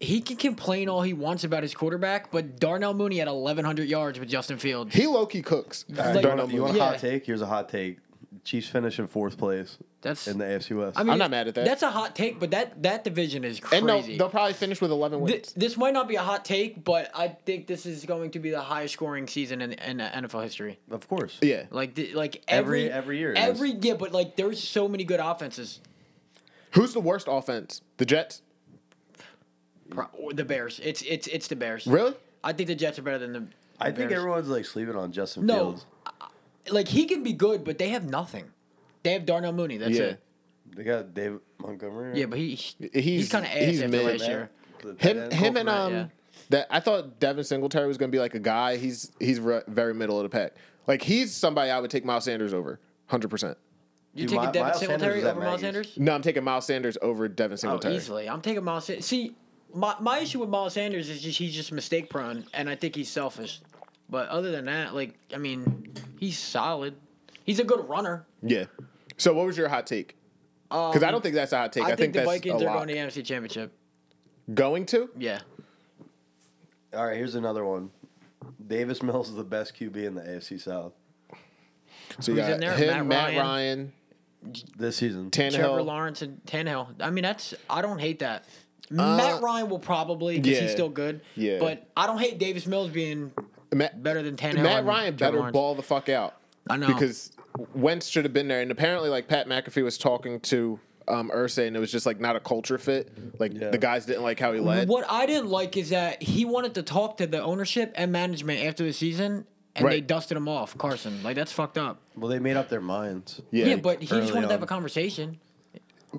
[SPEAKER 3] he can complain all he wants about his quarterback, but Darnell Mooney had 1,100 yards with Justin Fields.
[SPEAKER 1] He low key cooks.
[SPEAKER 2] All right,
[SPEAKER 3] like-
[SPEAKER 2] you want, you want a
[SPEAKER 3] Yeah.
[SPEAKER 2] hot take? Here's a hot take. Chiefs finish in fourth place
[SPEAKER 3] That's-
[SPEAKER 2] in the AFC West.
[SPEAKER 3] I mean,
[SPEAKER 1] I'm not mad at that.
[SPEAKER 3] That's a hot take, but that that division is crazy.
[SPEAKER 1] and no, they'll probably finish with 11 wins.
[SPEAKER 3] Th- this might not be a hot take, but I think this is going to be the highest scoring season in, in uh, NFL history.
[SPEAKER 2] of course.
[SPEAKER 1] Yeah.
[SPEAKER 3] Like, th- like
[SPEAKER 2] Every-
[SPEAKER 3] every
[SPEAKER 2] every year it is.
[SPEAKER 3] every yeah, but like there's so many good offenses.
[SPEAKER 1] Who's the worst offense? The Jets?
[SPEAKER 3] Pro- or the Bears, it's it's it's the Bears.
[SPEAKER 1] Really?
[SPEAKER 3] I think the Jets are better than the.
[SPEAKER 2] I think
[SPEAKER 3] Bears.
[SPEAKER 2] everyone's like sleeping on Justin
[SPEAKER 3] No.
[SPEAKER 2] Fields.
[SPEAKER 3] like he can be good, but they have nothing. They have Darnell Mooney. That's
[SPEAKER 1] Yeah.
[SPEAKER 3] it.
[SPEAKER 2] They got David Montgomery. right?
[SPEAKER 3] Yeah, but he he's,
[SPEAKER 1] He's,
[SPEAKER 3] kind of ass
[SPEAKER 1] he's
[SPEAKER 3] after
[SPEAKER 1] mid.
[SPEAKER 3] last year.
[SPEAKER 2] The tight
[SPEAKER 1] Him,
[SPEAKER 2] end,
[SPEAKER 1] him, and
[SPEAKER 3] Fournette,
[SPEAKER 1] um,
[SPEAKER 3] yeah.
[SPEAKER 1] that I thought Devin Singletary was going to be like a guy. He's he's re- very middle of the pack. Like he's somebody I would take Miles Sanders over, hundred percent.
[SPEAKER 3] You
[SPEAKER 2] Dude,
[SPEAKER 3] taking
[SPEAKER 2] Mi-
[SPEAKER 3] Devin
[SPEAKER 2] Miles Sanders
[SPEAKER 3] Singletary
[SPEAKER 2] is at
[SPEAKER 3] over
[SPEAKER 2] Maggie's.
[SPEAKER 3] Miles Sanders?
[SPEAKER 1] No, I'm taking Miles Sanders over Devin
[SPEAKER 3] Oh,
[SPEAKER 1] Singletary.
[SPEAKER 3] easily. I'm taking Miles. Sanders. See, my my issue with Miles Sanders is just he's just mistake prone, and I think he's selfish. But other than that, like I mean, he's solid. He's a good runner.
[SPEAKER 1] yeah. So what was your hot take? Because I don't think that's a hot take. I,
[SPEAKER 3] Um, I,
[SPEAKER 1] think,
[SPEAKER 3] think, the
[SPEAKER 1] that's
[SPEAKER 3] Vikings
[SPEAKER 1] a
[SPEAKER 3] are
[SPEAKER 1] lock.
[SPEAKER 3] going to the NFC Championship.
[SPEAKER 1] Going to?
[SPEAKER 3] Yeah.
[SPEAKER 2] All right, here's another one. Davis Mills is the best QB in the AFC South
[SPEAKER 1] So you
[SPEAKER 3] Who's
[SPEAKER 1] got
[SPEAKER 3] in there?
[SPEAKER 1] him, Matt
[SPEAKER 3] Matt
[SPEAKER 1] Ryan,
[SPEAKER 2] this season.
[SPEAKER 3] Trevor
[SPEAKER 1] Tannehill.
[SPEAKER 3] Lawrence and Tannehill. I mean, that's I don't hate that. Matt Ryan will probably because
[SPEAKER 1] Uh, yeah.
[SPEAKER 3] he's still good.
[SPEAKER 1] Yeah.
[SPEAKER 3] But I don't hate Davis Mills being
[SPEAKER 1] Matt,
[SPEAKER 3] better than Tannehill.
[SPEAKER 1] Matt
[SPEAKER 3] and
[SPEAKER 1] Ryan
[SPEAKER 3] Trevor
[SPEAKER 1] better
[SPEAKER 3] Lawrence.
[SPEAKER 1] ball the fuck out.
[SPEAKER 3] I know.
[SPEAKER 1] because Wentz should have been there. And apparently, like Pat McAfee was talking to um, Ursay, and it was just like not a culture fit. Like
[SPEAKER 2] Yeah.
[SPEAKER 1] the guys didn't like how he led.
[SPEAKER 3] What I didn't like is that he wanted to talk to the ownership and management after the season, and they
[SPEAKER 1] Right.
[SPEAKER 3] dusted him off, Carson. Like that's fucked up.
[SPEAKER 2] Well, they made up their minds.
[SPEAKER 1] Yeah.
[SPEAKER 3] Yeah, but he just
[SPEAKER 2] Early
[SPEAKER 3] wanted to have
[SPEAKER 2] on.
[SPEAKER 3] a conversation.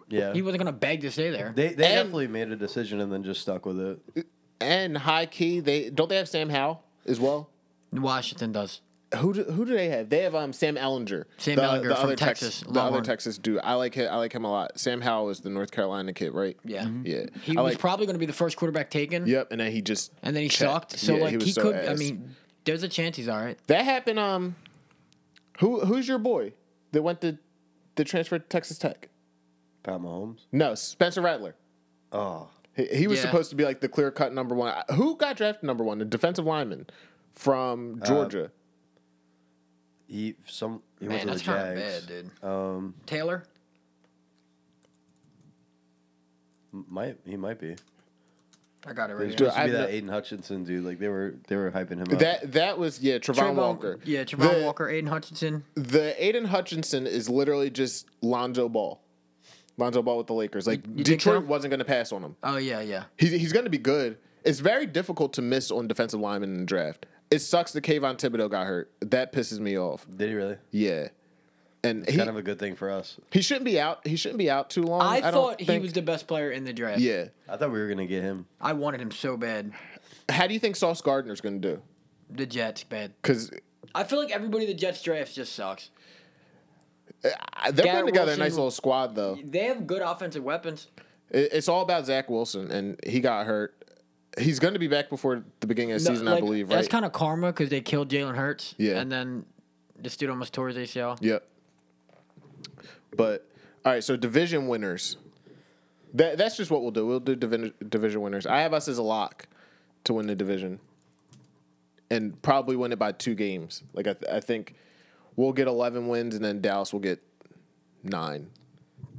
[SPEAKER 2] Yeah.
[SPEAKER 3] He wasn't gonna beg to stay there.
[SPEAKER 2] they they
[SPEAKER 1] And-
[SPEAKER 2] definitely made a decision and then just stuck with it.
[SPEAKER 1] And high key, they don't they have Sam Howell as well.
[SPEAKER 3] Washington does.
[SPEAKER 1] Who do, who do they have? They have um Sam Ellinger.
[SPEAKER 3] Sam Ellinger from Texas.
[SPEAKER 1] the
[SPEAKER 3] Love
[SPEAKER 1] other
[SPEAKER 3] him.
[SPEAKER 1] Texas dude. I like him. I like him a lot. Sam Howell is the North Carolina kid, right?
[SPEAKER 3] Yeah. Mhm.
[SPEAKER 1] yeah.
[SPEAKER 3] He
[SPEAKER 1] I
[SPEAKER 3] was
[SPEAKER 1] like-
[SPEAKER 3] probably gonna be the first quarterback taken,
[SPEAKER 1] Yep, and then he just
[SPEAKER 3] and then he
[SPEAKER 1] checked.
[SPEAKER 3] sucked. So
[SPEAKER 1] Yeah,
[SPEAKER 3] like
[SPEAKER 1] was
[SPEAKER 3] he
[SPEAKER 1] so
[SPEAKER 3] could. I
[SPEAKER 1] ass.
[SPEAKER 3] mean, there's a chance he's all right.
[SPEAKER 1] that happened. Um, who who's your boy that went to that transferred to Texas Tech?
[SPEAKER 2] Pat Mahomes.
[SPEAKER 1] No, Spencer Rattler.
[SPEAKER 2] Oh,
[SPEAKER 1] He, he was
[SPEAKER 3] Yeah.
[SPEAKER 1] supposed to be like the clear cut number one. I- Who got drafted number one? The defensive lineman
[SPEAKER 3] Oh,
[SPEAKER 1] from Georgia.
[SPEAKER 2] he some he
[SPEAKER 3] Man,
[SPEAKER 2] went
[SPEAKER 3] that's
[SPEAKER 2] to the
[SPEAKER 3] kind of
[SPEAKER 2] Jags.
[SPEAKER 3] bad, dude. Um, Taylor.
[SPEAKER 2] Might he might be.
[SPEAKER 3] I got it
[SPEAKER 2] It was
[SPEAKER 1] Dude,
[SPEAKER 3] right. Here.
[SPEAKER 2] supposed to be
[SPEAKER 1] I've
[SPEAKER 2] that
[SPEAKER 1] no-
[SPEAKER 2] Aiden Hutchinson dude. Like they were they were hyping him up.
[SPEAKER 1] that that was yeah, Travon Walker.
[SPEAKER 3] Yeah, Trevon
[SPEAKER 1] the,
[SPEAKER 3] oh. Walker, Aiden Hutchinson.
[SPEAKER 1] The Aiden Hutchinson is literally just Lonzo Ball. Lonzo Ball with the Lakers. Like
[SPEAKER 3] you think
[SPEAKER 1] Detroit
[SPEAKER 3] so?
[SPEAKER 1] wasn't going to pass on him.
[SPEAKER 3] Oh yeah, yeah.
[SPEAKER 1] He's he's going to be good. It's very difficult to miss on defensive linemen in the draft. It sucks that Kayvon Thibodeau got hurt. That pisses me off.
[SPEAKER 2] Did he really?
[SPEAKER 1] Yeah, and he,
[SPEAKER 2] kind of a good thing for us.
[SPEAKER 1] he shouldn't be out. He shouldn't be out too long.
[SPEAKER 3] I,
[SPEAKER 1] I, don't
[SPEAKER 3] thought he
[SPEAKER 1] think.
[SPEAKER 3] was the best player in the draft.
[SPEAKER 1] Yeah.
[SPEAKER 2] I thought we were gonna get him.
[SPEAKER 3] I wanted him so bad.
[SPEAKER 1] How do you think Sauce Gardner's going to do?
[SPEAKER 3] The Jets bad.
[SPEAKER 1] Because
[SPEAKER 3] I feel like everybody the Jets drafts just sucks.
[SPEAKER 1] they're putting
[SPEAKER 3] Garrett
[SPEAKER 1] together
[SPEAKER 3] Wilson-
[SPEAKER 1] a nice little squad, though.
[SPEAKER 3] They have good offensive weapons.
[SPEAKER 1] It- It's all about Zach Wilson, and he got hurt. He's going to be back before the beginning of the season, I
[SPEAKER 3] Like,
[SPEAKER 1] believe. Right?
[SPEAKER 3] That's kind of karma because they killed Jalen Hurts.
[SPEAKER 1] Yeah.
[SPEAKER 3] And then this dude almost tore his ACL.
[SPEAKER 1] Yep. But all right, so division winners. That that's just what we'll do. We'll do divi- division winners. I have us as a lock to win the division. and probably win it by two games. Like I, th- I think we'll get 11 wins, and then Dallas will get nine.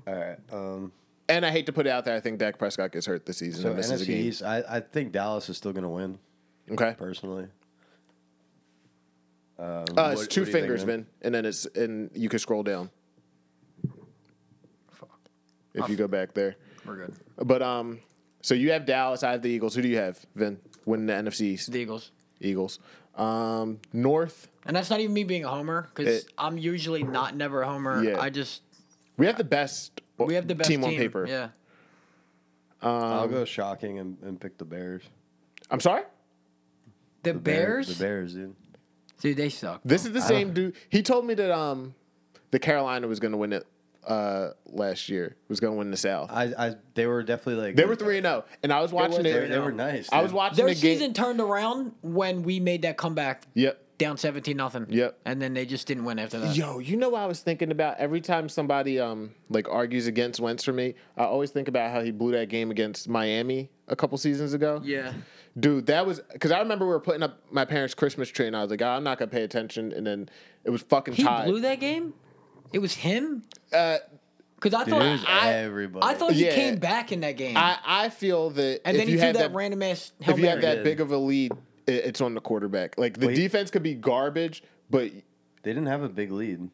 [SPEAKER 2] All right. Um,
[SPEAKER 1] And I hate to put it out there, I think Dak Prescott gets hurt this season
[SPEAKER 2] so
[SPEAKER 1] and misses a
[SPEAKER 2] NFC
[SPEAKER 1] game.
[SPEAKER 2] East, I, I think Dallas is still going to win
[SPEAKER 1] Okay,
[SPEAKER 2] personally.
[SPEAKER 1] uh, it's
[SPEAKER 2] What-
[SPEAKER 1] two
[SPEAKER 2] what do you think,
[SPEAKER 1] fingers,
[SPEAKER 2] man?
[SPEAKER 1] man, and then it's and you can scroll down if you go back there.
[SPEAKER 3] We're good.
[SPEAKER 1] But um, so you have Dallas, I have the Eagles. Who do you have, Vin? Win the NFC East.
[SPEAKER 3] The Eagles.
[SPEAKER 1] Eagles. Um, North.
[SPEAKER 3] And that's not even me being a homer because
[SPEAKER 1] It-
[SPEAKER 3] I'm usually not never a homer.
[SPEAKER 1] Yeah.
[SPEAKER 3] I just
[SPEAKER 1] We have the best.
[SPEAKER 3] we have the best
[SPEAKER 1] team on paper.
[SPEAKER 3] Yeah,
[SPEAKER 2] I'll go shocking and, and pick the Bears.
[SPEAKER 1] I'm sorry.
[SPEAKER 3] the, Bears,
[SPEAKER 2] The Bears, dude.
[SPEAKER 3] dude, they suck.
[SPEAKER 1] This is the same dude. He told me that um, the Carolina was going to win it uh last year. Was going to win the South.
[SPEAKER 2] I, I, they were definitely like
[SPEAKER 1] They were three and zero, and I was watching
[SPEAKER 2] They, they
[SPEAKER 1] it.
[SPEAKER 2] were nice.
[SPEAKER 1] I
[SPEAKER 2] dude.
[SPEAKER 1] was watching
[SPEAKER 3] oh. Their
[SPEAKER 1] the game.
[SPEAKER 3] season turned around when we made that comeback
[SPEAKER 1] Yep.
[SPEAKER 3] down seventeen nothing.
[SPEAKER 1] Yep.
[SPEAKER 3] And then they just didn't win after that.
[SPEAKER 1] Yo, you know what I was thinking about every time somebody um like argues against Wentz for me, I always think about how he blew that game against Miami a couple seasons ago.
[SPEAKER 3] Yeah.
[SPEAKER 1] Dude, that was because I remember we were putting up my parents' Christmas tree, and I was like, "Ah, "I'm not gonna pay attention," and then it was fucking
[SPEAKER 3] He
[SPEAKER 1] tied.
[SPEAKER 3] blew that game. It was him. Because I
[SPEAKER 2] Dude,
[SPEAKER 3] thought
[SPEAKER 2] Uh, it was
[SPEAKER 3] I,
[SPEAKER 2] everybody.
[SPEAKER 3] I thought he
[SPEAKER 1] Yeah.
[SPEAKER 3] came back in that game.
[SPEAKER 1] I I feel that
[SPEAKER 3] and
[SPEAKER 1] if
[SPEAKER 3] then he
[SPEAKER 1] you
[SPEAKER 3] threw
[SPEAKER 1] had
[SPEAKER 3] that,
[SPEAKER 1] that,
[SPEAKER 3] random ass. Hail
[SPEAKER 1] if you have
[SPEAKER 3] Mary.
[SPEAKER 1] that big of a lead, i- it's on the quarterback. Like the
[SPEAKER 2] Wait.
[SPEAKER 1] defense could be garbage, but
[SPEAKER 2] They didn't have a big lead.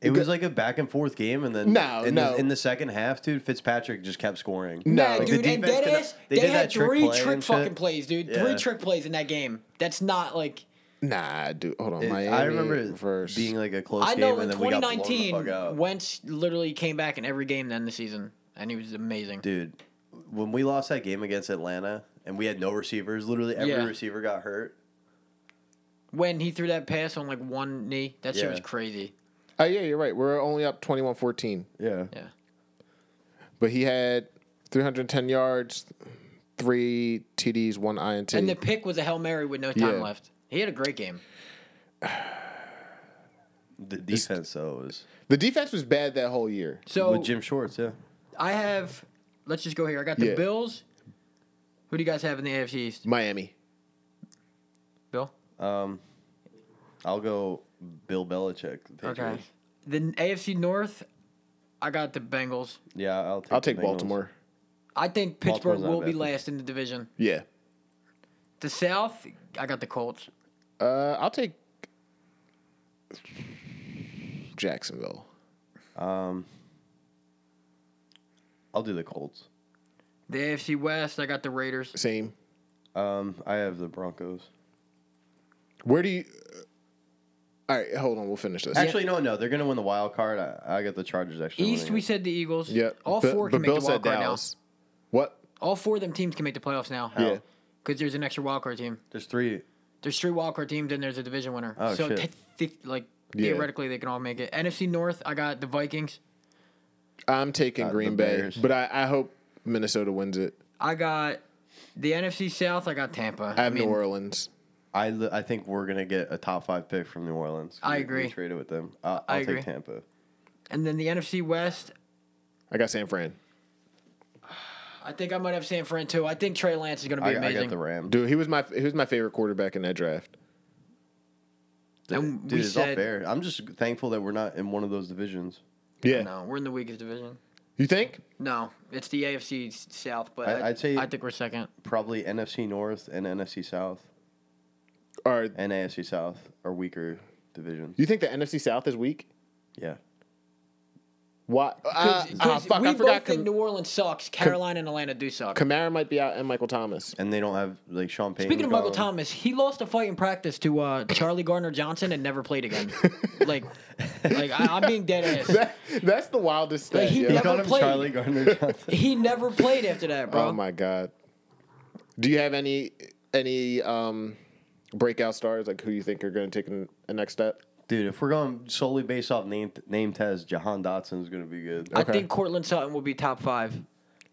[SPEAKER 2] It was like a back and forth game, and then
[SPEAKER 1] No,
[SPEAKER 2] in,
[SPEAKER 1] no.
[SPEAKER 2] The, in the second half, dude, Fitzpatrick just kept scoring.
[SPEAKER 1] No,
[SPEAKER 3] Yeah,
[SPEAKER 1] like, the
[SPEAKER 3] dude, and
[SPEAKER 2] defense
[SPEAKER 3] dead
[SPEAKER 2] could-
[SPEAKER 3] ass.
[SPEAKER 2] they
[SPEAKER 3] They,
[SPEAKER 2] did
[SPEAKER 3] had
[SPEAKER 2] that trick
[SPEAKER 3] three
[SPEAKER 2] play
[SPEAKER 3] trick
[SPEAKER 2] and
[SPEAKER 3] fucking
[SPEAKER 2] shit.
[SPEAKER 3] plays, dude.
[SPEAKER 2] Yeah.
[SPEAKER 3] Three trick plays in that game. That's not like
[SPEAKER 1] nah, dude. Hold on,
[SPEAKER 2] It-
[SPEAKER 1] Miami.
[SPEAKER 2] I remember it
[SPEAKER 1] versus-
[SPEAKER 2] being like a close
[SPEAKER 3] I
[SPEAKER 2] game,
[SPEAKER 3] know
[SPEAKER 2] and
[SPEAKER 3] in
[SPEAKER 2] then we got blown the
[SPEAKER 3] 2019,
[SPEAKER 2] fuck out.
[SPEAKER 3] Wentz literally came back in every game then the season, and he was amazing.
[SPEAKER 2] dude, when we lost that game against Atlanta, and we had no receivers, literally every
[SPEAKER 3] Yeah.
[SPEAKER 2] receiver got hurt.
[SPEAKER 3] When he threw that pass on like one knee, that shit was
[SPEAKER 2] Yeah.
[SPEAKER 3] crazy.
[SPEAKER 1] oh yeah, you're right. We're only up 21-14.
[SPEAKER 2] Yeah,
[SPEAKER 3] Yeah,
[SPEAKER 1] but he had 310 yards, three TDs, one INT.
[SPEAKER 3] and the pick was a hail mary with no time
[SPEAKER 1] Yeah.
[SPEAKER 3] left. He had a great game.
[SPEAKER 2] the defense though was
[SPEAKER 1] the defense was bad that whole year.
[SPEAKER 3] So
[SPEAKER 2] with Jim Schwartz. Yeah,
[SPEAKER 3] I have. Let's just go here. I got the
[SPEAKER 1] Yeah.
[SPEAKER 3] Bills. Who do you guys have in the AFC East?
[SPEAKER 1] Miami.
[SPEAKER 3] Bill.
[SPEAKER 2] Um, I'll go Bill Belichick. the
[SPEAKER 3] Okay.
[SPEAKER 2] Patriots.
[SPEAKER 3] The AFC North. I got the Bengals.
[SPEAKER 2] Yeah, I'll take,
[SPEAKER 1] I'll
[SPEAKER 2] the
[SPEAKER 1] take
[SPEAKER 2] Bengals.
[SPEAKER 1] Baltimore.
[SPEAKER 3] I think
[SPEAKER 2] Baltimore's
[SPEAKER 3] Pittsburgh
[SPEAKER 2] not
[SPEAKER 3] will be
[SPEAKER 2] bad.
[SPEAKER 3] last in the division.
[SPEAKER 1] Yeah.
[SPEAKER 3] The South, I got the Colts.
[SPEAKER 1] Uh, I'll take Jacksonville.
[SPEAKER 2] I'll do the Colts.
[SPEAKER 3] The AFC West, I got the Raiders.
[SPEAKER 1] Same.
[SPEAKER 2] Um, I have the Broncos.
[SPEAKER 1] Where do you. All right, hold on. We'll finish this.
[SPEAKER 2] Actually, no, no, they're gonna win the wild card. I, I got the Chargers. Actually,
[SPEAKER 3] East,
[SPEAKER 2] winning
[SPEAKER 3] we
[SPEAKER 2] it.
[SPEAKER 3] said the Eagles.
[SPEAKER 1] yeah.
[SPEAKER 3] All
[SPEAKER 1] but-
[SPEAKER 3] four
[SPEAKER 1] but
[SPEAKER 3] can make the wild card now.
[SPEAKER 1] What?
[SPEAKER 3] All four of them teams can make the playoffs now.
[SPEAKER 1] Yeah.
[SPEAKER 3] Because there's an extra wild card team.
[SPEAKER 2] there's three.
[SPEAKER 3] There's three wild card teams and there's a division winner.
[SPEAKER 2] Oh,
[SPEAKER 3] so
[SPEAKER 2] shit.
[SPEAKER 3] Te- te- like
[SPEAKER 1] Yeah.
[SPEAKER 3] theoretically they can all make it. NFC North, I got the Vikings.
[SPEAKER 1] I'm taking
[SPEAKER 2] Uh, the
[SPEAKER 1] Green Bay,
[SPEAKER 2] Bears.
[SPEAKER 1] but I, I hope Minnesota wins it.
[SPEAKER 3] I got the NFC South, I got Tampa.
[SPEAKER 1] I have
[SPEAKER 3] mean,
[SPEAKER 1] New Orleans.
[SPEAKER 2] I, li- I think we're gonna get a top five pick from New Orleans.
[SPEAKER 3] I
[SPEAKER 2] We- we
[SPEAKER 3] agree.
[SPEAKER 2] traded with them. I, I'll
[SPEAKER 3] I
[SPEAKER 2] take
[SPEAKER 3] agree.
[SPEAKER 2] Tampa.
[SPEAKER 3] And then the NFC West,
[SPEAKER 1] I got San Fran.
[SPEAKER 3] I think I might have San Fran too. I think Trey Lance is going to be
[SPEAKER 2] I, I
[SPEAKER 3] amazing.
[SPEAKER 2] got the Rams.
[SPEAKER 1] Dude, he was my he was my favorite quarterback in that draft.
[SPEAKER 3] And
[SPEAKER 2] Dude,
[SPEAKER 3] we
[SPEAKER 2] it's all
[SPEAKER 3] said-
[SPEAKER 2] fair. I'm just thankful that we're not in one of those divisions.
[SPEAKER 1] Yeah.
[SPEAKER 3] No, we're in the weakest division.
[SPEAKER 1] You think?
[SPEAKER 3] No, it's the AFC South, but
[SPEAKER 2] I-
[SPEAKER 3] I,
[SPEAKER 2] I'd say-
[SPEAKER 3] I think we're second.
[SPEAKER 2] Probably NFC North and NFC South
[SPEAKER 1] Or
[SPEAKER 2] and AFC South are weaker divisions.
[SPEAKER 1] you think the NFC South is weak?
[SPEAKER 2] Yeah.
[SPEAKER 1] What? Uh,
[SPEAKER 3] Cause,
[SPEAKER 1] ah,
[SPEAKER 3] 'cause
[SPEAKER 1] fuck,
[SPEAKER 3] we
[SPEAKER 1] I forgot.
[SPEAKER 3] both
[SPEAKER 1] Cam-
[SPEAKER 3] think New Orleans sucks. Carolina and Atlanta do suck.
[SPEAKER 1] Kamara might be out, and Michael
[SPEAKER 3] *laughs*
[SPEAKER 1] Thomas.
[SPEAKER 2] And they don't have like Sean Payton.
[SPEAKER 3] Speaking of Michael
[SPEAKER 2] gone.
[SPEAKER 3] Thomas, he lost a fight in practice to uh, Charlie Gardner Johnson and never played again. like, like I, I'm being dead ass.
[SPEAKER 1] That, that's the wildest
[SPEAKER 3] Like,
[SPEAKER 1] thing.
[SPEAKER 3] he
[SPEAKER 1] yo.
[SPEAKER 2] They
[SPEAKER 3] never
[SPEAKER 2] called him
[SPEAKER 3] played.
[SPEAKER 2] Charlie Gardner Johnson.
[SPEAKER 3] He never played after that, bro.
[SPEAKER 1] oh my god. Do you have any any um breakout stars like who you think are going to take an, a next step?
[SPEAKER 2] Dude, if we're going solely based off name name test, Jahan Dotson is gonna be good.
[SPEAKER 3] I think Cortland Sutton will be top five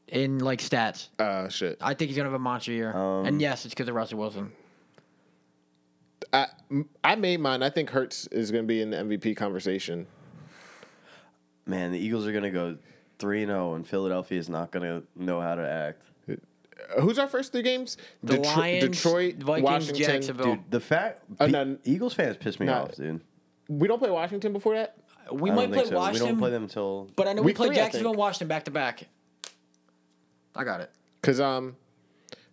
[SPEAKER 3] in like stats.
[SPEAKER 1] Uh shit.
[SPEAKER 3] I think he's gonna have a monster year. and yes, it's because of Russell Wilson.
[SPEAKER 1] I I made mine. I think Hertz is going to be in the MVP conversation.
[SPEAKER 2] oh Man, the Eagles are gonna go three and zero, and Philadelphia is not gonna know how to act.
[SPEAKER 1] who's our first three games?
[SPEAKER 3] The
[SPEAKER 1] Detro-
[SPEAKER 3] Lions,
[SPEAKER 1] Detroit,
[SPEAKER 3] Vikings,
[SPEAKER 1] Washington.
[SPEAKER 3] Jacksonville.
[SPEAKER 2] Dude, the fact
[SPEAKER 1] Oh,
[SPEAKER 2] Be-
[SPEAKER 1] no.
[SPEAKER 2] Eagles fans piss me
[SPEAKER 1] No.
[SPEAKER 2] off, dude.
[SPEAKER 1] We don't play Washington before that.
[SPEAKER 3] We
[SPEAKER 2] I
[SPEAKER 3] might
[SPEAKER 2] don't
[SPEAKER 3] play
[SPEAKER 2] think so.
[SPEAKER 3] Washington,
[SPEAKER 2] We don't play them until
[SPEAKER 3] but I know we
[SPEAKER 1] Week
[SPEAKER 3] play
[SPEAKER 1] three, I
[SPEAKER 3] Jacksonville
[SPEAKER 1] think.
[SPEAKER 3] and Washington back to back. I got it.
[SPEAKER 1] Cause um,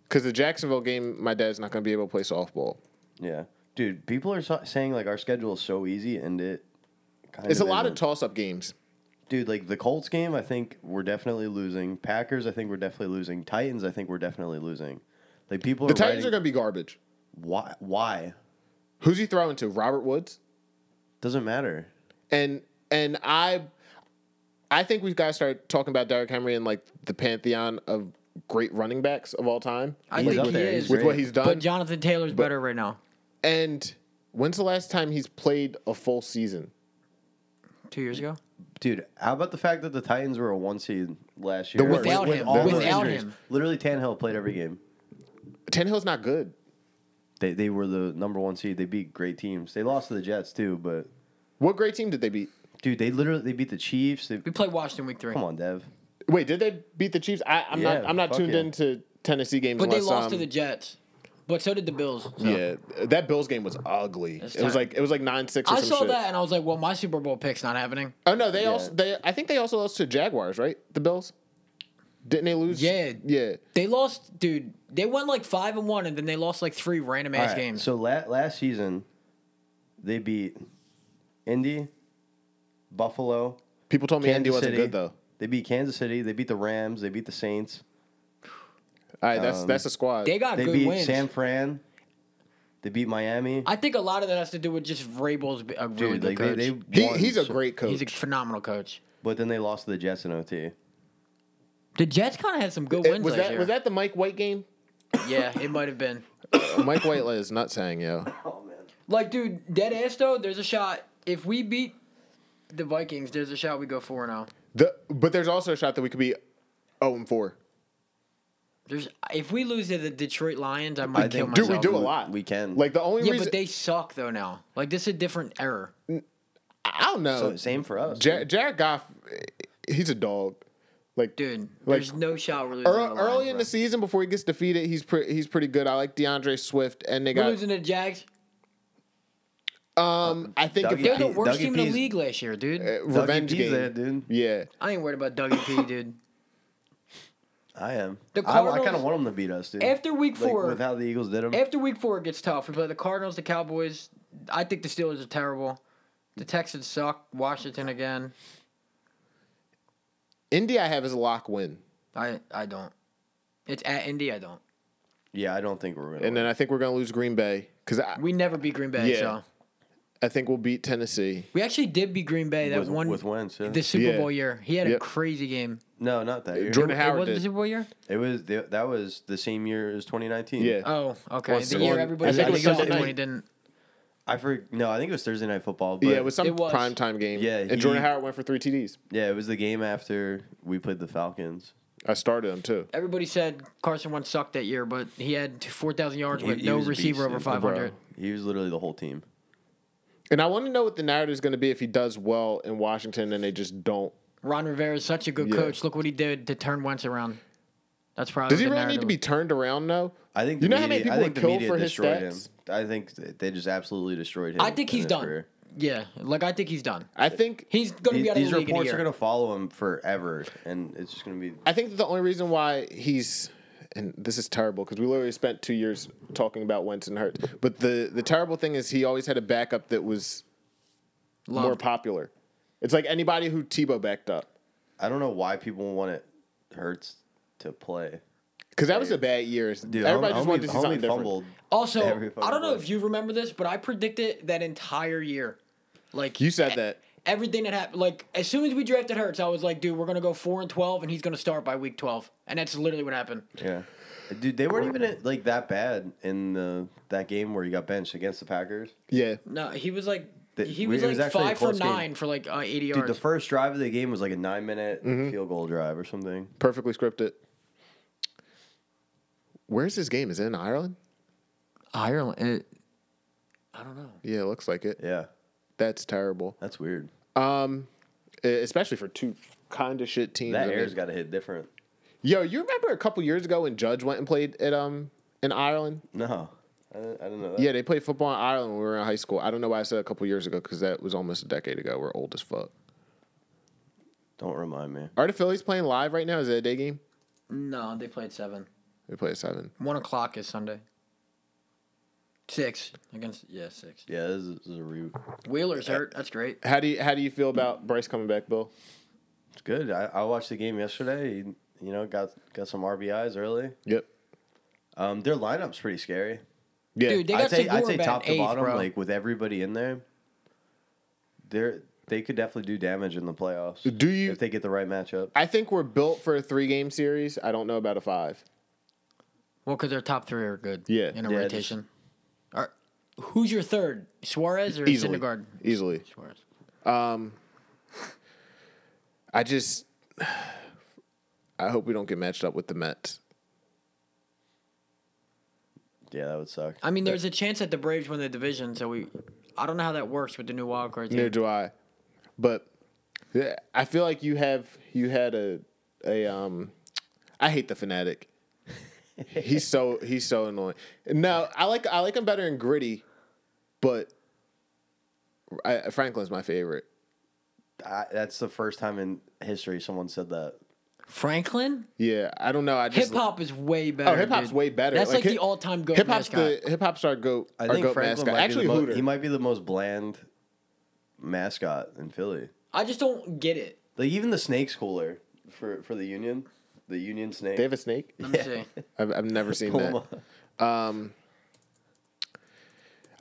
[SPEAKER 1] cause the Jacksonville game, my dad's not gonna be able to play softball.
[SPEAKER 2] yeah, dude. People are so- saying like our schedule is so easy, and it. Kind
[SPEAKER 1] It's a lot of
[SPEAKER 2] isn't.
[SPEAKER 1] toss up games.
[SPEAKER 2] dude. Like the Colts game, I think we're definitely losing. Packers, I think we're definitely losing. Titans, I think we're definitely losing. Like people
[SPEAKER 1] The
[SPEAKER 2] are
[SPEAKER 1] Titans
[SPEAKER 2] writing-
[SPEAKER 1] are gonna be garbage.
[SPEAKER 2] why why
[SPEAKER 1] Who's he throwing to? Robert Woods.
[SPEAKER 2] doesn't matter.
[SPEAKER 1] And and I, I think we've got to start talking about Derrick Henry and like the pantheon of great running backs of all time
[SPEAKER 3] I
[SPEAKER 2] He's
[SPEAKER 3] think
[SPEAKER 2] up
[SPEAKER 3] he
[SPEAKER 2] there.
[SPEAKER 3] is.
[SPEAKER 2] He's
[SPEAKER 1] with what
[SPEAKER 2] Great.
[SPEAKER 1] he's
[SPEAKER 3] but
[SPEAKER 1] done.
[SPEAKER 3] Jonathan Taylor's better right now.
[SPEAKER 1] and when's the last time he's played a full season?
[SPEAKER 3] Two years ago,
[SPEAKER 2] Dude, how about the fact that the Titans were a one seed last year?
[SPEAKER 1] worst.
[SPEAKER 3] Without
[SPEAKER 2] with
[SPEAKER 3] him.
[SPEAKER 2] all those
[SPEAKER 3] Without
[SPEAKER 2] injuries?
[SPEAKER 3] him.
[SPEAKER 2] Literally Tannehill played every game.
[SPEAKER 1] Tannehill's not good.
[SPEAKER 2] They they were the number one seed. They beat great teams. They lost to the Jets too, but
[SPEAKER 1] What great team did they beat?
[SPEAKER 2] dude, they literally they beat the Chiefs. They,
[SPEAKER 3] we played Washington week three.
[SPEAKER 2] come on, Dev.
[SPEAKER 1] Wait, did they beat the Chiefs? I, I'm
[SPEAKER 2] Yeah,
[SPEAKER 1] not. I'm not
[SPEAKER 2] fuck
[SPEAKER 1] tuned
[SPEAKER 2] yeah.
[SPEAKER 1] into Tennessee games.
[SPEAKER 3] But they
[SPEAKER 1] unless,
[SPEAKER 3] lost
[SPEAKER 1] um,
[SPEAKER 3] to the Jets. But so did the Bills. so.
[SPEAKER 1] Yeah, that Bills game was ugly.
[SPEAKER 3] It's
[SPEAKER 1] it was
[SPEAKER 3] time.
[SPEAKER 1] like it was like nine six. Or
[SPEAKER 3] I
[SPEAKER 1] some
[SPEAKER 3] saw
[SPEAKER 1] shit.
[SPEAKER 3] that and I was like, well, my Super Bowl pick's not happening.
[SPEAKER 1] Oh no, they
[SPEAKER 2] Yeah.
[SPEAKER 1] also they. I think they also lost to Jaguars, right? The Bills. Didn't they lose?
[SPEAKER 3] Yeah.
[SPEAKER 1] yeah.
[SPEAKER 3] They lost, dude. They went like five and one, and then they lost like three random ass
[SPEAKER 2] All right,
[SPEAKER 3] games.
[SPEAKER 2] So la- last season, they beat Indy, Buffalo,
[SPEAKER 1] People told me
[SPEAKER 2] Kansas
[SPEAKER 1] Andy wasn't
[SPEAKER 2] City.
[SPEAKER 1] good though.
[SPEAKER 2] They beat Kansas City. They beat the Rams. They beat the Saints.
[SPEAKER 1] All right, that's that's a squad.
[SPEAKER 3] they got
[SPEAKER 2] They
[SPEAKER 3] good
[SPEAKER 2] beat
[SPEAKER 3] wins.
[SPEAKER 2] San Fran. They beat Miami.
[SPEAKER 3] I think a lot of that has to do with just Vrabel's be- a really
[SPEAKER 2] Dude,
[SPEAKER 3] good
[SPEAKER 2] like they,
[SPEAKER 3] coach.
[SPEAKER 2] they
[SPEAKER 1] he,
[SPEAKER 2] won
[SPEAKER 1] he's a
[SPEAKER 2] so-
[SPEAKER 1] great coach.
[SPEAKER 3] He's a phenomenal coach.
[SPEAKER 2] But then they lost to the Jets in OT.
[SPEAKER 3] The Jets kind of had some good
[SPEAKER 1] It-
[SPEAKER 3] wins
[SPEAKER 1] was
[SPEAKER 3] last
[SPEAKER 1] that
[SPEAKER 3] year.
[SPEAKER 1] was that the Mike White game? *coughs*
[SPEAKER 3] Yeah,
[SPEAKER 1] *laughs*
[SPEAKER 3] it might have been.
[SPEAKER 1] Mike White is not saying yo.
[SPEAKER 2] Oh man.
[SPEAKER 3] Like, dude, dead ass though. There's a shot if we beat the Vikings. There's a shot we go four oh. now.
[SPEAKER 1] The but there's also a shot that we could be zero and four.
[SPEAKER 3] There's if we lose to the Detroit Lions, I might kill
[SPEAKER 2] think-
[SPEAKER 1] Dude,
[SPEAKER 3] myself.
[SPEAKER 1] we do a
[SPEAKER 2] we-
[SPEAKER 1] lot.
[SPEAKER 2] we can.
[SPEAKER 1] Like the only
[SPEAKER 3] yeah,
[SPEAKER 1] reason
[SPEAKER 3] but they suck though now. Like this is a different era.
[SPEAKER 1] I don't know.
[SPEAKER 2] So same for us.
[SPEAKER 1] Jar- Jared Goff, he's a dog. Like
[SPEAKER 3] Dude,
[SPEAKER 1] Like,
[SPEAKER 3] there's no shot we're losing.
[SPEAKER 1] ear-
[SPEAKER 3] to the
[SPEAKER 1] early
[SPEAKER 3] Lions,
[SPEAKER 1] in
[SPEAKER 3] bro.
[SPEAKER 1] the season before he gets defeated, he's pre- he's pretty good. I like DeAndre Swift, and they
[SPEAKER 3] we're
[SPEAKER 1] got.
[SPEAKER 3] losing to the Jags.
[SPEAKER 1] Um, I think if
[SPEAKER 2] Dougie
[SPEAKER 3] They're the
[SPEAKER 2] P-
[SPEAKER 3] worst
[SPEAKER 2] Dougie
[SPEAKER 3] team in the
[SPEAKER 2] P's-
[SPEAKER 3] league last year, dude.
[SPEAKER 1] Eh,
[SPEAKER 2] Dougie
[SPEAKER 1] revenge
[SPEAKER 2] P's
[SPEAKER 1] game.
[SPEAKER 2] there, dude.
[SPEAKER 1] Yeah,
[SPEAKER 3] I ain't worried about Dougie P,
[SPEAKER 1] *laughs*
[SPEAKER 3] dude.
[SPEAKER 2] I am.
[SPEAKER 3] The
[SPEAKER 2] I, I
[SPEAKER 3] Cardinals-
[SPEAKER 2] kind of want them to beat us, dude.
[SPEAKER 3] After week
[SPEAKER 2] like,
[SPEAKER 3] four,
[SPEAKER 2] with how the Eagles did them.
[SPEAKER 3] after week four it gets tough. We play the Cardinals, the Cowboys. I think the Steelers are terrible. The Texans suck. Washington again.
[SPEAKER 1] Indy I have is a lock win,
[SPEAKER 3] I I don't. It's at Indy. I don't.
[SPEAKER 2] yeah, I don't think we're gonna.
[SPEAKER 1] and then I think we're gonna lose Green Bay because I,
[SPEAKER 3] We never beat Green Bay.
[SPEAKER 1] Yeah.
[SPEAKER 3] So
[SPEAKER 1] I think we'll beat Tennessee.
[SPEAKER 3] we actually did beat Green Bay that
[SPEAKER 2] with,
[SPEAKER 3] one
[SPEAKER 2] with Wentz. Yeah.
[SPEAKER 3] the Super
[SPEAKER 1] Yeah.
[SPEAKER 3] Bowl year. He had a
[SPEAKER 1] Yep.
[SPEAKER 3] crazy game.
[SPEAKER 2] no, not that year.
[SPEAKER 1] Jordan
[SPEAKER 3] It
[SPEAKER 1] Howard
[SPEAKER 3] wasn't the
[SPEAKER 1] did.
[SPEAKER 3] Super Bowl year.
[SPEAKER 2] It was the, that was the same year as 2019.
[SPEAKER 1] Yeah.
[SPEAKER 3] Oh, okay.
[SPEAKER 1] On-
[SPEAKER 3] the year
[SPEAKER 1] on-
[SPEAKER 3] everybody
[SPEAKER 1] I think
[SPEAKER 3] said
[SPEAKER 1] it was
[SPEAKER 3] he sucked
[SPEAKER 1] Sunday
[SPEAKER 3] when
[SPEAKER 1] night.
[SPEAKER 3] he didn't.
[SPEAKER 2] I for no, I think it was Thursday night football. But
[SPEAKER 1] yeah, it was some
[SPEAKER 3] It was.
[SPEAKER 1] prime time game.
[SPEAKER 2] Yeah,
[SPEAKER 1] and
[SPEAKER 2] he-
[SPEAKER 1] Jordan Howard went for three TDs.
[SPEAKER 2] yeah, it was the game after we played the Falcons.
[SPEAKER 1] I started him too.
[SPEAKER 3] Everybody said Carson Wentz sucked that year, but he had four thousand yards
[SPEAKER 2] He-
[SPEAKER 3] with
[SPEAKER 2] he
[SPEAKER 3] no
[SPEAKER 2] was a
[SPEAKER 3] receiver
[SPEAKER 2] beast,
[SPEAKER 3] over
[SPEAKER 2] dude.
[SPEAKER 3] five hundred.
[SPEAKER 1] Bro.
[SPEAKER 2] He was literally the whole team.
[SPEAKER 1] And I want to know what the narrative is going to be if he does well in Washington and they just don't.
[SPEAKER 3] Ron Rivera is such a good
[SPEAKER 1] Yeah.
[SPEAKER 3] coach. Look what he did to turn Wentz around. That's probably
[SPEAKER 1] Does he
[SPEAKER 3] the
[SPEAKER 1] really need to
[SPEAKER 3] narrative.
[SPEAKER 1] be turned around though?
[SPEAKER 2] I think
[SPEAKER 1] You
[SPEAKER 2] the
[SPEAKER 1] know how many
[SPEAKER 2] media- I
[SPEAKER 1] people
[SPEAKER 2] think
[SPEAKER 1] were
[SPEAKER 2] the
[SPEAKER 1] killed
[SPEAKER 2] media
[SPEAKER 1] for his
[SPEAKER 2] destroyed him.
[SPEAKER 1] stats?
[SPEAKER 2] I think th- they just absolutely destroyed him.
[SPEAKER 3] I think
[SPEAKER 2] in
[SPEAKER 3] he's
[SPEAKER 2] his
[SPEAKER 3] done.
[SPEAKER 2] career.
[SPEAKER 3] Yeah, like I think he's done.
[SPEAKER 1] I think
[SPEAKER 3] He's gonna
[SPEAKER 2] These,
[SPEAKER 3] be out of
[SPEAKER 2] these
[SPEAKER 3] the league in a
[SPEAKER 2] reports are
[SPEAKER 3] year.
[SPEAKER 2] going to follow him forever, and it's just going to be.
[SPEAKER 1] I think the only reason why he's and this is terrible because we literally spent two years talking about Wentz and Hurts. But the the terrible thing is he always had a backup that was
[SPEAKER 3] Loved.
[SPEAKER 1] more popular. It's like anybody who Tebow backed up
[SPEAKER 2] I don't know why people want it hurts to play.
[SPEAKER 1] because that was a bad year.
[SPEAKER 2] Dude,
[SPEAKER 1] Everybody
[SPEAKER 2] Homie-
[SPEAKER 1] just
[SPEAKER 2] Homie-
[SPEAKER 1] wanted to see
[SPEAKER 2] Homie
[SPEAKER 1] something different.
[SPEAKER 2] fumbled.
[SPEAKER 3] also,
[SPEAKER 2] Every fucking
[SPEAKER 3] I don't know
[SPEAKER 2] play.
[SPEAKER 3] if you remember this, but I predicted that entire year. Like
[SPEAKER 1] You said that.
[SPEAKER 3] everything that happened. Like as soon as we drafted Hurts, I was like, dude, we're gonna go four and twelve, and he's gonna start by week twelve, and that's literally what happened.
[SPEAKER 2] Yeah, dude, they weren't even like that bad in the that game where he got benched against the Packers.
[SPEAKER 1] Yeah,
[SPEAKER 3] No, he was like.
[SPEAKER 2] The-
[SPEAKER 3] he
[SPEAKER 2] we-
[SPEAKER 3] was
[SPEAKER 2] it
[SPEAKER 3] like
[SPEAKER 2] was actually a
[SPEAKER 3] five for
[SPEAKER 2] close game.
[SPEAKER 3] nine for like uh, 80 yards.
[SPEAKER 2] Dude, the first drive of the game was like a nine minute
[SPEAKER 3] Mm-hmm.
[SPEAKER 2] field goal drive or something.
[SPEAKER 1] perfectly scripted. Where's this game? Is it in Ireland?
[SPEAKER 3] Ireland. It, I don't know.
[SPEAKER 1] Yeah, it looks like it.
[SPEAKER 2] Yeah,
[SPEAKER 1] That's terrible,
[SPEAKER 2] that's weird.
[SPEAKER 1] E- especially for two kind of shit teams.
[SPEAKER 2] That
[SPEAKER 1] I mean,
[SPEAKER 2] air's got to hit different.
[SPEAKER 1] Yo, you remember a couple years ago when Judge went and played at um in Ireland?
[SPEAKER 2] No, I, I didn't know that.
[SPEAKER 1] Yeah, they played football in Ireland when we were in high school. I don't know why I said a couple years ago because that was almost a decade ago. We're old as fuck.
[SPEAKER 2] Don't remind me.
[SPEAKER 1] Are the Phillies playing live right now? Is it a day game?
[SPEAKER 3] No, they played seven.
[SPEAKER 1] They play at seven.
[SPEAKER 3] One o'clock is Sunday. Six against yeah six.
[SPEAKER 2] Yeah, this is, this is a re-
[SPEAKER 3] Wheeler's hurt. That's great.
[SPEAKER 1] How do you how do you feel about Bryce coming back, Bill?
[SPEAKER 2] It's good. I, I watched the game yesterday. You, you know, got got some RBIs early.
[SPEAKER 1] Yep.
[SPEAKER 2] Um, their lineup's pretty scary.
[SPEAKER 1] Yeah.
[SPEAKER 3] Dude, they
[SPEAKER 2] I'd
[SPEAKER 3] got
[SPEAKER 2] say I'd
[SPEAKER 3] Segura
[SPEAKER 2] say
[SPEAKER 3] batting
[SPEAKER 2] top to
[SPEAKER 3] eighth,
[SPEAKER 2] bottom,
[SPEAKER 3] bro.
[SPEAKER 2] like with everybody in there, they're they could definitely do damage in the playoffs.
[SPEAKER 1] Do you-
[SPEAKER 2] if they get the right matchup?
[SPEAKER 1] I think we're built for a three game series. I don't know about a five.
[SPEAKER 3] Well, because their top three are good.
[SPEAKER 1] Yeah.
[SPEAKER 3] In a
[SPEAKER 2] Yeah, just-
[SPEAKER 3] rotation. Are, who's your third? Suarez or
[SPEAKER 1] Easily.
[SPEAKER 3] Syndergaard?
[SPEAKER 1] Easily.
[SPEAKER 3] Suarez.
[SPEAKER 1] I just *sighs* I hope we don't get matched up with the Mets.
[SPEAKER 2] Yeah, that would suck.
[SPEAKER 3] I mean, there's a chance that the Braves win the division, so we. I don't know how that works with the new wild card team.
[SPEAKER 1] Neither do I. But yeah, I feel like you have you had a a um I hate the
[SPEAKER 3] *laughs*
[SPEAKER 1] fanatic. he's so he's so annoying. No, I like I like him better in gritty, but I, Franklin's my favorite.
[SPEAKER 2] I, that's the first time in history someone said that.
[SPEAKER 3] Franklin?
[SPEAKER 1] Yeah, I don't know. I just
[SPEAKER 3] Hip hop is way better.
[SPEAKER 1] Oh, hip hop's
[SPEAKER 3] dude.
[SPEAKER 1] way better.
[SPEAKER 3] That's like,
[SPEAKER 1] hip-
[SPEAKER 3] the all time goat
[SPEAKER 1] Hip hop's
[SPEAKER 3] mascot.
[SPEAKER 1] the hip hop's our goat.
[SPEAKER 2] I
[SPEAKER 1] our
[SPEAKER 2] think
[SPEAKER 1] goat mascot.
[SPEAKER 2] Franklin might be
[SPEAKER 1] Actually,
[SPEAKER 2] the mo-
[SPEAKER 1] Hooter.
[SPEAKER 2] he might be the most bland mascot in Philly.
[SPEAKER 3] I just don't get it.
[SPEAKER 2] Like even the snake's cooler for for the Union, the Union snake.
[SPEAKER 1] They have a snake.
[SPEAKER 3] Let me see.
[SPEAKER 1] I've, I've never seen that. Um,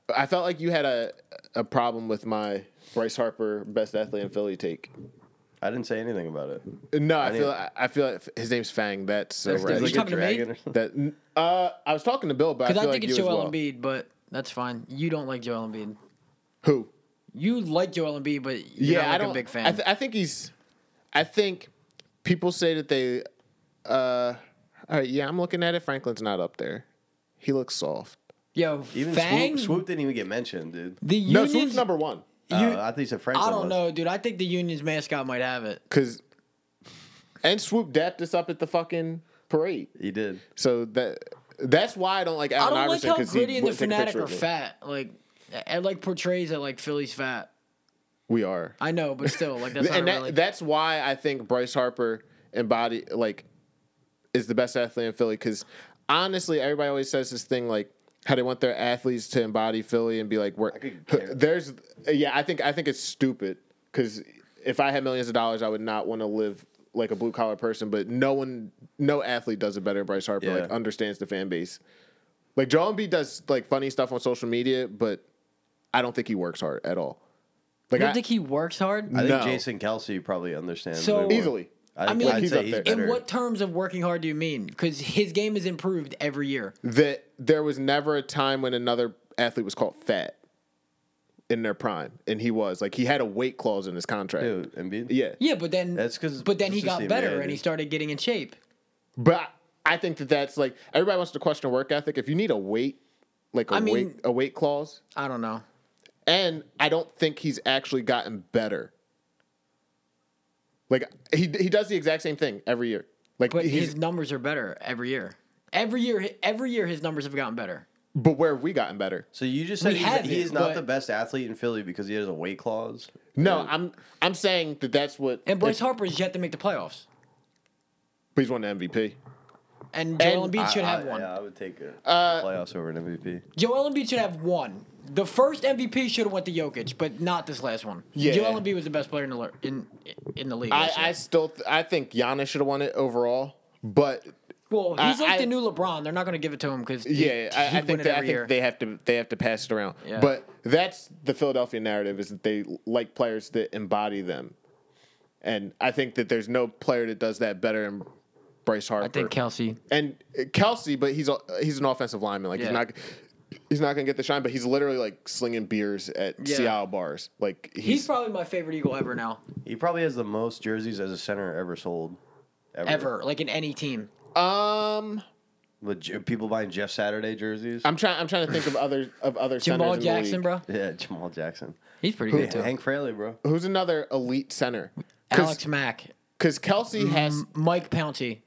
[SPEAKER 2] Puma.
[SPEAKER 1] I felt like you had a a problem with my Bryce Harper best athlete in Philly take.
[SPEAKER 2] I didn't say anything about it.
[SPEAKER 1] No, I,
[SPEAKER 2] I
[SPEAKER 1] feel
[SPEAKER 2] didn't-
[SPEAKER 1] I, I feel like his name's Fang. That's so
[SPEAKER 3] That's
[SPEAKER 1] right.
[SPEAKER 3] the-
[SPEAKER 2] Like
[SPEAKER 3] you talking to me?
[SPEAKER 2] dragon or something.
[SPEAKER 1] That uh, I was talking to Bill, but I
[SPEAKER 3] Because
[SPEAKER 1] feel
[SPEAKER 3] I,
[SPEAKER 1] like
[SPEAKER 3] think
[SPEAKER 1] you
[SPEAKER 3] it's
[SPEAKER 1] as
[SPEAKER 3] Joel
[SPEAKER 1] well.
[SPEAKER 3] Embiid, but that's fine. You don't like Joel Embiid.
[SPEAKER 1] Who?
[SPEAKER 3] You like Joel Embiid, but you're
[SPEAKER 1] yeah,
[SPEAKER 3] not
[SPEAKER 1] I
[SPEAKER 3] like
[SPEAKER 1] don't.
[SPEAKER 3] a big fan.
[SPEAKER 1] I, th- I think he's. I think people say that they. Uh, all right, yeah, I'm looking at it. Franklin's not up there. He looks soft.
[SPEAKER 3] Yo,
[SPEAKER 2] Even
[SPEAKER 3] Fang.
[SPEAKER 2] Swoop, Swoop didn't even get mentioned, dude.
[SPEAKER 3] The
[SPEAKER 1] No,
[SPEAKER 3] Union's
[SPEAKER 1] Swoop's number one.
[SPEAKER 2] Uh, I think he said Franklin.
[SPEAKER 3] I don't
[SPEAKER 2] was.
[SPEAKER 3] know, dude. I think the Union's mascot might have it.
[SPEAKER 1] Cause, and Swoop dapped us up at the fucking parade.
[SPEAKER 2] He did.
[SPEAKER 1] So that that's why I don't like
[SPEAKER 3] I
[SPEAKER 1] Allen
[SPEAKER 3] don't like
[SPEAKER 1] Iverson
[SPEAKER 3] how
[SPEAKER 1] because
[SPEAKER 3] Gritty
[SPEAKER 1] he
[SPEAKER 3] and the
[SPEAKER 1] wouldn't take a picture
[SPEAKER 3] Fanatic are
[SPEAKER 1] with me.
[SPEAKER 3] fat. Like, it like portrays it like Philly's fat.
[SPEAKER 1] We are,
[SPEAKER 3] I know, but still,
[SPEAKER 1] *laughs*
[SPEAKER 3] like that's not
[SPEAKER 1] and that,
[SPEAKER 3] really.
[SPEAKER 1] that's why I think Bryce Harper embody like is the best athlete in Philly because honestly, everybody always says this thing like how they want their athletes to embody Philly and be like, we're,
[SPEAKER 2] could care.
[SPEAKER 1] there's yeah, I think I think it's stupid because if I had millions of dollars, I would not want to live like a blue collar person, but no one, no athlete does it better. than Bryce Harper like
[SPEAKER 2] Yeah.
[SPEAKER 1] understands the fan base. Like Joel Embiid does like funny stuff on social media, but I don't think he works hard at all. Like
[SPEAKER 3] you don't
[SPEAKER 1] I,
[SPEAKER 3] think he works hard?
[SPEAKER 2] I think
[SPEAKER 1] No.
[SPEAKER 2] Jason Kelsey probably understands.
[SPEAKER 3] So-
[SPEAKER 2] way more.
[SPEAKER 1] Easily.
[SPEAKER 2] I,
[SPEAKER 3] I
[SPEAKER 2] think,
[SPEAKER 3] mean,
[SPEAKER 2] I'd
[SPEAKER 1] he's
[SPEAKER 2] say
[SPEAKER 1] up
[SPEAKER 2] he's
[SPEAKER 1] there.
[SPEAKER 2] better.
[SPEAKER 3] In what terms of working hard do you mean? Because his game is improved every year.
[SPEAKER 1] that there was never a time when another athlete was called fat in their prime, and he was like he had a weight clause in his contract.
[SPEAKER 2] Dude, Embiid?
[SPEAKER 1] Yeah,
[SPEAKER 3] Yeah, but then
[SPEAKER 2] That's 'cause
[SPEAKER 3] But then
[SPEAKER 2] it's
[SPEAKER 3] he
[SPEAKER 2] just the
[SPEAKER 3] got
[SPEAKER 2] NBA,
[SPEAKER 3] better and
[SPEAKER 2] dude.
[SPEAKER 3] he started getting in shape.
[SPEAKER 1] but I, I think that that's like everybody wants to question work ethic. If you need a weight, like a
[SPEAKER 3] I mean-
[SPEAKER 1] weight a weight clause,
[SPEAKER 3] I don't know.
[SPEAKER 1] and I don't think he's actually gotten better. Like he he does the exact same thing every year. Like
[SPEAKER 3] But
[SPEAKER 1] he's
[SPEAKER 3] his numbers are better every year. Every year, every year his numbers have gotten better.
[SPEAKER 1] but where have we gotten better?
[SPEAKER 2] So you just said
[SPEAKER 3] We
[SPEAKER 2] he's,
[SPEAKER 3] have
[SPEAKER 2] he's
[SPEAKER 3] it,
[SPEAKER 2] not
[SPEAKER 3] but-
[SPEAKER 2] the best athlete in Philly because he has a weight clause.
[SPEAKER 1] No, I'm I'm saying that that's what
[SPEAKER 3] And Bryce
[SPEAKER 1] if-
[SPEAKER 3] Harper is yet to make the playoffs.
[SPEAKER 1] But he's won the MVP.
[SPEAKER 3] And Joel
[SPEAKER 1] And
[SPEAKER 3] Embiid should
[SPEAKER 2] I-
[SPEAKER 3] have
[SPEAKER 2] I,
[SPEAKER 3] one.
[SPEAKER 2] Yeah, I would take a playoffs over an MVP.
[SPEAKER 3] Joel Embiid should have one. The first MVP should have went to Jokic, but not this last one.
[SPEAKER 1] Yeah.
[SPEAKER 3] Joel Embiid was the best player in the le- in in the league.
[SPEAKER 1] I,
[SPEAKER 3] this year.
[SPEAKER 1] I still th- I think Giannis should have won it overall, but
[SPEAKER 3] well,
[SPEAKER 1] I-
[SPEAKER 3] he's like
[SPEAKER 1] I-
[SPEAKER 3] the new LeBron. They're not going to give it to him because
[SPEAKER 1] yeah, I, I think that, I think they have to they have to pass it around.
[SPEAKER 3] Yeah.
[SPEAKER 1] But that's the Philadelphia narrative is that they like players that embody them, and I think that there's no player that does that better than Bryce Harper.
[SPEAKER 3] I think Kelsey.
[SPEAKER 1] and Kelsey, but he's a, he's an offensive lineman. Like he's
[SPEAKER 3] Yeah.
[SPEAKER 1] not he's not gonna get the shine, but he's literally like slinging beers at
[SPEAKER 3] Yeah.
[SPEAKER 1] Seattle bars. Like he's,
[SPEAKER 3] He's probably my favorite Eagle ever now,
[SPEAKER 2] He probably has the most jerseys as a center ever sold.
[SPEAKER 3] ever, like in any team.
[SPEAKER 1] um.
[SPEAKER 2] With Je- people buying Jeff Saturday jerseys.
[SPEAKER 1] I'm trying. I'm trying to think of other of other
[SPEAKER 3] Jamal
[SPEAKER 1] centers in the
[SPEAKER 3] Jackson,
[SPEAKER 1] league.
[SPEAKER 3] bro,
[SPEAKER 2] yeah, Jamal Jackson.
[SPEAKER 3] he's pretty
[SPEAKER 2] Yeah,
[SPEAKER 3] good too.
[SPEAKER 2] Hank Fraley, bro.
[SPEAKER 1] Who's another elite center?
[SPEAKER 3] Alex Mack, Mm-hmm.
[SPEAKER 1] Because Kelsey has
[SPEAKER 3] M- Mike Pouncey.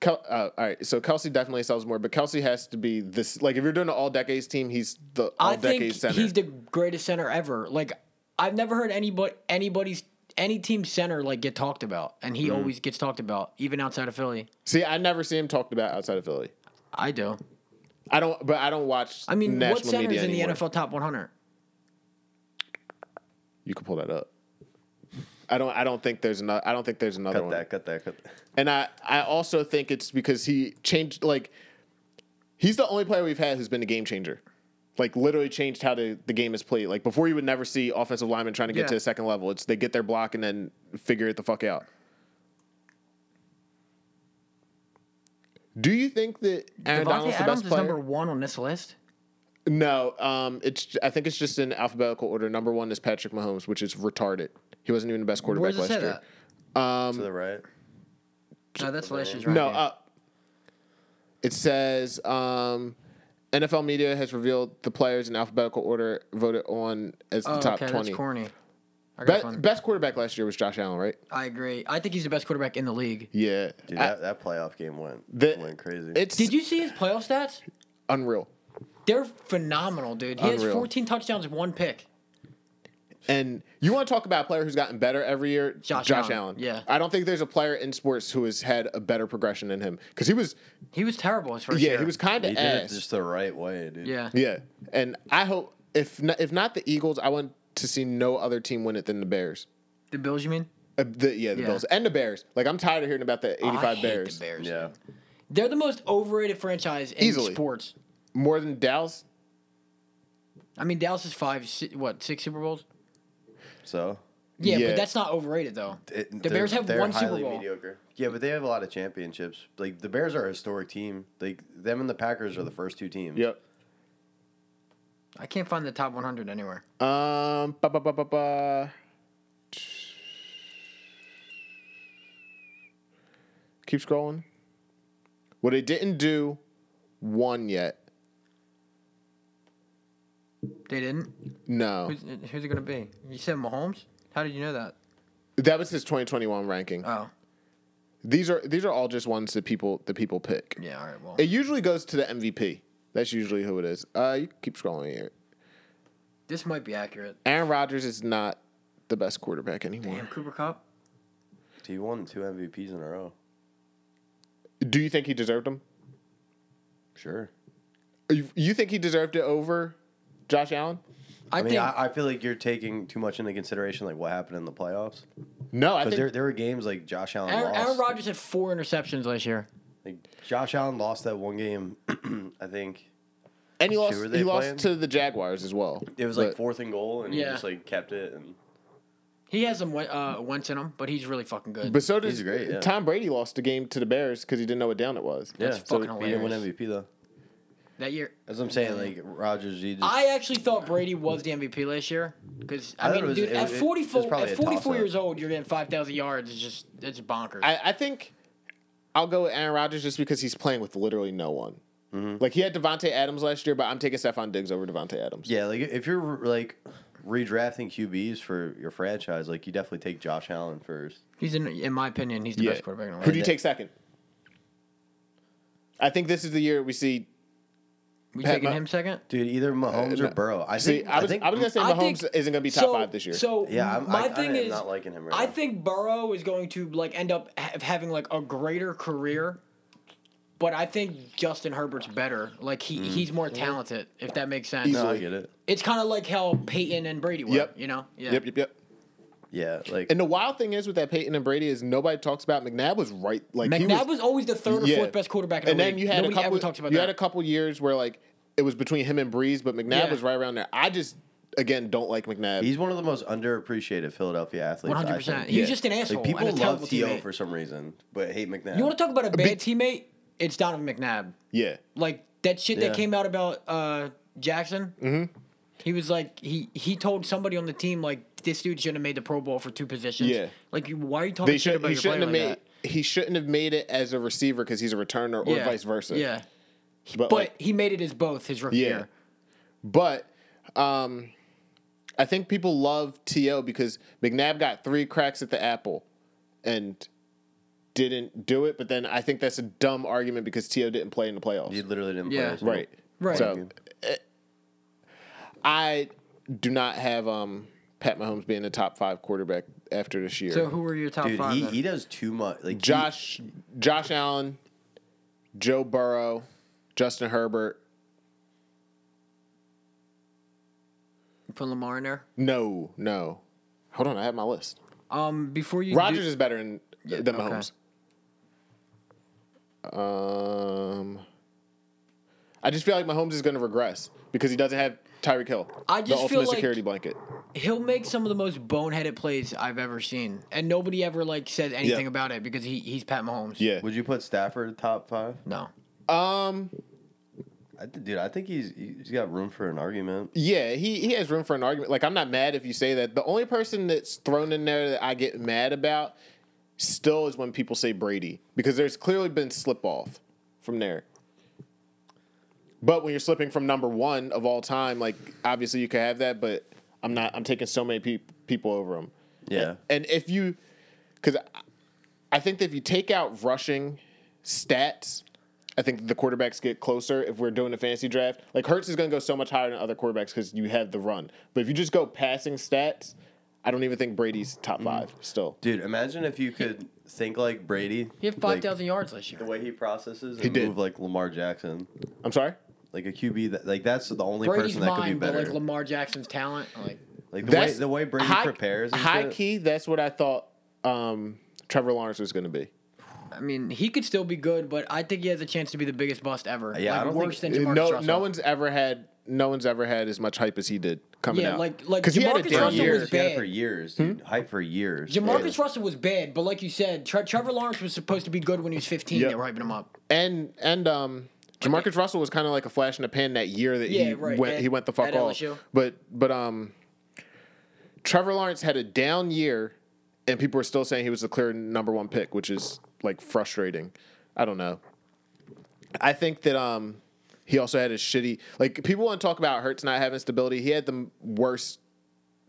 [SPEAKER 1] Kel- uh, all right, so Kelsey definitely sells more, but Kelsey has to be this. Like, if you're doing an all decades team, he's the all
[SPEAKER 3] I think
[SPEAKER 1] decades center.
[SPEAKER 3] he's the greatest center ever. Like I've never heard anybody anybody's any team center like get talked about, and
[SPEAKER 1] Mm-hmm.
[SPEAKER 3] he always gets talked about, even outside of Philly.
[SPEAKER 1] See, I never see him talked about outside of Philly.
[SPEAKER 3] I do.
[SPEAKER 1] I don't, but I don't watch.
[SPEAKER 3] I mean, what
[SPEAKER 1] national
[SPEAKER 3] center
[SPEAKER 1] media
[SPEAKER 3] is in the
[SPEAKER 1] anymore.
[SPEAKER 3] NFL top 100?
[SPEAKER 1] You can pull that up. I don't. I don't think there's another. I don't think there's another
[SPEAKER 2] Cut
[SPEAKER 1] one.
[SPEAKER 2] that, cut that, cut that.
[SPEAKER 1] And I, I also think it's because he changed. Like, he's the only player we've had who's been a game changer. Like, literally changed how the, the game is played. Like, before you would never see offensive linemen trying to get
[SPEAKER 3] Yeah.
[SPEAKER 1] to the second level. It's they get their block and then figure it the fuck out. Do you think that Aaron
[SPEAKER 3] Devontae
[SPEAKER 1] Donald's the
[SPEAKER 3] Adams
[SPEAKER 1] best
[SPEAKER 3] is
[SPEAKER 1] player?
[SPEAKER 3] number one on this list.
[SPEAKER 1] No, um, it's. I think it's just in alphabetical order. Number one is Patrick Mahomes, which is retarded. He wasn't even the best
[SPEAKER 3] Where
[SPEAKER 1] quarterback
[SPEAKER 3] does it
[SPEAKER 1] last
[SPEAKER 3] say
[SPEAKER 1] year.
[SPEAKER 3] that?
[SPEAKER 2] to the right.
[SPEAKER 3] No, that's last year's
[SPEAKER 1] No, uh,
[SPEAKER 3] ranking.
[SPEAKER 1] up. It says um, NFL media has revealed the players in alphabetical order voted on as the
[SPEAKER 3] Oh,
[SPEAKER 1] top
[SPEAKER 3] okay,
[SPEAKER 1] twenty.
[SPEAKER 3] that's corny. I, got
[SPEAKER 1] Be-
[SPEAKER 3] one.
[SPEAKER 1] best quarterback last year was Josh Allen, right?
[SPEAKER 3] I agree. I think he's the best quarterback in the league.
[SPEAKER 1] Yeah,
[SPEAKER 2] Dude,
[SPEAKER 1] I-
[SPEAKER 2] that, that playoff game went
[SPEAKER 1] the-
[SPEAKER 2] went crazy.
[SPEAKER 1] It's
[SPEAKER 3] Did you see his playoff stats?
[SPEAKER 1] unreal.
[SPEAKER 3] They're phenomenal, dude. He has
[SPEAKER 1] Unreal.
[SPEAKER 3] 14 touchdowns, one pick.
[SPEAKER 1] And you want to talk about a player who's gotten better every year?
[SPEAKER 3] Josh Allen, yeah.
[SPEAKER 1] I don't think there's a player in sports who has had a better progression than him because he was.
[SPEAKER 3] He was terrible his first
[SPEAKER 1] yeah,
[SPEAKER 3] year.
[SPEAKER 1] he was kind
[SPEAKER 2] he
[SPEAKER 1] of
[SPEAKER 2] did
[SPEAKER 1] ass.
[SPEAKER 2] it just the right way, dude.
[SPEAKER 3] Yeah.
[SPEAKER 1] Yeah, and I hope if not, if not the Eagles, I want to see no other team win it than the Bears.
[SPEAKER 3] The Bills, you mean?
[SPEAKER 1] Uh, the, yeah, the
[SPEAKER 3] Yeah.
[SPEAKER 1] Bills and the Bears. Like I'm tired of hearing about the
[SPEAKER 3] Oh, I
[SPEAKER 1] 85
[SPEAKER 3] hate
[SPEAKER 1] Bears.
[SPEAKER 3] The Bears.
[SPEAKER 2] Yeah.
[SPEAKER 3] They're the most overrated franchise in
[SPEAKER 1] Easily.
[SPEAKER 3] sports.
[SPEAKER 1] More than Dallas.
[SPEAKER 3] I mean, Dallas is five, si- what, six Super Bowls?
[SPEAKER 2] So
[SPEAKER 3] Yeah,
[SPEAKER 1] Yeah.
[SPEAKER 3] but that's not overrated, though.
[SPEAKER 2] it-
[SPEAKER 3] the
[SPEAKER 2] they're-
[SPEAKER 3] Bears have
[SPEAKER 2] they're
[SPEAKER 3] one Super
[SPEAKER 2] highly
[SPEAKER 3] Bowl.
[SPEAKER 2] Mediocre. Yeah, but they have a lot of championships. Like the Bears are a historic team. Like them and the Packers are the first two teams.
[SPEAKER 1] Yep.
[SPEAKER 3] I can't find the top 100 anywhere.
[SPEAKER 1] Um. Ba, ba, ba, ba, ba. Keep scrolling. Well, they didn't do one yet.
[SPEAKER 3] They didn't?
[SPEAKER 1] No,
[SPEAKER 3] Who's, who's it going to be? You said Mahomes? How did you know that?
[SPEAKER 1] that was his 2021 ranking.
[SPEAKER 3] Oh,
[SPEAKER 1] these are these are all just ones that people that people pick.
[SPEAKER 3] yeah, all right, well.
[SPEAKER 1] It usually goes to the MVP. That's usually who it is. Uh, you can keep scrolling here.
[SPEAKER 3] this might be accurate.
[SPEAKER 1] Aaron Rodgers is not the best quarterback anymore.
[SPEAKER 3] Damn, Cooper Cup?
[SPEAKER 2] He won two MVPs in a row.
[SPEAKER 1] Do you think he deserved them?
[SPEAKER 2] Sure.
[SPEAKER 1] You, you think he deserved it over Josh Allen?
[SPEAKER 3] I,
[SPEAKER 2] I mean,
[SPEAKER 3] think.
[SPEAKER 2] I, I feel like you're taking too much into consideration, like what happened in the playoffs.
[SPEAKER 1] No, I
[SPEAKER 2] Because
[SPEAKER 1] think
[SPEAKER 2] there, there were games like Josh Allen
[SPEAKER 3] Aaron,
[SPEAKER 2] lost.
[SPEAKER 3] Aaron Rodgers had four interceptions last year.
[SPEAKER 2] like Josh Allen lost that one game. *clears throat* I think
[SPEAKER 1] and he lost.
[SPEAKER 2] were they
[SPEAKER 1] He
[SPEAKER 2] playing?
[SPEAKER 1] lost to the Jaguars as well.
[SPEAKER 2] it was like
[SPEAKER 1] But
[SPEAKER 2] fourth and goal, and he
[SPEAKER 3] Yeah.
[SPEAKER 2] just like kept it. And
[SPEAKER 3] He has some Wen- uh, Wentz in him, but he's really fucking good.
[SPEAKER 1] But so does
[SPEAKER 2] He's great, yeah.
[SPEAKER 1] Tom Brady lost the game to the Bears because he didn't know what down it was.
[SPEAKER 2] yeah,
[SPEAKER 3] That's fucking
[SPEAKER 2] he didn't win
[SPEAKER 3] hilarious.
[SPEAKER 2] MVP though.
[SPEAKER 3] that year,
[SPEAKER 2] That's what I'm saying. Like Rodgers, he just
[SPEAKER 3] I actually thought Brady was the MVP last year because
[SPEAKER 2] I
[SPEAKER 3] I,
[SPEAKER 2] thought
[SPEAKER 3] mean,
[SPEAKER 2] it was-
[SPEAKER 3] dude,
[SPEAKER 2] it-
[SPEAKER 3] at
[SPEAKER 2] it- it
[SPEAKER 3] forty
[SPEAKER 2] was
[SPEAKER 3] four,
[SPEAKER 2] probably
[SPEAKER 3] at
[SPEAKER 2] a
[SPEAKER 3] forty four
[SPEAKER 2] toss-up.
[SPEAKER 3] years old, you're getting five thousand yards. It's just it's bonkers.
[SPEAKER 1] I, I think I'll go with Aaron Rodgers just because he's playing with literally no one.
[SPEAKER 3] Mm-hmm.
[SPEAKER 1] Like he had Devonte Adams last year, but I'm taking Stephon Diggs over Devonte Adams.
[SPEAKER 2] Yeah, like if you're like redrafting QBs for your franchise, like you definitely take Josh Allen first.
[SPEAKER 3] he's in, in my opinion, he's the
[SPEAKER 1] Yeah.
[SPEAKER 3] best quarterback in the
[SPEAKER 1] Who
[SPEAKER 3] world.
[SPEAKER 1] do you take second? I think this is the year we see.
[SPEAKER 3] We
[SPEAKER 1] Pat
[SPEAKER 3] taking
[SPEAKER 1] Ma-
[SPEAKER 3] him second?
[SPEAKER 2] Dude, either Mahomes or Burrow. I
[SPEAKER 1] Uh, See,
[SPEAKER 2] think,
[SPEAKER 1] I was, I,
[SPEAKER 2] think
[SPEAKER 1] was gonna say
[SPEAKER 3] I
[SPEAKER 1] Mahomes
[SPEAKER 3] think-
[SPEAKER 1] isn't gonna be top
[SPEAKER 3] so-
[SPEAKER 1] five this year.
[SPEAKER 3] So
[SPEAKER 2] Yeah, I'm- I-
[SPEAKER 3] my
[SPEAKER 2] I
[SPEAKER 3] thing
[SPEAKER 2] am
[SPEAKER 3] is,
[SPEAKER 2] not liking him right
[SPEAKER 3] I
[SPEAKER 2] now.
[SPEAKER 3] think Burrow is going to like end up ha- having like a greater career, but I think Justin Herbert's better. Like he he's more talented, if that makes sense.
[SPEAKER 2] no, I
[SPEAKER 1] Mm-hmm. Easily.
[SPEAKER 2] get it.
[SPEAKER 3] It's kind of like how Peyton and Brady were.
[SPEAKER 1] Yep.
[SPEAKER 3] You know. Yeah.
[SPEAKER 1] Yep, yep, yep.
[SPEAKER 2] Yeah, like
[SPEAKER 1] And the wild thing is with that Peyton and Brady is nobody talks about McNabb was right like he
[SPEAKER 3] McNabb was, always the third or
[SPEAKER 1] yeah.
[SPEAKER 3] fourth best quarterback in the
[SPEAKER 1] and
[SPEAKER 3] league.
[SPEAKER 1] then you had
[SPEAKER 3] Nobody
[SPEAKER 1] a couple
[SPEAKER 3] ever talks about
[SPEAKER 1] you
[SPEAKER 3] that.
[SPEAKER 1] had a couple years where like it was between him and Breeze, but McNabb
[SPEAKER 3] Yeah.
[SPEAKER 1] was right around there. I just again don't like McNabb.
[SPEAKER 2] he's one of the most underappreciated Philadelphia athletes.
[SPEAKER 3] One
[SPEAKER 2] I
[SPEAKER 3] hundred
[SPEAKER 2] think.
[SPEAKER 3] percent.
[SPEAKER 1] Yeah.
[SPEAKER 3] He's just an asshole.
[SPEAKER 2] Like people
[SPEAKER 3] and
[SPEAKER 2] love
[SPEAKER 3] a terrible
[SPEAKER 2] To
[SPEAKER 3] teammate.
[SPEAKER 2] for some reason, but hate McNabb.
[SPEAKER 3] You want to talk about a bad teammate? It's Donovan McNabb.
[SPEAKER 1] yeah.
[SPEAKER 3] Like that shit
[SPEAKER 2] Yeah.
[SPEAKER 3] that came out about uh, Jackson. Mm-hmm. He was like he he told somebody on the team like this dude shouldn't have made the Pro Bowl for two positions.
[SPEAKER 1] Yeah.
[SPEAKER 3] Like you- why are you talking
[SPEAKER 1] They
[SPEAKER 3] shit
[SPEAKER 1] should,
[SPEAKER 3] about
[SPEAKER 1] he
[SPEAKER 3] your player
[SPEAKER 1] shouldn't have made
[SPEAKER 3] like that?
[SPEAKER 1] he shouldn't have made it as a receiver because he's a returner or
[SPEAKER 3] Yeah.
[SPEAKER 1] vice versa.
[SPEAKER 3] Yeah.
[SPEAKER 1] But,
[SPEAKER 3] But
[SPEAKER 1] like,
[SPEAKER 3] he made it as both his rookie
[SPEAKER 1] Yeah.
[SPEAKER 3] year.
[SPEAKER 1] But um, I think people love To because McNabb got three cracks at the apple, and didn't do it, but then I think that's a dumb argument because Tio didn't play in the playoffs.
[SPEAKER 2] He literally didn't
[SPEAKER 3] Yeah.
[SPEAKER 2] play. a
[SPEAKER 1] Right.
[SPEAKER 3] Right.
[SPEAKER 1] So eh, I do not have um, Pat Mahomes being the top five quarterback after this year.
[SPEAKER 3] So who are your top
[SPEAKER 2] Dude,
[SPEAKER 3] five?
[SPEAKER 2] he,
[SPEAKER 3] then?
[SPEAKER 2] he does too much. Like he-
[SPEAKER 1] Josh, Josh Allen, Joe Burrow, Justin Herbert.
[SPEAKER 3] You Put Lamar in there.
[SPEAKER 1] No, no. Hold on, I have my list.
[SPEAKER 3] Um, before you
[SPEAKER 1] Rodgers
[SPEAKER 3] do,
[SPEAKER 1] is better than, than
[SPEAKER 3] okay.
[SPEAKER 1] Mahomes. Um, I just feel like Mahomes is going to regress because he doesn't have Tyreek Hill,
[SPEAKER 3] I
[SPEAKER 1] the
[SPEAKER 3] just
[SPEAKER 1] ultimate
[SPEAKER 3] feel like-
[SPEAKER 1] security blanket.
[SPEAKER 3] he'll make some of the most boneheaded plays I've ever seen, and nobody ever like said anything about it because he he's Pat Mahomes.
[SPEAKER 1] Yeah.
[SPEAKER 2] would you put Stafford top five?
[SPEAKER 3] No.
[SPEAKER 1] Um.
[SPEAKER 2] I, th- dude, I think he's he's got room for an argument.
[SPEAKER 1] Yeah, he, he has room for an argument. Like, I'm not mad if you say that. The only person that's thrown in there that I get mad about still is when people say Brady because there's clearly been slip off from there. But when you're slipping from number one of all time, like obviously you could have that, but I'm not. I'm taking so many peop people over him.
[SPEAKER 2] Yeah.
[SPEAKER 1] And if you, because I think that if you take out rushing stats, I think the quarterbacks get closer. If we're doing a fantasy draft, like Hertz is going to go so much higher than other quarterbacks because you have the run. But if you just go passing stats, I don't even think Brady's top
[SPEAKER 2] Mm-hmm.
[SPEAKER 1] five still.
[SPEAKER 2] Dude, imagine if you could think like Brady.
[SPEAKER 3] He had five
[SPEAKER 2] like,
[SPEAKER 3] thousand yards last year.
[SPEAKER 2] The way he processes and
[SPEAKER 1] did.
[SPEAKER 2] move like Lamar Jackson,
[SPEAKER 1] I'm sorry.
[SPEAKER 2] like a QB that like that's the only
[SPEAKER 3] Brady's
[SPEAKER 2] person that could be
[SPEAKER 3] mine, but
[SPEAKER 2] better.
[SPEAKER 3] like Lamar Jackson's talent, like
[SPEAKER 2] Like, the way the way Brady
[SPEAKER 1] high-
[SPEAKER 2] prepares, and
[SPEAKER 1] high
[SPEAKER 2] shit.
[SPEAKER 1] key. That's what I thought um, Trevor Lawrence was going to be.
[SPEAKER 3] I mean, he could still be good, but I think he has a chance to be the biggest bust ever.
[SPEAKER 2] Yeah, I
[SPEAKER 3] like,
[SPEAKER 2] don't
[SPEAKER 3] worse
[SPEAKER 2] think-
[SPEAKER 3] than Jamarcus
[SPEAKER 1] no,
[SPEAKER 3] Russell.
[SPEAKER 1] no one's ever had. No one's ever had as much hype as he did coming
[SPEAKER 3] Yeah,
[SPEAKER 1] out.
[SPEAKER 3] like- like
[SPEAKER 1] because he had a
[SPEAKER 3] Jamarcus
[SPEAKER 1] damn
[SPEAKER 3] Russell
[SPEAKER 1] year.
[SPEAKER 3] was
[SPEAKER 2] He had it
[SPEAKER 3] bad.
[SPEAKER 2] for
[SPEAKER 1] Hmm?
[SPEAKER 2] years. dude. Hype for years.
[SPEAKER 3] Jamarcus Russell was bad, but like you said, Tre- Trevor Lawrence was supposed to be good when he was 15.
[SPEAKER 1] Yep.
[SPEAKER 3] They were hyping him up.
[SPEAKER 1] and and um Jamarcus Russell was kind of like a flash in the pan that year that he
[SPEAKER 3] Yeah, right,
[SPEAKER 1] went
[SPEAKER 3] at-
[SPEAKER 1] he went the fuck
[SPEAKER 3] at
[SPEAKER 1] off.
[SPEAKER 3] LSU.
[SPEAKER 1] But but um Trevor Lawrence had a down year and people were still saying he was the clear number 1 pick, which is like frustrating. I don't know. I think that um he also had a shitty like people want to talk about Hurts not having stability. He had the worst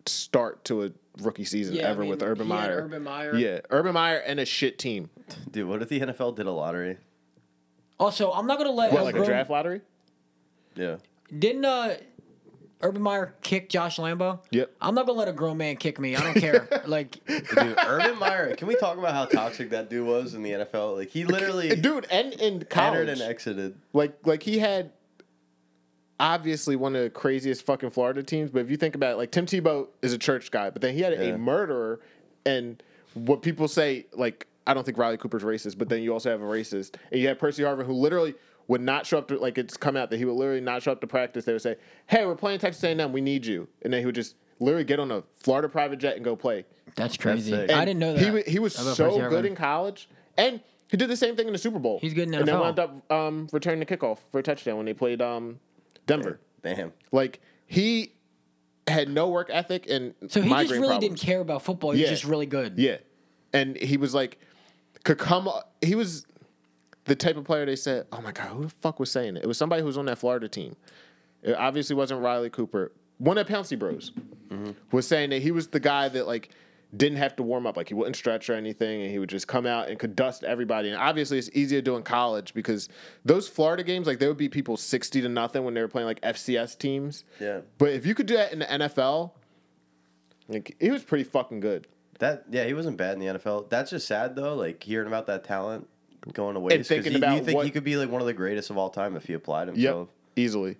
[SPEAKER 1] start to a rookie season
[SPEAKER 3] Yeah, I
[SPEAKER 1] ever
[SPEAKER 3] mean,
[SPEAKER 1] with Urban
[SPEAKER 3] he had
[SPEAKER 1] Meyer.
[SPEAKER 3] Urban Meyer.
[SPEAKER 1] Yeah, Urban Meyer and a shit team.
[SPEAKER 2] Dude, what if the NFL did a lottery?
[SPEAKER 3] Also, I'm not gonna let
[SPEAKER 1] What
[SPEAKER 3] uh,
[SPEAKER 1] like a
[SPEAKER 3] Ur-
[SPEAKER 1] draft lottery?
[SPEAKER 2] Yeah.
[SPEAKER 3] Didn't uh, Urban Meyer kick Josh Lambo?
[SPEAKER 1] Yep.
[SPEAKER 3] I'm not gonna let a grown man kick me. I
[SPEAKER 1] *laughs*
[SPEAKER 3] don't care. like, *laughs*
[SPEAKER 2] Dude, Urban Meyer, can we talk about how toxic that dude was in the NFL? Like he literally
[SPEAKER 1] *laughs* Dude, and in college,
[SPEAKER 2] entered and exited.
[SPEAKER 1] like like he had obviously one of the craziest fucking Florida teams. But if you think about it, like Tim Tebow is a church guy, but then he had
[SPEAKER 2] Yeah.
[SPEAKER 1] a murderer, and what people say, like I don't think Riley Cooper's racist, but then you also have a racist, and you have Percy Harvin who literally would not show up to like it's come out that he would literally not show up to practice. They would say, "Hey, we're playing Texas A&M, we need you," and then he would just literally get on a Florida private jet and go play.
[SPEAKER 3] that's crazy.
[SPEAKER 2] sick.
[SPEAKER 3] I
[SPEAKER 1] And
[SPEAKER 3] didn't know
[SPEAKER 1] He,
[SPEAKER 3] that.
[SPEAKER 1] wa- he was
[SPEAKER 3] about
[SPEAKER 1] so
[SPEAKER 3] Percy
[SPEAKER 1] good
[SPEAKER 3] Harvin.
[SPEAKER 1] in college, and he did the same thing in the Super Bowl.
[SPEAKER 3] He's good in the
[SPEAKER 1] and then
[SPEAKER 3] NFL.
[SPEAKER 1] wound up um, returning the kickoff for a touchdown when they played um, Denver.
[SPEAKER 2] Damn.
[SPEAKER 1] Like he had no work ethic and
[SPEAKER 3] so he just
[SPEAKER 1] migraine
[SPEAKER 3] really
[SPEAKER 1] problems.
[SPEAKER 3] didn't care about football. He
[SPEAKER 1] Yeah.
[SPEAKER 3] was just really good.
[SPEAKER 1] Yeah, and he was like could come. He was the type of player they said. Oh my god, who the fuck was saying it? It was somebody who was on that Florida team. It obviously wasn't Riley Cooper. One of Pouncey Bros was saying that he was the guy that like didn't have to warm up, like he wouldn't stretch or anything, and he would just come out and could dust everybody. And obviously, it's easier to do in college because those Florida games, like there would be people sixty to nothing when they were playing like FCS teams.
[SPEAKER 2] Yeah.
[SPEAKER 1] But if you could do that in the NFL, like he was pretty fucking good.
[SPEAKER 2] That yeah, he wasn't bad in the NFL. That's just sad though, like hearing about that talent going to waste. 'cause
[SPEAKER 1] thinking
[SPEAKER 2] he-
[SPEAKER 1] about
[SPEAKER 2] you think
[SPEAKER 1] what-
[SPEAKER 2] he could be like one of the greatest of all time if he
[SPEAKER 1] Yep,
[SPEAKER 2] applied
[SPEAKER 1] Um,
[SPEAKER 2] himself.
[SPEAKER 1] easily.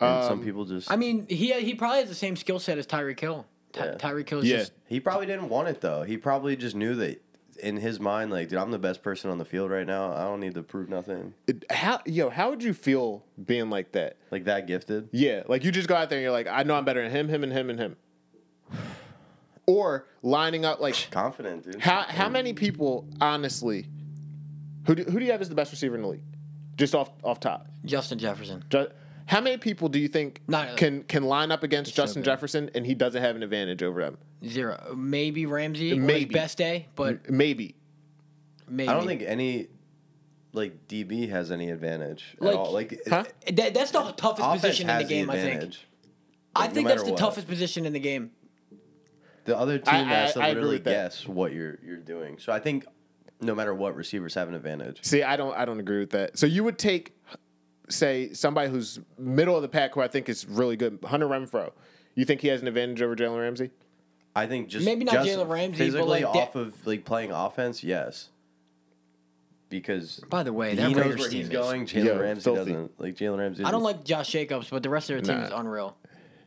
[SPEAKER 2] And some people just
[SPEAKER 3] I mean, he he probably has the same skill set as Tyreek Hill. Ty-
[SPEAKER 2] Yeah.
[SPEAKER 3] Tyreek Hill is
[SPEAKER 1] Yeah.
[SPEAKER 3] just
[SPEAKER 2] He probably didn't want it though. He probably just knew that in his mind, like, dude, I'm the best person on the field right now. I don't need to prove nothing.
[SPEAKER 1] It- how yo, how would you feel being like that?
[SPEAKER 2] Like that gifted.
[SPEAKER 1] Yeah, like you just go out there and you're like, I know I'm better than him, him, and him, and him. *sighs* Or lining up like
[SPEAKER 2] Confident, dude.
[SPEAKER 1] how how many people honestly? Who do, who do you have as the best receiver in the league? Just off off top,
[SPEAKER 3] Justin Jefferson.
[SPEAKER 1] Ju- how many people do you think
[SPEAKER 3] Not-
[SPEAKER 1] can can line up against
[SPEAKER 3] so
[SPEAKER 1] Justin
[SPEAKER 3] good.
[SPEAKER 1] Jefferson and he doesn't have an advantage over them?
[SPEAKER 3] Zero. Maybe Ramsey. on his
[SPEAKER 1] Maybe.
[SPEAKER 3] best day, but
[SPEAKER 1] Maybe.
[SPEAKER 3] maybe.
[SPEAKER 2] I don't think any like DB has any advantage
[SPEAKER 3] Like-
[SPEAKER 2] at all. Like
[SPEAKER 1] Huh?
[SPEAKER 3] That, that's the toughest
[SPEAKER 2] offense
[SPEAKER 3] position in the
[SPEAKER 2] has
[SPEAKER 3] game. I think.
[SPEAKER 2] advantage.
[SPEAKER 3] I
[SPEAKER 2] no
[SPEAKER 3] think that's
[SPEAKER 2] matter
[SPEAKER 3] the
[SPEAKER 2] what.
[SPEAKER 3] toughest position in the game.
[SPEAKER 2] The other team
[SPEAKER 1] I-
[SPEAKER 2] has to
[SPEAKER 1] I- I agree
[SPEAKER 2] literally
[SPEAKER 1] with that.
[SPEAKER 2] guess what you're you're doing. So I think no matter what, receivers have an advantage.
[SPEAKER 1] See, I don't I don't agree with that. So you would take say somebody who's middle of the pack who I think is really good, Hunter Renfro. You think he has an advantage over Jalen Ramsey?
[SPEAKER 2] I think just
[SPEAKER 3] Maybe not
[SPEAKER 2] just
[SPEAKER 3] Jalen Ramsey, but,
[SPEAKER 2] physically
[SPEAKER 3] like,
[SPEAKER 2] off
[SPEAKER 3] that-
[SPEAKER 2] of like playing offense, yes. Because
[SPEAKER 3] By the way,
[SPEAKER 2] he
[SPEAKER 3] that
[SPEAKER 2] knows
[SPEAKER 3] Raiders
[SPEAKER 2] where
[SPEAKER 3] team
[SPEAKER 2] he's
[SPEAKER 3] is-
[SPEAKER 2] going. Jalen
[SPEAKER 1] Yo,
[SPEAKER 2] Ramsey
[SPEAKER 1] filthy.
[SPEAKER 2] doesn't like Jalen Ramsey.
[SPEAKER 3] I
[SPEAKER 2] doesn't-
[SPEAKER 3] don't like Josh Jacobs, but the rest of their team is
[SPEAKER 1] Nah.
[SPEAKER 3] unreal.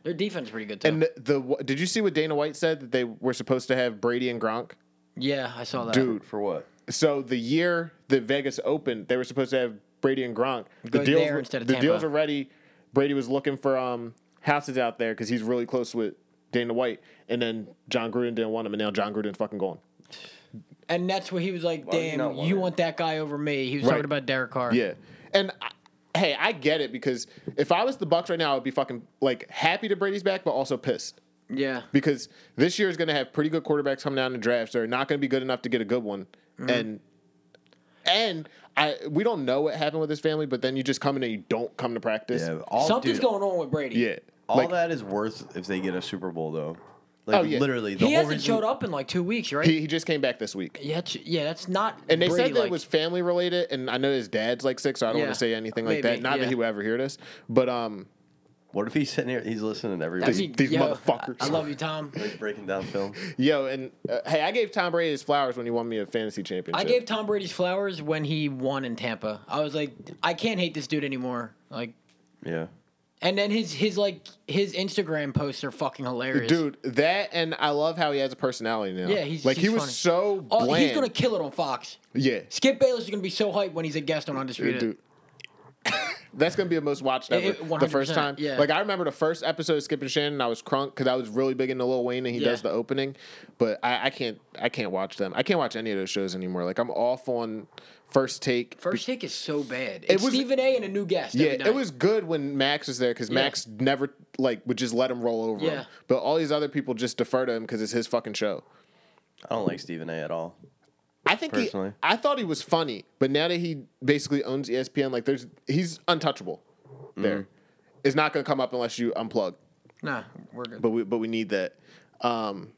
[SPEAKER 3] Their defense is pretty good too.
[SPEAKER 1] And the, the did you see what Dana White said that they were supposed to have Brady and Gronk?
[SPEAKER 3] yeah, I saw that.
[SPEAKER 1] Dude,
[SPEAKER 2] for what.
[SPEAKER 1] so the year the Vegas opened, they were supposed to have Brady and Gronk. The
[SPEAKER 3] Go
[SPEAKER 1] deals
[SPEAKER 3] there
[SPEAKER 1] were-
[SPEAKER 3] instead of
[SPEAKER 1] the
[SPEAKER 3] Tampa.
[SPEAKER 1] deals are ready. Brady was looking for um, houses out there because he's really close with Dana White, and then John Gruden didn't want him, and now John Gruden's fucking gone.
[SPEAKER 3] and that's where he was like,
[SPEAKER 2] Why would you
[SPEAKER 3] "Damn,
[SPEAKER 2] not
[SPEAKER 3] you,
[SPEAKER 2] want it?"
[SPEAKER 3] want that guy over me?" He was
[SPEAKER 1] Right.
[SPEAKER 3] talking about Derek Carr.
[SPEAKER 1] Yeah, and I, hey, I get it because if I was the Bucks right now, I would be fucking like happy that Brady's back, but also pissed
[SPEAKER 3] yeah.
[SPEAKER 1] because this year is going to have pretty good quarterbacks coming out in the drafts. They're not going to be good enough to get a good one,
[SPEAKER 3] Mm-hmm.
[SPEAKER 1] and and I we don't know what happened with his family, but then you just come in and you don't come to practice.
[SPEAKER 2] Yeah, all,
[SPEAKER 3] Something's
[SPEAKER 2] dude,
[SPEAKER 3] going on with Brady.
[SPEAKER 1] Yeah.
[SPEAKER 2] All
[SPEAKER 1] like,
[SPEAKER 2] that is worth if they get a Super Bowl though. Like
[SPEAKER 1] Oh, yeah.
[SPEAKER 2] literally, the
[SPEAKER 3] he
[SPEAKER 2] whole
[SPEAKER 3] hasn't
[SPEAKER 2] reason-
[SPEAKER 3] showed up in like two weeks, right?
[SPEAKER 1] he, he just came back this week.
[SPEAKER 3] yeah, that's, yeah, that's not.
[SPEAKER 1] And they
[SPEAKER 3] Brady,
[SPEAKER 1] said that
[SPEAKER 3] like,
[SPEAKER 1] it was family related, and I know his dad's like sick, so I don't
[SPEAKER 3] Yeah.
[SPEAKER 1] want to say anything like
[SPEAKER 3] Maybe,
[SPEAKER 1] that. Not
[SPEAKER 3] yeah.
[SPEAKER 1] that he would ever hear this, but um,
[SPEAKER 2] What if he's sitting here? He's listening to
[SPEAKER 3] that'd
[SPEAKER 2] everybody.
[SPEAKER 1] That'd these motherfuckers.
[SPEAKER 3] I, I love you,
[SPEAKER 1] *laughs*
[SPEAKER 3] Tom.
[SPEAKER 2] He's breaking down film.
[SPEAKER 1] yo, and uh, hey, I gave Tom Brady his flowers when he won me a fantasy championship.
[SPEAKER 3] I gave Tom Brady's flowers when he won in Tampa. I was like, I can't hate this dude anymore. Like,
[SPEAKER 2] Yeah.
[SPEAKER 3] and then his his like his Instagram posts are fucking hilarious,
[SPEAKER 1] Dude, that and I love how he has a personality now.
[SPEAKER 3] Yeah, he's
[SPEAKER 1] like he
[SPEAKER 3] he's
[SPEAKER 1] was
[SPEAKER 3] funny.
[SPEAKER 1] so
[SPEAKER 3] Oh,
[SPEAKER 1] bland.
[SPEAKER 3] he's gonna kill it on Fox. *laughs*
[SPEAKER 1] yeah,
[SPEAKER 3] Skip Bayless is gonna be so hyped when he's a guest on Undisputed.
[SPEAKER 1] dude. *laughs* That's gonna be the most watched ever.
[SPEAKER 3] It- it-
[SPEAKER 1] the first
[SPEAKER 3] 100%,
[SPEAKER 1] time,
[SPEAKER 3] yeah.
[SPEAKER 1] Like I remember the first episode of Skip and Shannon. I was crunk because I was really big into Lil Wayne and he
[SPEAKER 3] Yeah.
[SPEAKER 1] does the opening. But I, I can't, I can't watch them. I can't watch any of those shows anymore. Like I'm off on First Take.
[SPEAKER 3] First take is so bad. It's
[SPEAKER 1] was-
[SPEAKER 3] Stephen A. and a new guest. every
[SPEAKER 1] Yeah,
[SPEAKER 3] night.
[SPEAKER 1] it was good when Max was there because Max never like would just let him roll over
[SPEAKER 3] Yeah.
[SPEAKER 1] him. But all these other people just defer to him because it's his fucking show.
[SPEAKER 2] I don't like Stephen A. at all.
[SPEAKER 1] I think he,
[SPEAKER 2] Personally.
[SPEAKER 1] I thought he was funny, but now that he basically owns E ESPN, like there's he's untouchable. There, it's not gonna come up unless you unplug.
[SPEAKER 3] Nah, we're good.
[SPEAKER 1] But we but we need that. Um,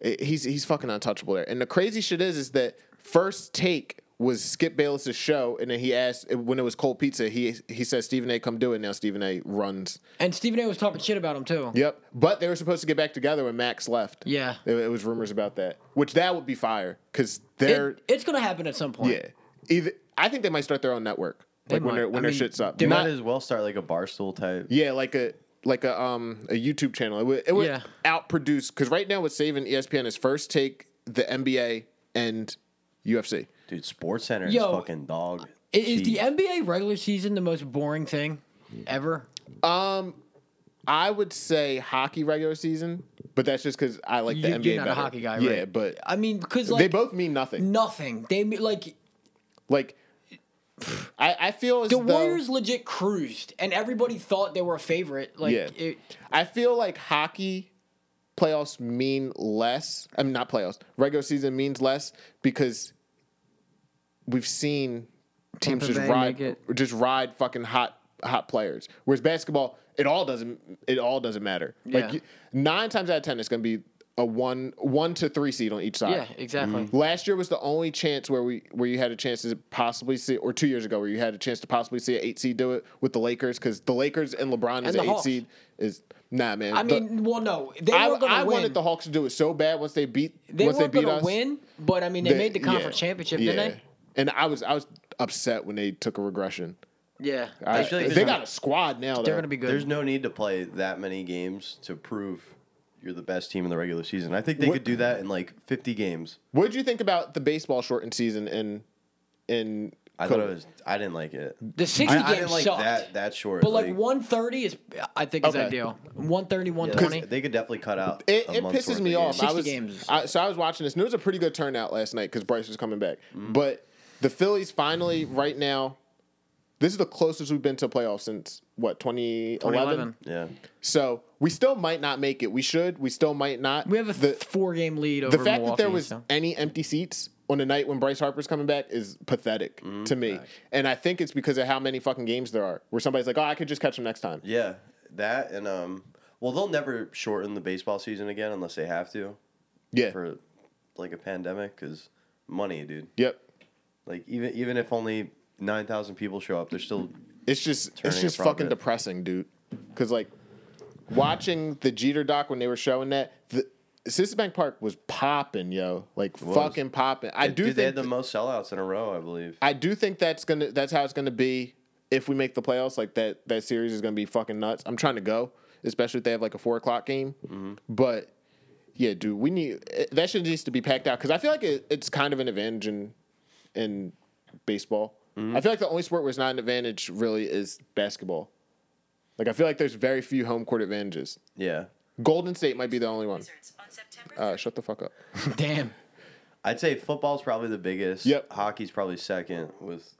[SPEAKER 1] it- he's he's fucking untouchable there. And the crazy shit is is that first take was Skip Bayless's show, and then he asked when it was cold pizza. He he said Stephen A. come do it. Now Stephen A. runs.
[SPEAKER 3] And Stephen A. was talking shit about him too.
[SPEAKER 1] Yep. But they were supposed to get back together when Max left.
[SPEAKER 3] Yeah.
[SPEAKER 1] It, it was rumors about that, which that would be fire because
[SPEAKER 3] It-
[SPEAKER 1] they're
[SPEAKER 3] it's gonna happen at some point.
[SPEAKER 1] yeah. Either I think they might start their own network.
[SPEAKER 3] They
[SPEAKER 1] like when
[SPEAKER 3] might.
[SPEAKER 1] their when
[SPEAKER 3] I
[SPEAKER 1] their
[SPEAKER 3] mean,
[SPEAKER 1] shit's up.
[SPEAKER 3] they
[SPEAKER 2] You
[SPEAKER 1] Not-
[SPEAKER 2] might as well start like a barstool type.
[SPEAKER 1] yeah, like a like a um a YouTube channel. It would it would
[SPEAKER 3] Yeah.
[SPEAKER 1] outproduce because right now E what's saving ESPN is first take the NBA and UFC.
[SPEAKER 2] Dude, Sports Center is
[SPEAKER 3] Yo,
[SPEAKER 2] fucking dog.
[SPEAKER 3] I- Is the
[SPEAKER 2] shit.
[SPEAKER 3] NBA regular season the most boring thing ever?
[SPEAKER 1] I would say hockey regular season, but that's just because I like the
[SPEAKER 3] You-
[SPEAKER 1] NBA.
[SPEAKER 3] you're not a
[SPEAKER 1] better.
[SPEAKER 3] hockey guy,
[SPEAKER 1] yeah,
[SPEAKER 3] right?
[SPEAKER 1] but
[SPEAKER 3] I mean, because
[SPEAKER 1] they
[SPEAKER 3] like
[SPEAKER 1] both mean nothing.
[SPEAKER 3] nothing. They mean, like
[SPEAKER 1] Like I, I feel as
[SPEAKER 3] the
[SPEAKER 1] though,
[SPEAKER 3] Warriors legit cruised, and everybody thought they were a favorite. Like
[SPEAKER 1] Yeah.
[SPEAKER 3] it,
[SPEAKER 1] I feel like hockey playoffs mean less. I mean, not playoffs. Regular season means less because we've seen teams
[SPEAKER 3] Tampa
[SPEAKER 1] just
[SPEAKER 3] Bay
[SPEAKER 1] ride,
[SPEAKER 3] make
[SPEAKER 1] just ride fucking hot, hot players. Whereas basketball, it all doesn't, it all doesn't matter. Like
[SPEAKER 3] Yeah.
[SPEAKER 1] you- nine times out of ten, it's going to be a one, one to three seed on each side.
[SPEAKER 3] yeah, exactly.
[SPEAKER 1] Last year was the only chance where we where you had a chance to possibly see, or two years ago where you had a chance to possibly see an eight seed do it with the Lakers because the Lakers and LeBron is
[SPEAKER 3] And the
[SPEAKER 1] an eight
[SPEAKER 3] Hawks.
[SPEAKER 1] seed is nah man.
[SPEAKER 3] I
[SPEAKER 1] The-
[SPEAKER 3] mean, well, no, they
[SPEAKER 1] I,
[SPEAKER 3] were gonna
[SPEAKER 1] I
[SPEAKER 3] win.
[SPEAKER 1] wanted the Hawks to do it so bad once they beat
[SPEAKER 3] they
[SPEAKER 1] once they
[SPEAKER 3] weren't
[SPEAKER 1] beat
[SPEAKER 3] gonna
[SPEAKER 1] us.
[SPEAKER 3] win, but I mean, they,
[SPEAKER 1] that-
[SPEAKER 3] made the
[SPEAKER 1] yeah,
[SPEAKER 3] conference championship,
[SPEAKER 1] yeah.
[SPEAKER 3] didn't
[SPEAKER 1] And I was I was upset when they took a regression.
[SPEAKER 3] they? Yeah,
[SPEAKER 1] I-
[SPEAKER 2] feel like
[SPEAKER 1] they
[SPEAKER 2] there's
[SPEAKER 1] got
[SPEAKER 2] no-
[SPEAKER 1] a squad now.
[SPEAKER 3] they're
[SPEAKER 1] though.
[SPEAKER 3] gonna be good.
[SPEAKER 2] There's no need to play that many games to prove you're the best team in the regular season. I think they
[SPEAKER 1] What-
[SPEAKER 2] could do that in like 50 games.
[SPEAKER 1] What did you think about the baseball shortened season in in
[SPEAKER 2] I thought
[SPEAKER 1] COVID?
[SPEAKER 2] it was. I didn't like it.
[SPEAKER 3] the sixty
[SPEAKER 2] I, I
[SPEAKER 3] game
[SPEAKER 2] didn't like
[SPEAKER 3] sucked.
[SPEAKER 2] that that short.
[SPEAKER 3] But like 130 is, I think, is
[SPEAKER 1] Okay.
[SPEAKER 3] ideal. 130,
[SPEAKER 2] 'cause
[SPEAKER 3] 120.
[SPEAKER 2] they could definitely cut out.
[SPEAKER 1] It,
[SPEAKER 2] a
[SPEAKER 1] it
[SPEAKER 2] month's worth
[SPEAKER 1] pisses
[SPEAKER 2] of
[SPEAKER 1] me off.
[SPEAKER 2] games.
[SPEAKER 1] I
[SPEAKER 3] 60
[SPEAKER 1] was
[SPEAKER 3] games.
[SPEAKER 1] I, so I was watching this. And it was a pretty good turnout last night because Bryce was coming back.
[SPEAKER 2] Mm-hmm.
[SPEAKER 1] But the Phillies finally, right now, this is the closest we've been to playoffs since what 2011.
[SPEAKER 3] 2011.
[SPEAKER 2] Yeah.
[SPEAKER 1] So we still might not make it. We should. We still might not.
[SPEAKER 3] We have a
[SPEAKER 1] the
[SPEAKER 3] four game lead over
[SPEAKER 1] the fact that there
[SPEAKER 3] Milwaukee,
[SPEAKER 1] was
[SPEAKER 3] so. *clears throat*
[SPEAKER 1] any empty seats on the night when Bryce Harper's coming back is pathetic
[SPEAKER 2] Mm-hmm.
[SPEAKER 1] to me. And I think it's because of how many fucking games there are where somebody's like, "Oh, I could just catch him next time."
[SPEAKER 2] Yeah. That and um. Well, they'll never shorten the baseball season again unless they have to
[SPEAKER 1] Yeah.
[SPEAKER 2] for like a pandemic because money, dude.
[SPEAKER 1] Yep.
[SPEAKER 2] Like even even if only nine thousand people show up, they're still
[SPEAKER 1] It's just
[SPEAKER 2] Turning
[SPEAKER 1] it's just
[SPEAKER 2] a
[SPEAKER 1] fucking
[SPEAKER 2] profit.
[SPEAKER 1] depressing, dude. Because like watching the Jeter doc when they were showing that, the Citibank Bank Park was popping, yo, like
[SPEAKER 2] was.
[SPEAKER 1] fucking popping. I do
[SPEAKER 2] dude,
[SPEAKER 1] think
[SPEAKER 2] they had the
[SPEAKER 1] th-
[SPEAKER 2] most sellouts in a row, I believe.
[SPEAKER 1] I do think that's gonna that's how it's gonna be if we make the playoffs. Like that that series is gonna be fucking nuts. I'm trying to go, especially if they have like a four o'clock game.
[SPEAKER 2] Mm-hmm.
[SPEAKER 1] But yeah, dude, we need eh, that shit needs to be packed out because I feel like it, it's kind of an advantage in in baseball.
[SPEAKER 2] Mm-hmm.
[SPEAKER 1] I feel like the only sport where it's not an advantage really is basketball. Like I feel like there's very few home court advantages.
[SPEAKER 2] Yeah,
[SPEAKER 1] Golden State might be the only one.
[SPEAKER 6] Wizards on September
[SPEAKER 1] Uh, shut the fuck up.
[SPEAKER 3] Damn.
[SPEAKER 2] I'd say football's probably the biggest.
[SPEAKER 1] Yep.
[SPEAKER 2] hockey's probably second with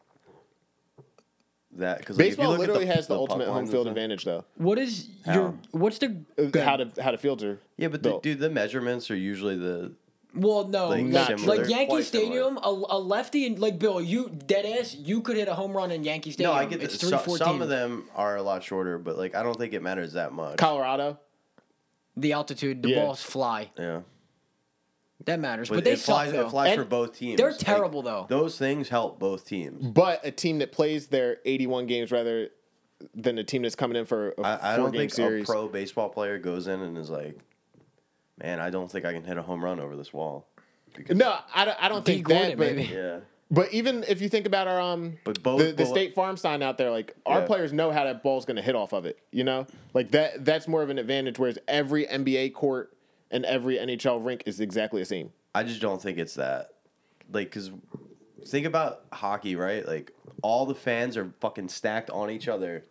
[SPEAKER 2] that because
[SPEAKER 1] Baseball literally has the, ultimate home field advantage though.
[SPEAKER 3] What is your?
[SPEAKER 2] How?
[SPEAKER 3] What's the?
[SPEAKER 1] How to how to fielder?
[SPEAKER 2] Yeah, but the,
[SPEAKER 1] built.
[SPEAKER 2] dude, the measurements are usually the
[SPEAKER 3] Well, no,
[SPEAKER 2] Like,
[SPEAKER 3] like,
[SPEAKER 1] Not
[SPEAKER 3] like
[SPEAKER 1] similar.
[SPEAKER 3] Yankee
[SPEAKER 2] Quite similar.
[SPEAKER 3] Stadium, a, a lefty and like Bill, you dead ass, you could hit a home run in Yankee Stadium.
[SPEAKER 2] No, I get that.
[SPEAKER 3] it's
[SPEAKER 2] So-
[SPEAKER 3] three fourteen.
[SPEAKER 2] some of them are a lot shorter, but like I don't think it matters that much.
[SPEAKER 1] Colorado.
[SPEAKER 3] The altitude, the
[SPEAKER 1] Yeah.
[SPEAKER 3] balls fly.
[SPEAKER 2] yeah,
[SPEAKER 3] That matters,
[SPEAKER 2] but,
[SPEAKER 3] but, they
[SPEAKER 2] it flies.
[SPEAKER 3] suck though.
[SPEAKER 2] it flies
[SPEAKER 1] And
[SPEAKER 2] for both teams.
[SPEAKER 3] they're
[SPEAKER 2] Like,
[SPEAKER 3] terrible, though.
[SPEAKER 2] Those things help both teams.
[SPEAKER 1] But a team that plays their 81 games rather than a team that's coming in for a
[SPEAKER 2] I, I
[SPEAKER 1] four
[SPEAKER 2] don't
[SPEAKER 1] game
[SPEAKER 2] think
[SPEAKER 1] series.
[SPEAKER 2] a pro baseball player goes in and is like, "Man, I don't think I can hit a home run over this wall." Because,
[SPEAKER 1] no, I don't, I don't
[SPEAKER 3] D.
[SPEAKER 1] think
[SPEAKER 3] Gordon,
[SPEAKER 1] that. But,
[SPEAKER 3] maybe.
[SPEAKER 2] Yeah.
[SPEAKER 1] but even if you think about our um,
[SPEAKER 2] But both-
[SPEAKER 1] the, the
[SPEAKER 2] both-
[SPEAKER 1] state farm sign out there, like our
[SPEAKER 2] Yeah.
[SPEAKER 1] players know how that ball's going to hit off of it. You know, like that. That's more of an advantage. Whereas every NBA court and every NHL rink is exactly the same.
[SPEAKER 2] I just don't think it's that. Like, because think about hockey, right? Like, all the fans are fucking stacked on each other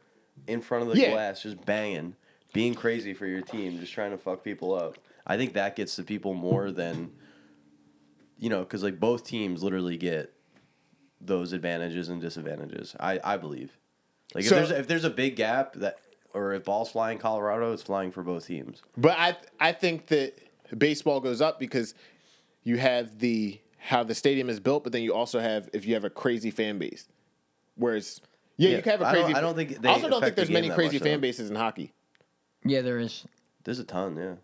[SPEAKER 2] in front of the
[SPEAKER 1] Yeah.
[SPEAKER 2] glass, just banging, being crazy for your team, just trying to fuck people up. I think that gets to people more than, you know, because, like, both teams literally get those advantages and disadvantages. I, I believe. Like,
[SPEAKER 1] So-
[SPEAKER 2] if, there's, if there's a big gap that, or if ball's flying Colorado, it's flying for both teams.
[SPEAKER 1] But I I think that baseball goes up because you have the how the stadium is built, but then you also have if you have a crazy fan base. Whereas yeah,
[SPEAKER 2] Yeah,
[SPEAKER 1] you can have a
[SPEAKER 2] I don't-
[SPEAKER 1] crazy.
[SPEAKER 2] I don't think they
[SPEAKER 1] I also don't
[SPEAKER 2] affect
[SPEAKER 1] think
[SPEAKER 2] the
[SPEAKER 1] there's
[SPEAKER 2] game
[SPEAKER 1] many
[SPEAKER 2] that
[SPEAKER 1] crazy
[SPEAKER 2] much,
[SPEAKER 1] fan
[SPEAKER 2] though.
[SPEAKER 1] bases in hockey.
[SPEAKER 3] Yeah, there is.
[SPEAKER 2] There's a ton, yeah.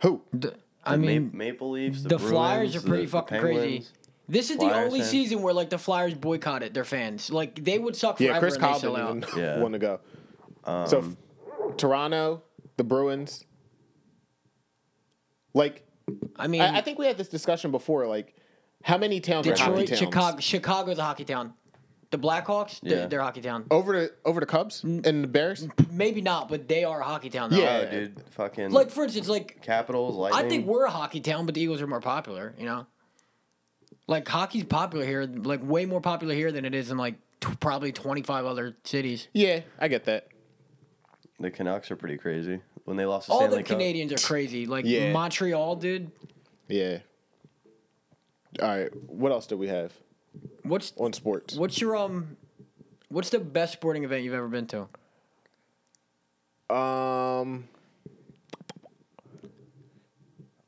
[SPEAKER 1] Who?
[SPEAKER 3] D- I
[SPEAKER 2] The Ma-
[SPEAKER 3] mean,
[SPEAKER 2] Maple Leafs, the,
[SPEAKER 3] the Flyers are
[SPEAKER 2] Bruins,
[SPEAKER 3] pretty
[SPEAKER 2] the- the
[SPEAKER 3] fucking crazy.
[SPEAKER 2] Penguins.
[SPEAKER 3] This is the
[SPEAKER 2] Flyers
[SPEAKER 3] only
[SPEAKER 2] and-
[SPEAKER 3] season where like the Flyers boycotted their fans. Like they would suck forever
[SPEAKER 1] Yeah, Chris
[SPEAKER 3] and they
[SPEAKER 1] Cobb
[SPEAKER 3] sell out.
[SPEAKER 1] didn't
[SPEAKER 2] Yeah.
[SPEAKER 1] *laughs*
[SPEAKER 2] Um,
[SPEAKER 1] even want to go. so f- Toronto, the Bruins. Like
[SPEAKER 3] I mean,
[SPEAKER 1] I, I think we had this discussion before. Like how many towns are hockey
[SPEAKER 3] Detroit,
[SPEAKER 1] towns?
[SPEAKER 3] Chicago, Chicago's a hockey town. The Blackhawks,
[SPEAKER 2] Yeah.
[SPEAKER 3] they're, they're a hockey town.
[SPEAKER 1] Over the over the Cubs
[SPEAKER 3] Mm.
[SPEAKER 1] and the Bears.
[SPEAKER 3] Maybe not, but they are a hockey town. Though.
[SPEAKER 1] Yeah.
[SPEAKER 2] Oh, dude, fucking
[SPEAKER 3] Like for instance, like
[SPEAKER 2] Capitals, Lightning.
[SPEAKER 3] I think we're a hockey town, but the Eagles are more popular. You know, like hockey's popular here, like way more popular here than it is in like t- probably twenty five other cities.
[SPEAKER 1] Yeah, I get that.
[SPEAKER 2] the Canucks are pretty crazy when they lost. The
[SPEAKER 3] All
[SPEAKER 2] Stanley
[SPEAKER 3] the
[SPEAKER 2] Cup.
[SPEAKER 3] Canadians are crazy. Like
[SPEAKER 1] Yeah.
[SPEAKER 3] Montreal, dude.
[SPEAKER 1] Yeah. All right. What else do we have
[SPEAKER 3] What's
[SPEAKER 1] on sports?
[SPEAKER 3] what's your um, what's the best sporting event you've ever been to?
[SPEAKER 1] Um.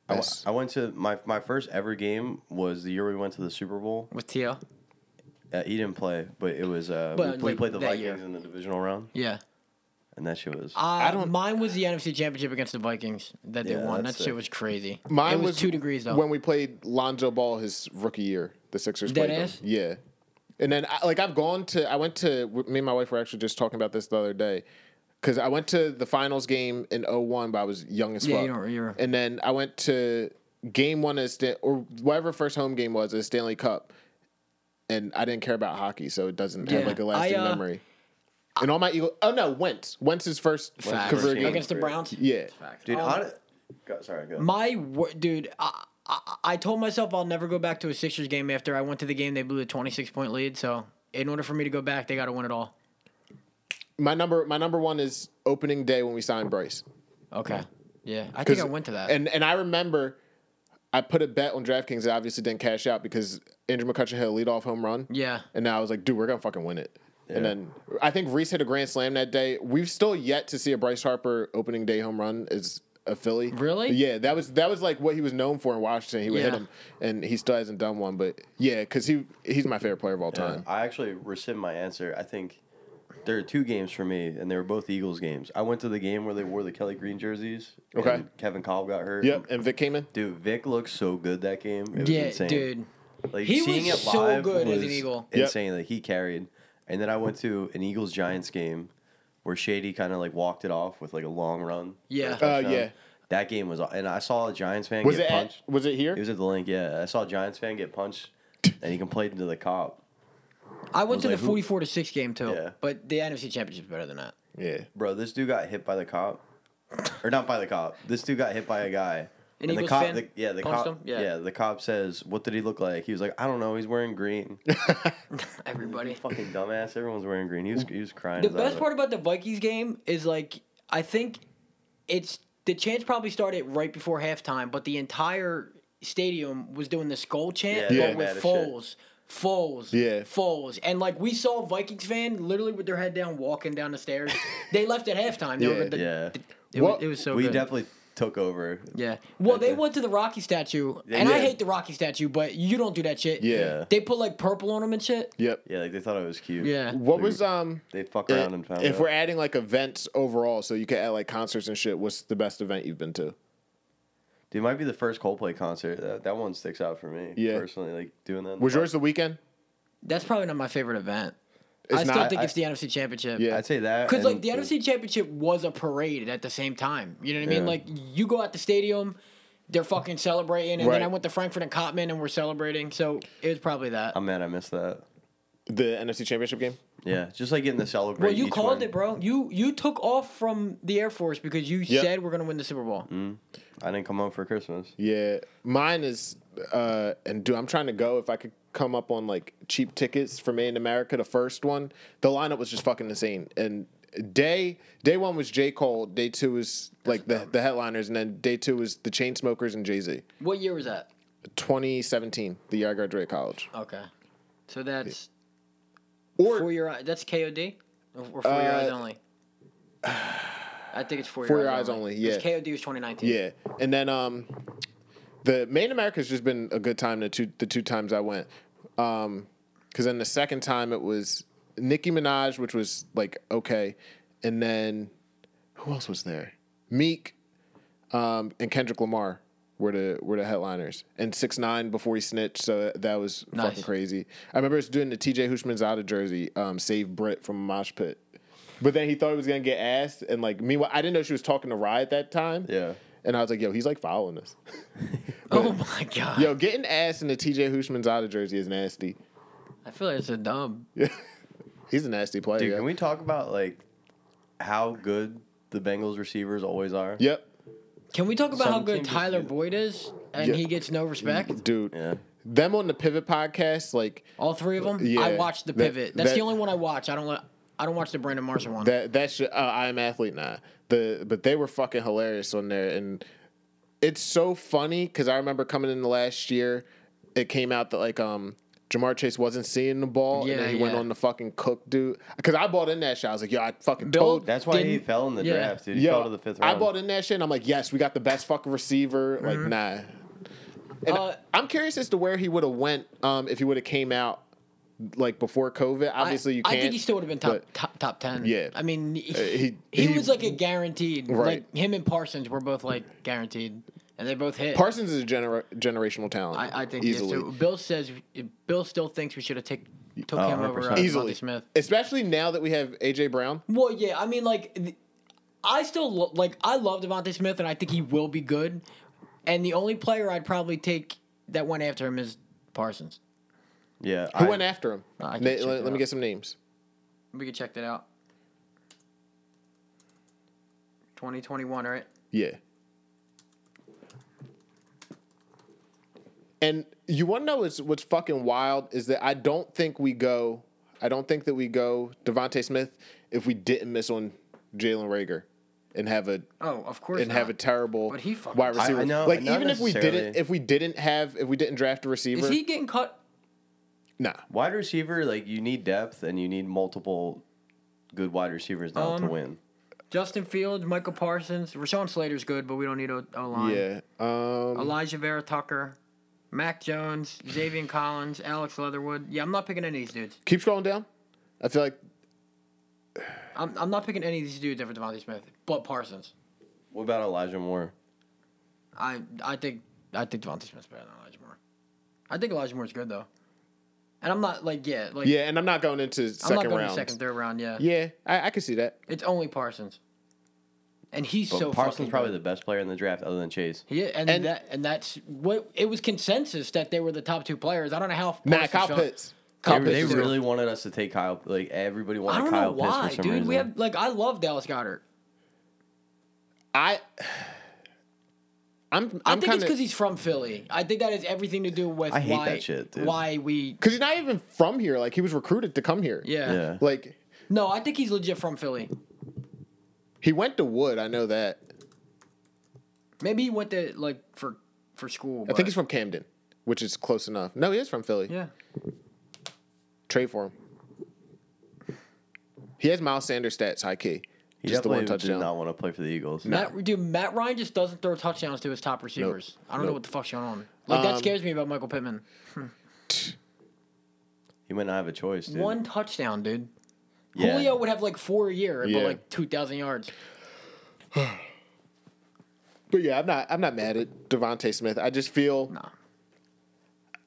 [SPEAKER 2] I, w-
[SPEAKER 1] Yes.
[SPEAKER 2] I went to my my first ever game was the year we went to the Super Bowl.
[SPEAKER 3] With Tia?
[SPEAKER 2] Uh, he didn't play, but it was uh, we,
[SPEAKER 3] But,
[SPEAKER 2] we
[SPEAKER 3] like,
[SPEAKER 2] played the
[SPEAKER 3] that
[SPEAKER 2] Vikings
[SPEAKER 3] year.
[SPEAKER 2] in the divisional round,
[SPEAKER 3] Yeah.
[SPEAKER 2] and that shit was.
[SPEAKER 3] Uh,
[SPEAKER 1] I don't-
[SPEAKER 3] Mine was the NFC Championship against the Vikings that they
[SPEAKER 2] Yeah,
[SPEAKER 3] won. That
[SPEAKER 2] that's
[SPEAKER 3] shit
[SPEAKER 2] sick.
[SPEAKER 3] was crazy.
[SPEAKER 1] Mine
[SPEAKER 3] it was, two degrees though.
[SPEAKER 1] When we played Lonzo Ball his rookie year, the Sixers
[SPEAKER 3] Dead
[SPEAKER 1] played them.
[SPEAKER 3] ass?
[SPEAKER 1] Yeah. And then I, like I've gone to I went to me and my wife were actually just talking about this the other day cuz I went to the finals game in 01 but I was young as
[SPEAKER 3] Yeah,
[SPEAKER 1] fuck.
[SPEAKER 3] you don't- you're-
[SPEAKER 1] And then I went to game 1 of Stan- or whatever first home game was, a Stanley Cup. And I didn't care about hockey, so it doesn't have
[SPEAKER 3] Yeah.
[SPEAKER 1] like a lasting
[SPEAKER 3] I, uh,
[SPEAKER 1] memory. And all my Eagle Oh no, Wentz. Wentz's first
[SPEAKER 3] Facts.
[SPEAKER 1] career
[SPEAKER 2] Against
[SPEAKER 1] game.
[SPEAKER 3] against the Browns.
[SPEAKER 1] Yeah.
[SPEAKER 2] dude,
[SPEAKER 3] Um,
[SPEAKER 2] hon- God, sorry, go.
[SPEAKER 3] My wor- dude, I, I I told myself I'll never go back to a Sixers game after I went to the game. They blew a twenty six point lead, so in order for me to go back, they got to win it all.
[SPEAKER 1] My number my number 1 is opening day when we signed Bryce.
[SPEAKER 3] Okay. Yeah, I think I
[SPEAKER 1] 'Cause-
[SPEAKER 3] went to that.
[SPEAKER 1] And and I remember I put a bet on DraftKings that obviously didn't cash out because Andrew McCutcheon hit a leadoff home run.
[SPEAKER 3] yeah,
[SPEAKER 1] And now I was like, dude, we're gonna fucking win it. And then I think Reese hit a grand slam that day. We've still yet to see a Bryce Harper opening day home run as a Philly.
[SPEAKER 3] Really?
[SPEAKER 1] Yeah, that was that was like what he was known for in Washington. He would hit
[SPEAKER 3] Yeah.
[SPEAKER 1] him, and he still hasn't done one. But yeah, because he he's my favorite player of all
[SPEAKER 2] Yeah,
[SPEAKER 1] time.
[SPEAKER 2] Uh, I actually rescind my answer. I think there are two games for me, and they were both Eagles games. I went to the game where they wore the Kelly Green jerseys.
[SPEAKER 1] Okay.
[SPEAKER 2] and Kevin Cobb got hurt.
[SPEAKER 1] Yep. And Vic Kamen.
[SPEAKER 2] Dude, Vic looked so good that game. It was
[SPEAKER 3] yeah,
[SPEAKER 2] insane.
[SPEAKER 3] dude.
[SPEAKER 2] Like
[SPEAKER 3] He
[SPEAKER 2] seeing
[SPEAKER 3] was
[SPEAKER 2] it
[SPEAKER 3] so
[SPEAKER 2] live
[SPEAKER 3] good as
[SPEAKER 2] was
[SPEAKER 3] an Eagle.
[SPEAKER 1] Yep.
[SPEAKER 2] Insane. Like he carried. And then I went to an Eagles Giants game where Shady kind of like walked it off with like a long run.
[SPEAKER 3] Yeah.
[SPEAKER 1] Uh,
[SPEAKER 2] touchdown.
[SPEAKER 1] yeah.
[SPEAKER 2] That game was, and I saw a Giants fan
[SPEAKER 1] Was
[SPEAKER 2] get
[SPEAKER 1] it at,
[SPEAKER 2] punched.
[SPEAKER 1] was it here?
[SPEAKER 2] He was at the link, yeah. I saw a Giants fan
[SPEAKER 1] *laughs*
[SPEAKER 2] get punched, and he complained to the cop.
[SPEAKER 3] I
[SPEAKER 2] was
[SPEAKER 3] went to
[SPEAKER 2] like,
[SPEAKER 3] the
[SPEAKER 2] who-
[SPEAKER 3] 44 to 6 game too,
[SPEAKER 2] Yeah.
[SPEAKER 3] but the NFC Championship's better than that.
[SPEAKER 1] yeah.
[SPEAKER 2] Bro, this dude got hit by the cop, or not by the cop. This dude got hit by a guy.
[SPEAKER 3] An
[SPEAKER 2] the
[SPEAKER 3] Eagles
[SPEAKER 2] cop,
[SPEAKER 3] fan
[SPEAKER 2] the, yeah, the
[SPEAKER 3] punched
[SPEAKER 2] cop,
[SPEAKER 3] him? Yeah.
[SPEAKER 2] the cop says, "What did he look like?" He was like, "I don't know. He's wearing green."
[SPEAKER 3] Everybody.
[SPEAKER 2] Fucking dumbass. Everyone's wearing green. He was, he was crying.
[SPEAKER 3] The
[SPEAKER 2] his eyes
[SPEAKER 3] best
[SPEAKER 2] out.
[SPEAKER 3] part about the Vikings game is like I think it's the chants probably started right before halftime, but the entire stadium was doing the skull chant,
[SPEAKER 2] Yeah,
[SPEAKER 1] Yeah.
[SPEAKER 3] but with
[SPEAKER 2] mad as shit.
[SPEAKER 3] Foles. Foles,
[SPEAKER 1] Yeah.
[SPEAKER 3] Foles, and like we saw a Vikings fan literally with their head down walking down
[SPEAKER 1] *laughs*
[SPEAKER 3] the stairs. they left at halftime. They were
[SPEAKER 1] Yeah.
[SPEAKER 3] the-
[SPEAKER 2] Yeah.
[SPEAKER 3] It,
[SPEAKER 1] Well,
[SPEAKER 3] was, it was so
[SPEAKER 2] we
[SPEAKER 3] good.
[SPEAKER 2] definitely took over.
[SPEAKER 3] yeah. Well,
[SPEAKER 2] at
[SPEAKER 3] they
[SPEAKER 2] the-
[SPEAKER 3] went to the Rocky statue, and I
[SPEAKER 2] yeah.
[SPEAKER 3] hate the Rocky statue, but you don't do that shit.
[SPEAKER 1] Yeah.
[SPEAKER 3] They put like purple on them and shit.
[SPEAKER 1] Yep.
[SPEAKER 2] Yeah, like they thought it was cute.
[SPEAKER 3] Yeah.
[SPEAKER 1] What was um?
[SPEAKER 2] They fuck
[SPEAKER 1] i-
[SPEAKER 2] around and found
[SPEAKER 1] if
[SPEAKER 2] out.
[SPEAKER 1] we're adding like events overall, so you could add like concerts and shit. What's the best event you've been to?
[SPEAKER 2] Dude, it might be the first Coldplay concert. That, that one sticks out for me.
[SPEAKER 1] Yeah.
[SPEAKER 2] Personally, like doing that. in the
[SPEAKER 1] Was
[SPEAKER 2] park.
[SPEAKER 1] yours the weekend?
[SPEAKER 3] That's probably not my favorite event.
[SPEAKER 1] It's
[SPEAKER 3] I still
[SPEAKER 1] not-
[SPEAKER 3] think
[SPEAKER 2] I-
[SPEAKER 3] it's the NFC Championship.
[SPEAKER 1] Yeah.
[SPEAKER 2] I'd say that.
[SPEAKER 3] Because like
[SPEAKER 2] and-
[SPEAKER 3] the NFC Championship was a parade at the same time. You know what I mean?
[SPEAKER 2] Yeah.
[SPEAKER 3] Like you go out the stadium, they're fucking celebrating, and
[SPEAKER 1] Right.
[SPEAKER 3] then I went to Frankfurt and Cotman and we're celebrating. So it was probably that.
[SPEAKER 2] I'm mad I missed that.
[SPEAKER 1] The NFC Championship game.
[SPEAKER 2] Yeah, just like getting the celebrate.
[SPEAKER 3] well, you
[SPEAKER 2] each
[SPEAKER 3] called
[SPEAKER 2] one.
[SPEAKER 3] it, bro. You you took off from the Air Force because you
[SPEAKER 1] Yep. Mm.
[SPEAKER 3] said we're gonna win the Super Bowl.
[SPEAKER 2] I didn't come home for Christmas.
[SPEAKER 1] Yeah, mine is. Uh, and dude, I'm trying to go. If I could come up on like cheap tickets for Made in America, the first one, the lineup was just fucking insane. And day day one was J Cole. Day two was like the the headliners, and then day two was the Chainsmokers and Jay Z.
[SPEAKER 3] What year was that?
[SPEAKER 1] 2017, the year I graduated college.
[SPEAKER 3] Okay, so that's
[SPEAKER 1] Or
[SPEAKER 3] four year. That's KOD or or four year
[SPEAKER 1] Uh,
[SPEAKER 3] eyes only. I think
[SPEAKER 1] *sighs*
[SPEAKER 3] it's four,
[SPEAKER 1] Four
[SPEAKER 3] year
[SPEAKER 1] Your
[SPEAKER 3] eyes
[SPEAKER 1] Eyes
[SPEAKER 3] only.
[SPEAKER 1] Only, yeah.
[SPEAKER 3] 'Cause KOD was 2019.
[SPEAKER 1] Yeah, and then um, the Main America's just been a good time. The two the two times I went, um, because then the second time it was Nicki Minaj, which was like okay, and then who else was there? Meek, um, and Kendrick Lamar were the were the headliners, and six nine before he snitched. So that was
[SPEAKER 3] Nice.
[SPEAKER 1] fucking crazy. I remember us doing the T.J. Hushmanzada jersey, um, save Brit from a mosh pit. But then he thought he was gonna get asked, and like meanwhile, I didn't know she was talking to Rye at that time.
[SPEAKER 2] Yeah.
[SPEAKER 1] And I was like, yo, he's like following us. *laughs*
[SPEAKER 3] Oh my god.
[SPEAKER 1] Yo, getting ass in the TJ Hushmanzada jersey is nasty.
[SPEAKER 3] I feel like it's a dumb.
[SPEAKER 1] He's a nasty player.
[SPEAKER 2] Dude,
[SPEAKER 1] yo.
[SPEAKER 2] can we talk about like how good the Bengals receivers always are?
[SPEAKER 1] Yep.
[SPEAKER 3] Can we talk about
[SPEAKER 2] Some
[SPEAKER 3] how good
[SPEAKER 2] teams Mm-hmm. just
[SPEAKER 3] Tyler
[SPEAKER 2] do that.
[SPEAKER 3] Boyd is and
[SPEAKER 1] Yeah.
[SPEAKER 3] he gets no respect?
[SPEAKER 1] Dude.
[SPEAKER 2] Yeah.
[SPEAKER 1] Them on the Pivot podcast, like
[SPEAKER 3] All three of them. I
[SPEAKER 1] Yeah,
[SPEAKER 3] watched the
[SPEAKER 1] that-
[SPEAKER 3] pivot. That's
[SPEAKER 1] that-
[SPEAKER 3] the only one I watch. I don't. let- I don't watch the Brandon Marshall one.
[SPEAKER 1] that that shit uh, I am athlete nah. The but they were fucking hilarious on there and it's so funny cuz I remember coming in the last year it came out that like um Jamar Chase wasn't seeing the ball and
[SPEAKER 3] Yeah,
[SPEAKER 1] then he went
[SPEAKER 3] yeah.
[SPEAKER 1] on the fucking cook dude cuz I bought in that shit. I was like, yo, I fucking
[SPEAKER 3] Bill-
[SPEAKER 1] told
[SPEAKER 2] That's why he
[SPEAKER 3] Didn't-
[SPEAKER 2] fell in the
[SPEAKER 3] yeah.
[SPEAKER 2] draft, dude. He
[SPEAKER 1] Yo,
[SPEAKER 2] fell to the fifth round.
[SPEAKER 1] I bought in that shit. And I'm like, yes, we got the best fucking receiver.
[SPEAKER 3] Mm-hmm.
[SPEAKER 1] Like, nah. And
[SPEAKER 3] Uh,
[SPEAKER 1] I'm curious as to where he would have went um, if he would have came out like before COVID. Obviously, you
[SPEAKER 3] I,
[SPEAKER 1] can't.
[SPEAKER 3] I think he still would have been top,
[SPEAKER 1] but-
[SPEAKER 3] top top ten.
[SPEAKER 1] Yeah. Uh,
[SPEAKER 3] I mean, he,
[SPEAKER 1] he-
[SPEAKER 3] he
[SPEAKER 1] he-
[SPEAKER 3] was like a guaranteed.
[SPEAKER 1] Right.
[SPEAKER 3] Like him and Parsons were both like guaranteed, and they both hit.
[SPEAKER 1] Parsons is a gener- generational talent.
[SPEAKER 3] I, I think he is
[SPEAKER 1] easily,
[SPEAKER 3] too. Bill says Bill still thinks we should have take, took
[SPEAKER 2] Oh,
[SPEAKER 3] him over uh,
[SPEAKER 2] 100%.
[SPEAKER 1] easily,
[SPEAKER 3] Devontae Smith.
[SPEAKER 1] especially now that we have AJ Brown.
[SPEAKER 3] Well, yeah, I mean, like, th- I still lo- like I love Devontae Smith, and I think he will be good. And the only player I'd probably take that went after him is Parsons.
[SPEAKER 2] yeah.
[SPEAKER 1] Who
[SPEAKER 2] I,
[SPEAKER 1] went after him?
[SPEAKER 3] I can
[SPEAKER 1] Na-
[SPEAKER 3] check
[SPEAKER 1] let,
[SPEAKER 3] it
[SPEAKER 1] let
[SPEAKER 3] out.
[SPEAKER 1] me get some names.
[SPEAKER 3] We could check that out. Twenty twenty one, right?
[SPEAKER 1] Yeah. And you want to know what's, what's fucking wild is that I don't think we go, I don't think that we go Devonte Smith if we didn't miss on Jalen Rager and have a
[SPEAKER 3] Oh, of course.
[SPEAKER 1] and have a
[SPEAKER 3] not.
[SPEAKER 1] terrible
[SPEAKER 3] But he fucking-
[SPEAKER 1] wide receiver.
[SPEAKER 2] I- I know,
[SPEAKER 1] like
[SPEAKER 2] not
[SPEAKER 1] even if we didn't,
[SPEAKER 2] necessarily.
[SPEAKER 1] if we didn't have, if we didn't draft a receiver,
[SPEAKER 3] Is he getting cut?
[SPEAKER 1] nah.
[SPEAKER 2] Wide receiver, like you need depth and you need multiple good wide receivers now to
[SPEAKER 3] Um,
[SPEAKER 2] win.
[SPEAKER 3] Justin Fields, Michael Parsons, Rashawn Slater's good, but we don't need a, a line.
[SPEAKER 1] Yeah. Um,
[SPEAKER 3] Elijah Vera Tucker, Mac Jones, Xavier Collins, Alex Leatherwood. Yeah, I'm not picking any of these dudes.
[SPEAKER 1] keep scrolling down. I feel like
[SPEAKER 3] I'm, I'm not picking any of these dudes over Devontae Smith, but Parsons.
[SPEAKER 2] What about Elijah Moore?
[SPEAKER 3] I I think I think Devontae Smith's better than Elijah Moore. I think Elijah Moore's good though, and I'm not like yeah, like
[SPEAKER 1] Yeah, and I'm not going into
[SPEAKER 3] I'm not
[SPEAKER 1] second
[SPEAKER 3] going to
[SPEAKER 1] round.
[SPEAKER 3] second, third round. Yeah,
[SPEAKER 1] Yeah, I, I could see that.
[SPEAKER 3] it's only Parsons, and he's
[SPEAKER 2] But
[SPEAKER 3] so
[SPEAKER 2] Parsons
[SPEAKER 3] fucking
[SPEAKER 2] probably
[SPEAKER 3] good.
[SPEAKER 2] the best player in the draft, other than Chase.
[SPEAKER 3] Yeah, and,
[SPEAKER 1] and-
[SPEAKER 3] that and that's what it was consensus that they were the top two players. I don't know how.
[SPEAKER 1] Nah,
[SPEAKER 3] Parsons
[SPEAKER 1] Kyle
[SPEAKER 3] felt-
[SPEAKER 1] Pitts.
[SPEAKER 2] They,
[SPEAKER 3] Kyle Pitts
[SPEAKER 2] they
[SPEAKER 3] is-
[SPEAKER 2] really wanted us to take Kyle. Like everybody
[SPEAKER 3] I
[SPEAKER 2] wanted
[SPEAKER 3] don't
[SPEAKER 2] Kyle
[SPEAKER 3] know why,
[SPEAKER 2] Pitts for some
[SPEAKER 3] dude.
[SPEAKER 2] reason.
[SPEAKER 3] We have like I love Dallas Goddard.
[SPEAKER 1] I. I'm.
[SPEAKER 3] I
[SPEAKER 1] I'm
[SPEAKER 3] think it's
[SPEAKER 1] kind
[SPEAKER 3] because
[SPEAKER 1] of
[SPEAKER 3] he's from Philly. I think that has everything to do with
[SPEAKER 2] I hate
[SPEAKER 3] why
[SPEAKER 2] that shit, dude.
[SPEAKER 3] why we.
[SPEAKER 1] because he's not even from here. Like he was recruited to come here.
[SPEAKER 3] Yeah.
[SPEAKER 2] Yeah.
[SPEAKER 1] Like
[SPEAKER 3] No, I think he's legit from Philly.
[SPEAKER 1] he went to Wood. I know that.
[SPEAKER 3] Maybe he went to like for for school.
[SPEAKER 1] I think he's from Camden, which is close enough. No, he is from Philly.
[SPEAKER 3] Yeah.
[SPEAKER 1] Trade for him. He has Miles Sanders stats high key.
[SPEAKER 2] He
[SPEAKER 1] just the
[SPEAKER 2] definitely
[SPEAKER 1] one touchdown.
[SPEAKER 2] Did not want to play for the Eagles.
[SPEAKER 3] Matt, dude, Matt Ryan just doesn't throw touchdowns to his top receivers. I don't know
[SPEAKER 1] Nope. Um,
[SPEAKER 3] what the fuck's going on. Like that scares me about Michael Pittman.
[SPEAKER 2] He might not have a choice. Dude.
[SPEAKER 3] One touchdown, dude.
[SPEAKER 2] yeah.
[SPEAKER 3] Julio would have like four a year,
[SPEAKER 1] Yeah.
[SPEAKER 3] but like two thousand yards.
[SPEAKER 1] But yeah, I'm not. I'm not mad at Devonte Smith. I just feel.
[SPEAKER 3] Nah.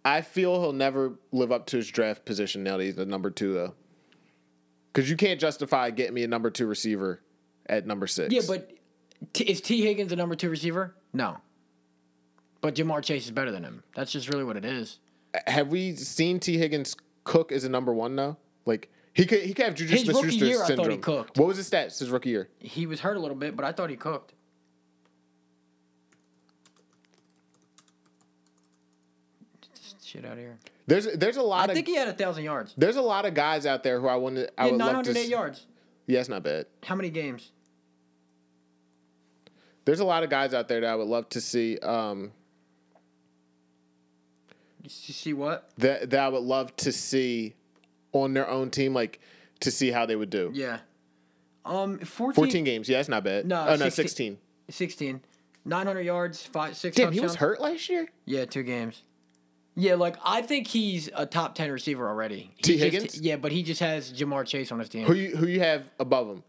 [SPEAKER 1] I feel he'll never live up to his draft position now that he's the number two though. Because you can't justify getting me a number two receiver at number six.
[SPEAKER 3] Yeah, but t- is T Higgins a number two receiver? No. But Jamar Chase is better than him. That's just really what it is.
[SPEAKER 1] have we seen T Higgins cook as a number one now? Like he could he could have Juju
[SPEAKER 3] His
[SPEAKER 1] Smith
[SPEAKER 3] rookie year, I
[SPEAKER 1] Schuster
[SPEAKER 3] thought he
[SPEAKER 1] syndrome.
[SPEAKER 3] cooked.
[SPEAKER 1] What was his stats his rookie year?
[SPEAKER 3] He was hurt a little bit, but I thought he cooked. Get this shit out of here.
[SPEAKER 1] There's there's a lot
[SPEAKER 3] I
[SPEAKER 1] of
[SPEAKER 3] think he had a thousand yards.
[SPEAKER 1] there's a lot of guys out there who I want to. I
[SPEAKER 3] He had
[SPEAKER 1] would love to.
[SPEAKER 3] 908
[SPEAKER 1] s-
[SPEAKER 3] yards.
[SPEAKER 1] Yeah, it's not bad.
[SPEAKER 3] How many games?
[SPEAKER 1] There's a lot of guys out there that I would love to see. Um,
[SPEAKER 3] You s- you see what?
[SPEAKER 1] that that I would love to see on their own team, like to see how they would do.
[SPEAKER 3] Yeah. Um, 14,
[SPEAKER 1] 14 games. Yeah, that's not bad.
[SPEAKER 3] No,
[SPEAKER 1] oh, no,
[SPEAKER 3] 16.
[SPEAKER 1] 16.
[SPEAKER 3] 16. 900 yards, five, six
[SPEAKER 1] Damn, he was
[SPEAKER 3] touchdowns.
[SPEAKER 1] hurt last year?
[SPEAKER 3] Yeah, two games. Yeah, like I think he's a top ten receiver already. He
[SPEAKER 1] T.
[SPEAKER 3] just-
[SPEAKER 1] Higgins?
[SPEAKER 3] yeah, but he just has Jamar Chase on his team.
[SPEAKER 1] Who you, who you have above him?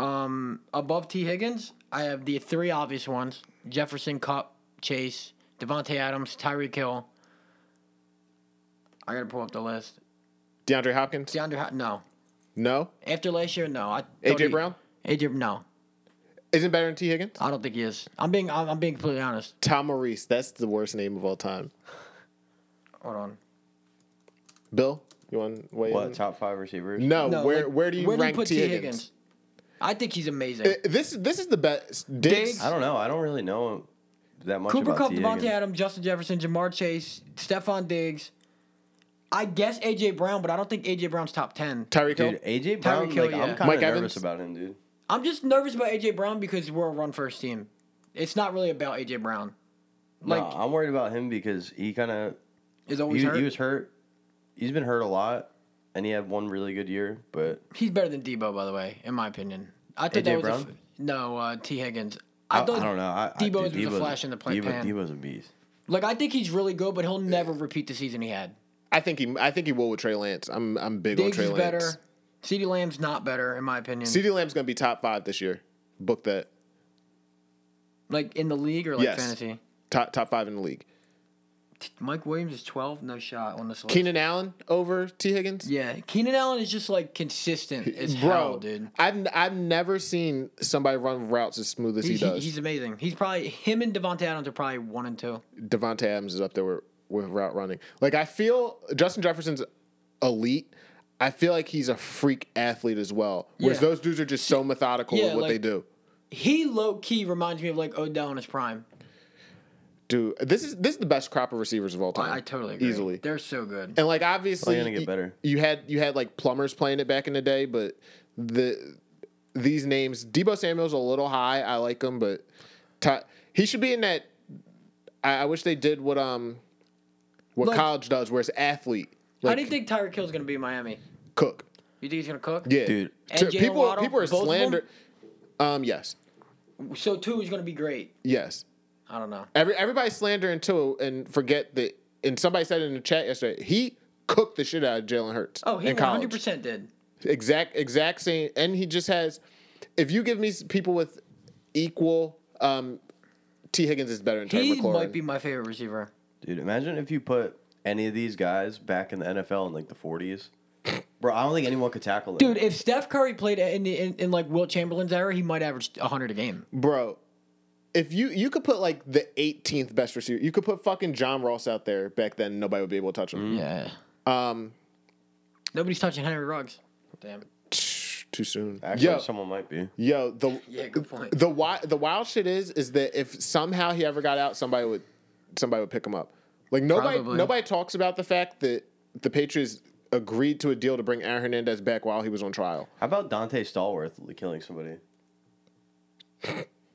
[SPEAKER 3] Um, above T. Higgins, I have the three obvious ones: Jefferson, Cup, Chase, Devontae Adams, Tyreek Hill. I gotta pull up the list.
[SPEAKER 1] DeAndre Hopkins?
[SPEAKER 3] DeAndre, Ho- no.
[SPEAKER 1] No.
[SPEAKER 3] After last year, no. I thought
[SPEAKER 1] A.J.
[SPEAKER 3] he-
[SPEAKER 1] Brown?
[SPEAKER 3] AJ, no.
[SPEAKER 1] Isn't better than T. Higgins?
[SPEAKER 3] I don't think he is. I'm being, I'm, I'm being completely honest.
[SPEAKER 1] Tom Maurice. That's the worst name of all time.
[SPEAKER 3] Hold on.
[SPEAKER 1] Bill, you want to weigh
[SPEAKER 2] What
[SPEAKER 1] in?
[SPEAKER 2] top five receivers?
[SPEAKER 1] No, Uh, where
[SPEAKER 3] like,
[SPEAKER 1] where do you rank T. Higgins?
[SPEAKER 3] I think he's amazing.
[SPEAKER 1] Uh, This this is the best. Diggs.
[SPEAKER 2] I don't know. I don't really know that much
[SPEAKER 3] Cooper
[SPEAKER 2] about
[SPEAKER 3] Cup,
[SPEAKER 2] T.
[SPEAKER 3] Devontae
[SPEAKER 2] Higgins.
[SPEAKER 3] Adams, Justin Jefferson, Jamar Chase, Stephon Diggs. I guess AJ Brown, but I don't think AJ Brown's top ten.
[SPEAKER 1] Tyreek Hill.
[SPEAKER 2] Dude, AJ Brown,
[SPEAKER 3] Tyreek Hill,
[SPEAKER 2] like,
[SPEAKER 3] yeah.
[SPEAKER 2] I'm kind
[SPEAKER 1] Mike
[SPEAKER 2] of
[SPEAKER 1] Evans?
[SPEAKER 2] nervous about him, dude.
[SPEAKER 3] I'm just nervous about AJ Brown because we're a run first team. It's not really about AJ Brown. Like
[SPEAKER 2] no, I'm worried about him because he kind of
[SPEAKER 3] is always
[SPEAKER 2] he,
[SPEAKER 3] hurt.
[SPEAKER 2] he was hurt. He's been hurt a lot, and he had one really good year. But
[SPEAKER 3] He's better than Debo, by the way, in my opinion. I thought
[SPEAKER 2] AJ
[SPEAKER 3] that was A f-
[SPEAKER 2] Brown?
[SPEAKER 3] no uh, T Higgins.
[SPEAKER 2] I,
[SPEAKER 3] thought
[SPEAKER 2] I don't know. I, I,
[SPEAKER 3] Debo was
[SPEAKER 2] dude,
[SPEAKER 3] a flash in the play
[SPEAKER 2] Debo,
[SPEAKER 3] pan.
[SPEAKER 2] Debo's a beast.
[SPEAKER 3] Like I think he's really good, but he'll never repeat the season he had.
[SPEAKER 1] I think he I think he will with Trey Lance. I'm I'm big
[SPEAKER 3] Diggs
[SPEAKER 1] on Trey
[SPEAKER 3] is
[SPEAKER 1] Lance.
[SPEAKER 3] better. CeeDee Lamb's not better, in my opinion.
[SPEAKER 1] CeeDee Lamb's gonna be top five this year. Book that.
[SPEAKER 3] like in the league or like
[SPEAKER 1] Yes.
[SPEAKER 3] fantasy.
[SPEAKER 1] Top top five in the league.
[SPEAKER 3] T- Mike Williams is 12, no shot on this list.
[SPEAKER 1] Keenan Allen over T. Higgins.
[SPEAKER 3] Yeah, Keenan Allen is just like consistent as
[SPEAKER 1] Bro,
[SPEAKER 3] hell, dude.
[SPEAKER 1] I've n- I've never seen somebody run routes as smooth as
[SPEAKER 3] He's,
[SPEAKER 1] he
[SPEAKER 3] he-
[SPEAKER 1] does.
[SPEAKER 3] he's amazing. He's probably him and Devontae Adams are probably one and two.
[SPEAKER 1] Devonte Adams is up there with, with route running. Like I feel Justin Jefferson's elite. I feel like he's a freak athlete as well. Whereas
[SPEAKER 3] Yeah.
[SPEAKER 1] those dudes are just so methodical
[SPEAKER 3] yeah,
[SPEAKER 1] with what they
[SPEAKER 3] like-
[SPEAKER 1] do.
[SPEAKER 3] He low key reminds me of like Odell in his prime.
[SPEAKER 1] Dude, this is this is the best crop of receivers of all time.
[SPEAKER 3] I, I totally agree.
[SPEAKER 1] Easily.
[SPEAKER 3] they're so good.
[SPEAKER 1] and like obviously
[SPEAKER 2] Probably gonna get
[SPEAKER 1] you-
[SPEAKER 2] better.
[SPEAKER 1] You had you had like plumbers playing it back in the day, but the these names Debo Samuel's a little high. I like him, but Ty, he should be in that. I, I wish they did what um what
[SPEAKER 3] Like-
[SPEAKER 1] college does, where it's athlete
[SPEAKER 3] How do you
[SPEAKER 1] like
[SPEAKER 3] think Tyreek Hill's gonna be in Miami?
[SPEAKER 1] cook.
[SPEAKER 3] You think he's gonna cook?
[SPEAKER 1] Yeah,
[SPEAKER 2] Dude.
[SPEAKER 3] And
[SPEAKER 1] To-
[SPEAKER 3] Jalen
[SPEAKER 1] people
[SPEAKER 3] Waddle,
[SPEAKER 1] people are
[SPEAKER 3] both of them?
[SPEAKER 1] slander. Um, yes,
[SPEAKER 3] So two is gonna be great.
[SPEAKER 1] yes.
[SPEAKER 3] I don't know.
[SPEAKER 1] Every everybody slander until and forget that. And somebody said in the chat yesterday, he cooked the shit out of Jalen Hurts.
[SPEAKER 3] Oh, he
[SPEAKER 1] in
[SPEAKER 3] one hundred
[SPEAKER 1] college.
[SPEAKER 3] percent did.
[SPEAKER 1] exact exact same and he just has if you give me s- people with equal um t higgins is better than terry
[SPEAKER 3] He
[SPEAKER 1] mclaurin
[SPEAKER 3] might be my favorite receiver.
[SPEAKER 2] Dude, imagine if you put any of these guys back in the NFL in like the *laughs* 40s, bro, I don't think anyone could tackle them.
[SPEAKER 3] Dude, if Steph Curry played in, the, in, in like Wilt Chamberlain's era, he might average 100 a game.
[SPEAKER 1] bro. If you you could put like the 18th best receiver, you could put fucking John Ross out there back then. Nobody would be able to touch him.
[SPEAKER 2] Mm.
[SPEAKER 3] Yeah.
[SPEAKER 1] Um,
[SPEAKER 3] Nobody's touching Henry Ruggs. Damn.
[SPEAKER 1] too soon.
[SPEAKER 2] Actually,
[SPEAKER 1] Yo.
[SPEAKER 2] someone might be.
[SPEAKER 1] Yo, the
[SPEAKER 3] Yeah, good point.
[SPEAKER 1] the wild the wild shit is is that if somehow he ever got out, somebody would somebody would pick him up. Like nobody
[SPEAKER 3] Probably.
[SPEAKER 1] nobody talks about the fact that the Patriots agreed to a deal to bring Aaron Hernandez back while he was on trial.
[SPEAKER 2] How about Dante Stallworth killing somebody?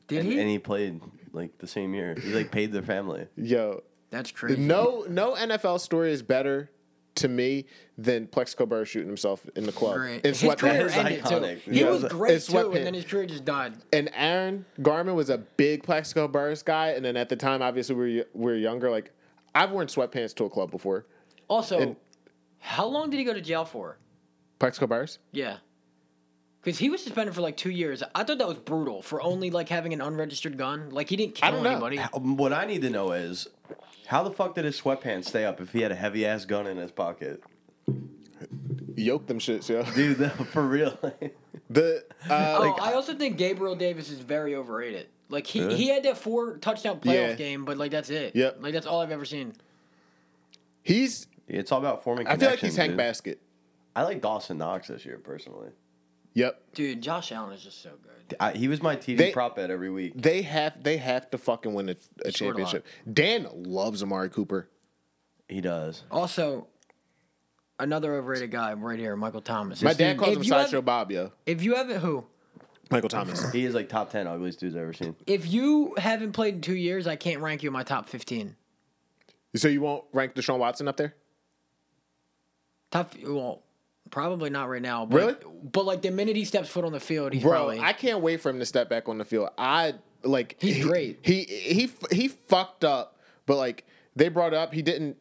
[SPEAKER 3] Did
[SPEAKER 2] And,
[SPEAKER 3] he?
[SPEAKER 2] and he played like the same year. He like paid their family.
[SPEAKER 1] Yo,
[SPEAKER 3] That's crazy.
[SPEAKER 1] no no NFL story is better to me than Plexico Burr shooting himself in the club.
[SPEAKER 3] Great.
[SPEAKER 1] In
[SPEAKER 3] His career
[SPEAKER 1] sweatpants.
[SPEAKER 2] is
[SPEAKER 3] ended
[SPEAKER 2] iconic.
[SPEAKER 3] too. He
[SPEAKER 2] Yeah.
[SPEAKER 3] was great
[SPEAKER 1] His
[SPEAKER 3] too, and
[SPEAKER 1] sweatpants.
[SPEAKER 3] then his career just died.
[SPEAKER 1] and Aaron Garmin was a big Plexico Burrs guy, and then at the time, obviously we were, we were younger. Like I've worn sweatpants to a club before.
[SPEAKER 3] Also,
[SPEAKER 1] And-
[SPEAKER 3] how long did he go to jail for?
[SPEAKER 1] Plexico Burrs.
[SPEAKER 3] Yeah. Because he was suspended for like two years. I thought that was brutal for only like having an unregistered gun. Like he didn't kill
[SPEAKER 1] I don't know.
[SPEAKER 3] anybody.
[SPEAKER 2] How- What I need to know is how the fuck did his sweatpants stay up if he had a heavy ass gun in his pocket?
[SPEAKER 1] Yoke them shits, yo.
[SPEAKER 2] *laughs* Dude, that, for real. *laughs*
[SPEAKER 1] The uh,
[SPEAKER 3] Oh, I also think Gabriel Davis is very overrated. Like he,
[SPEAKER 2] Really?
[SPEAKER 3] he had that four touchdown playoff
[SPEAKER 1] Yeah.
[SPEAKER 3] game, but like that's it.
[SPEAKER 1] Yep.
[SPEAKER 3] Like that's all I've ever seen.
[SPEAKER 1] he's.
[SPEAKER 2] it's all about forming
[SPEAKER 1] I
[SPEAKER 2] connections.
[SPEAKER 1] feel like he's Hank
[SPEAKER 2] dude.
[SPEAKER 1] Basket.
[SPEAKER 2] I like Dawson Knox this year personally.
[SPEAKER 1] Yep.
[SPEAKER 3] Dude, Josh Allen is just so good.
[SPEAKER 2] I, he was my TV
[SPEAKER 1] They-
[SPEAKER 2] prop bet every week.
[SPEAKER 1] They have they have to fucking win a, a
[SPEAKER 3] scored a lot.
[SPEAKER 1] championship. Dan loves Amari Cooper.
[SPEAKER 2] He does.
[SPEAKER 3] Also, another overrated guy right here, Michael Thomas.
[SPEAKER 1] My dad calls
[SPEAKER 3] if
[SPEAKER 1] him
[SPEAKER 3] you
[SPEAKER 1] Sideshow
[SPEAKER 3] have-
[SPEAKER 1] Bob, yo.
[SPEAKER 3] If you haven't who,
[SPEAKER 1] Michael Thomas.
[SPEAKER 2] He is like top ten ugliest dudes I've ever seen.
[SPEAKER 3] if you haven't played in two years, I can't rank you in my top fifteen.
[SPEAKER 1] So you won't rank Deshaun Watson up there?
[SPEAKER 3] Top well, probably not right now. But,
[SPEAKER 1] Really?
[SPEAKER 3] But like the minute he steps foot on the field, he's
[SPEAKER 1] Bro,
[SPEAKER 3] probably.
[SPEAKER 1] I can't wait for him to step back on the field. I like
[SPEAKER 3] He's
[SPEAKER 1] he-
[SPEAKER 3] great.
[SPEAKER 1] He he he fucked up, but like they brought up he didn't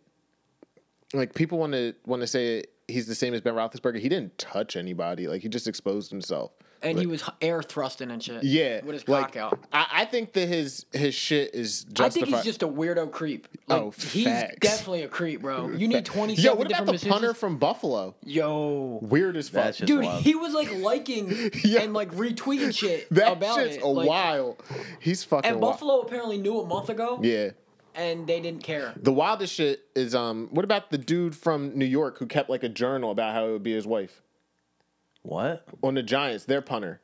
[SPEAKER 1] like people want to want to say he's the same as Ben Roethlisberger. He didn't touch anybody. Like he just exposed himself.
[SPEAKER 3] and
[SPEAKER 1] Like,
[SPEAKER 3] he was h- air thrusting and shit.
[SPEAKER 1] yeah,
[SPEAKER 3] With his
[SPEAKER 1] like,
[SPEAKER 3] cock out.
[SPEAKER 1] I, I think that his his shit is
[SPEAKER 3] I
[SPEAKER 1] justified.
[SPEAKER 3] think he's just a weirdo creep. Like,
[SPEAKER 1] Oh,
[SPEAKER 3] he's
[SPEAKER 1] facts.
[SPEAKER 3] definitely a
[SPEAKER 1] *laughs*
[SPEAKER 3] creep, bro. You need twenty.
[SPEAKER 1] Yo, what about the
[SPEAKER 3] different
[SPEAKER 1] punter
[SPEAKER 3] positions?
[SPEAKER 1] from Buffalo?
[SPEAKER 3] Yo,
[SPEAKER 1] Weird as fuck.
[SPEAKER 2] That's just
[SPEAKER 3] dude,
[SPEAKER 2] wild.
[SPEAKER 3] he was like
[SPEAKER 1] *laughs*
[SPEAKER 3] liking
[SPEAKER 1] Yeah.
[SPEAKER 3] and like retweeting shit
[SPEAKER 1] *laughs* that
[SPEAKER 3] about
[SPEAKER 1] shit's
[SPEAKER 3] it.
[SPEAKER 1] a
[SPEAKER 3] like-
[SPEAKER 1] while. He's fucking
[SPEAKER 3] And
[SPEAKER 1] wild.
[SPEAKER 3] Buffalo apparently knew a month ago,
[SPEAKER 1] Yeah.
[SPEAKER 3] and they didn't care.
[SPEAKER 1] *laughs* The wildest shit is um. What about the dude from New York who kept like a journal about how it would be his wife
[SPEAKER 2] What?
[SPEAKER 1] on the Giants? Their punter.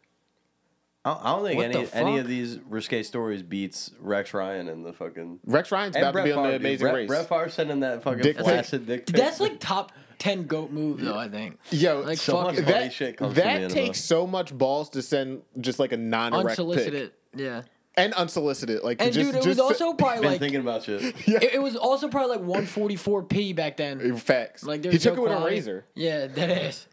[SPEAKER 2] I I don't think
[SPEAKER 3] What
[SPEAKER 2] any
[SPEAKER 3] the
[SPEAKER 2] any of
[SPEAKER 3] fuck?
[SPEAKER 2] these risque stories beats Rex Ryan and the fucking
[SPEAKER 1] Rex Ryan's about to be on the
[SPEAKER 2] dude.
[SPEAKER 1] Amazing
[SPEAKER 2] Brett,
[SPEAKER 1] Race.
[SPEAKER 2] Brett Favre sending that fucking
[SPEAKER 1] Dick pic.
[SPEAKER 2] flaccid dick. pic. *laughs*
[SPEAKER 3] That's like top ten goat move though. I think.
[SPEAKER 1] Yo,
[SPEAKER 3] like
[SPEAKER 1] so
[SPEAKER 3] fuck
[SPEAKER 2] much
[SPEAKER 3] it.
[SPEAKER 2] funny
[SPEAKER 1] that
[SPEAKER 2] shit comes from the
[SPEAKER 1] that
[SPEAKER 2] NFL.
[SPEAKER 1] takes so much balls to send just like a non erect pic
[SPEAKER 3] unsolicited. Yeah.
[SPEAKER 1] and unsolicited. Like
[SPEAKER 3] And
[SPEAKER 1] just,
[SPEAKER 3] dude, it was
[SPEAKER 1] just
[SPEAKER 3] also probably
[SPEAKER 2] Been
[SPEAKER 3] like
[SPEAKER 2] thinking about shit.
[SPEAKER 1] *laughs*
[SPEAKER 3] it, it was also probably like 144p back then.
[SPEAKER 1] facts.
[SPEAKER 3] Like
[SPEAKER 1] Like
[SPEAKER 3] there
[SPEAKER 1] he
[SPEAKER 3] was
[SPEAKER 1] took it
[SPEAKER 3] no
[SPEAKER 1] with a
[SPEAKER 3] quality.
[SPEAKER 1] razor.
[SPEAKER 3] Yeah, that is.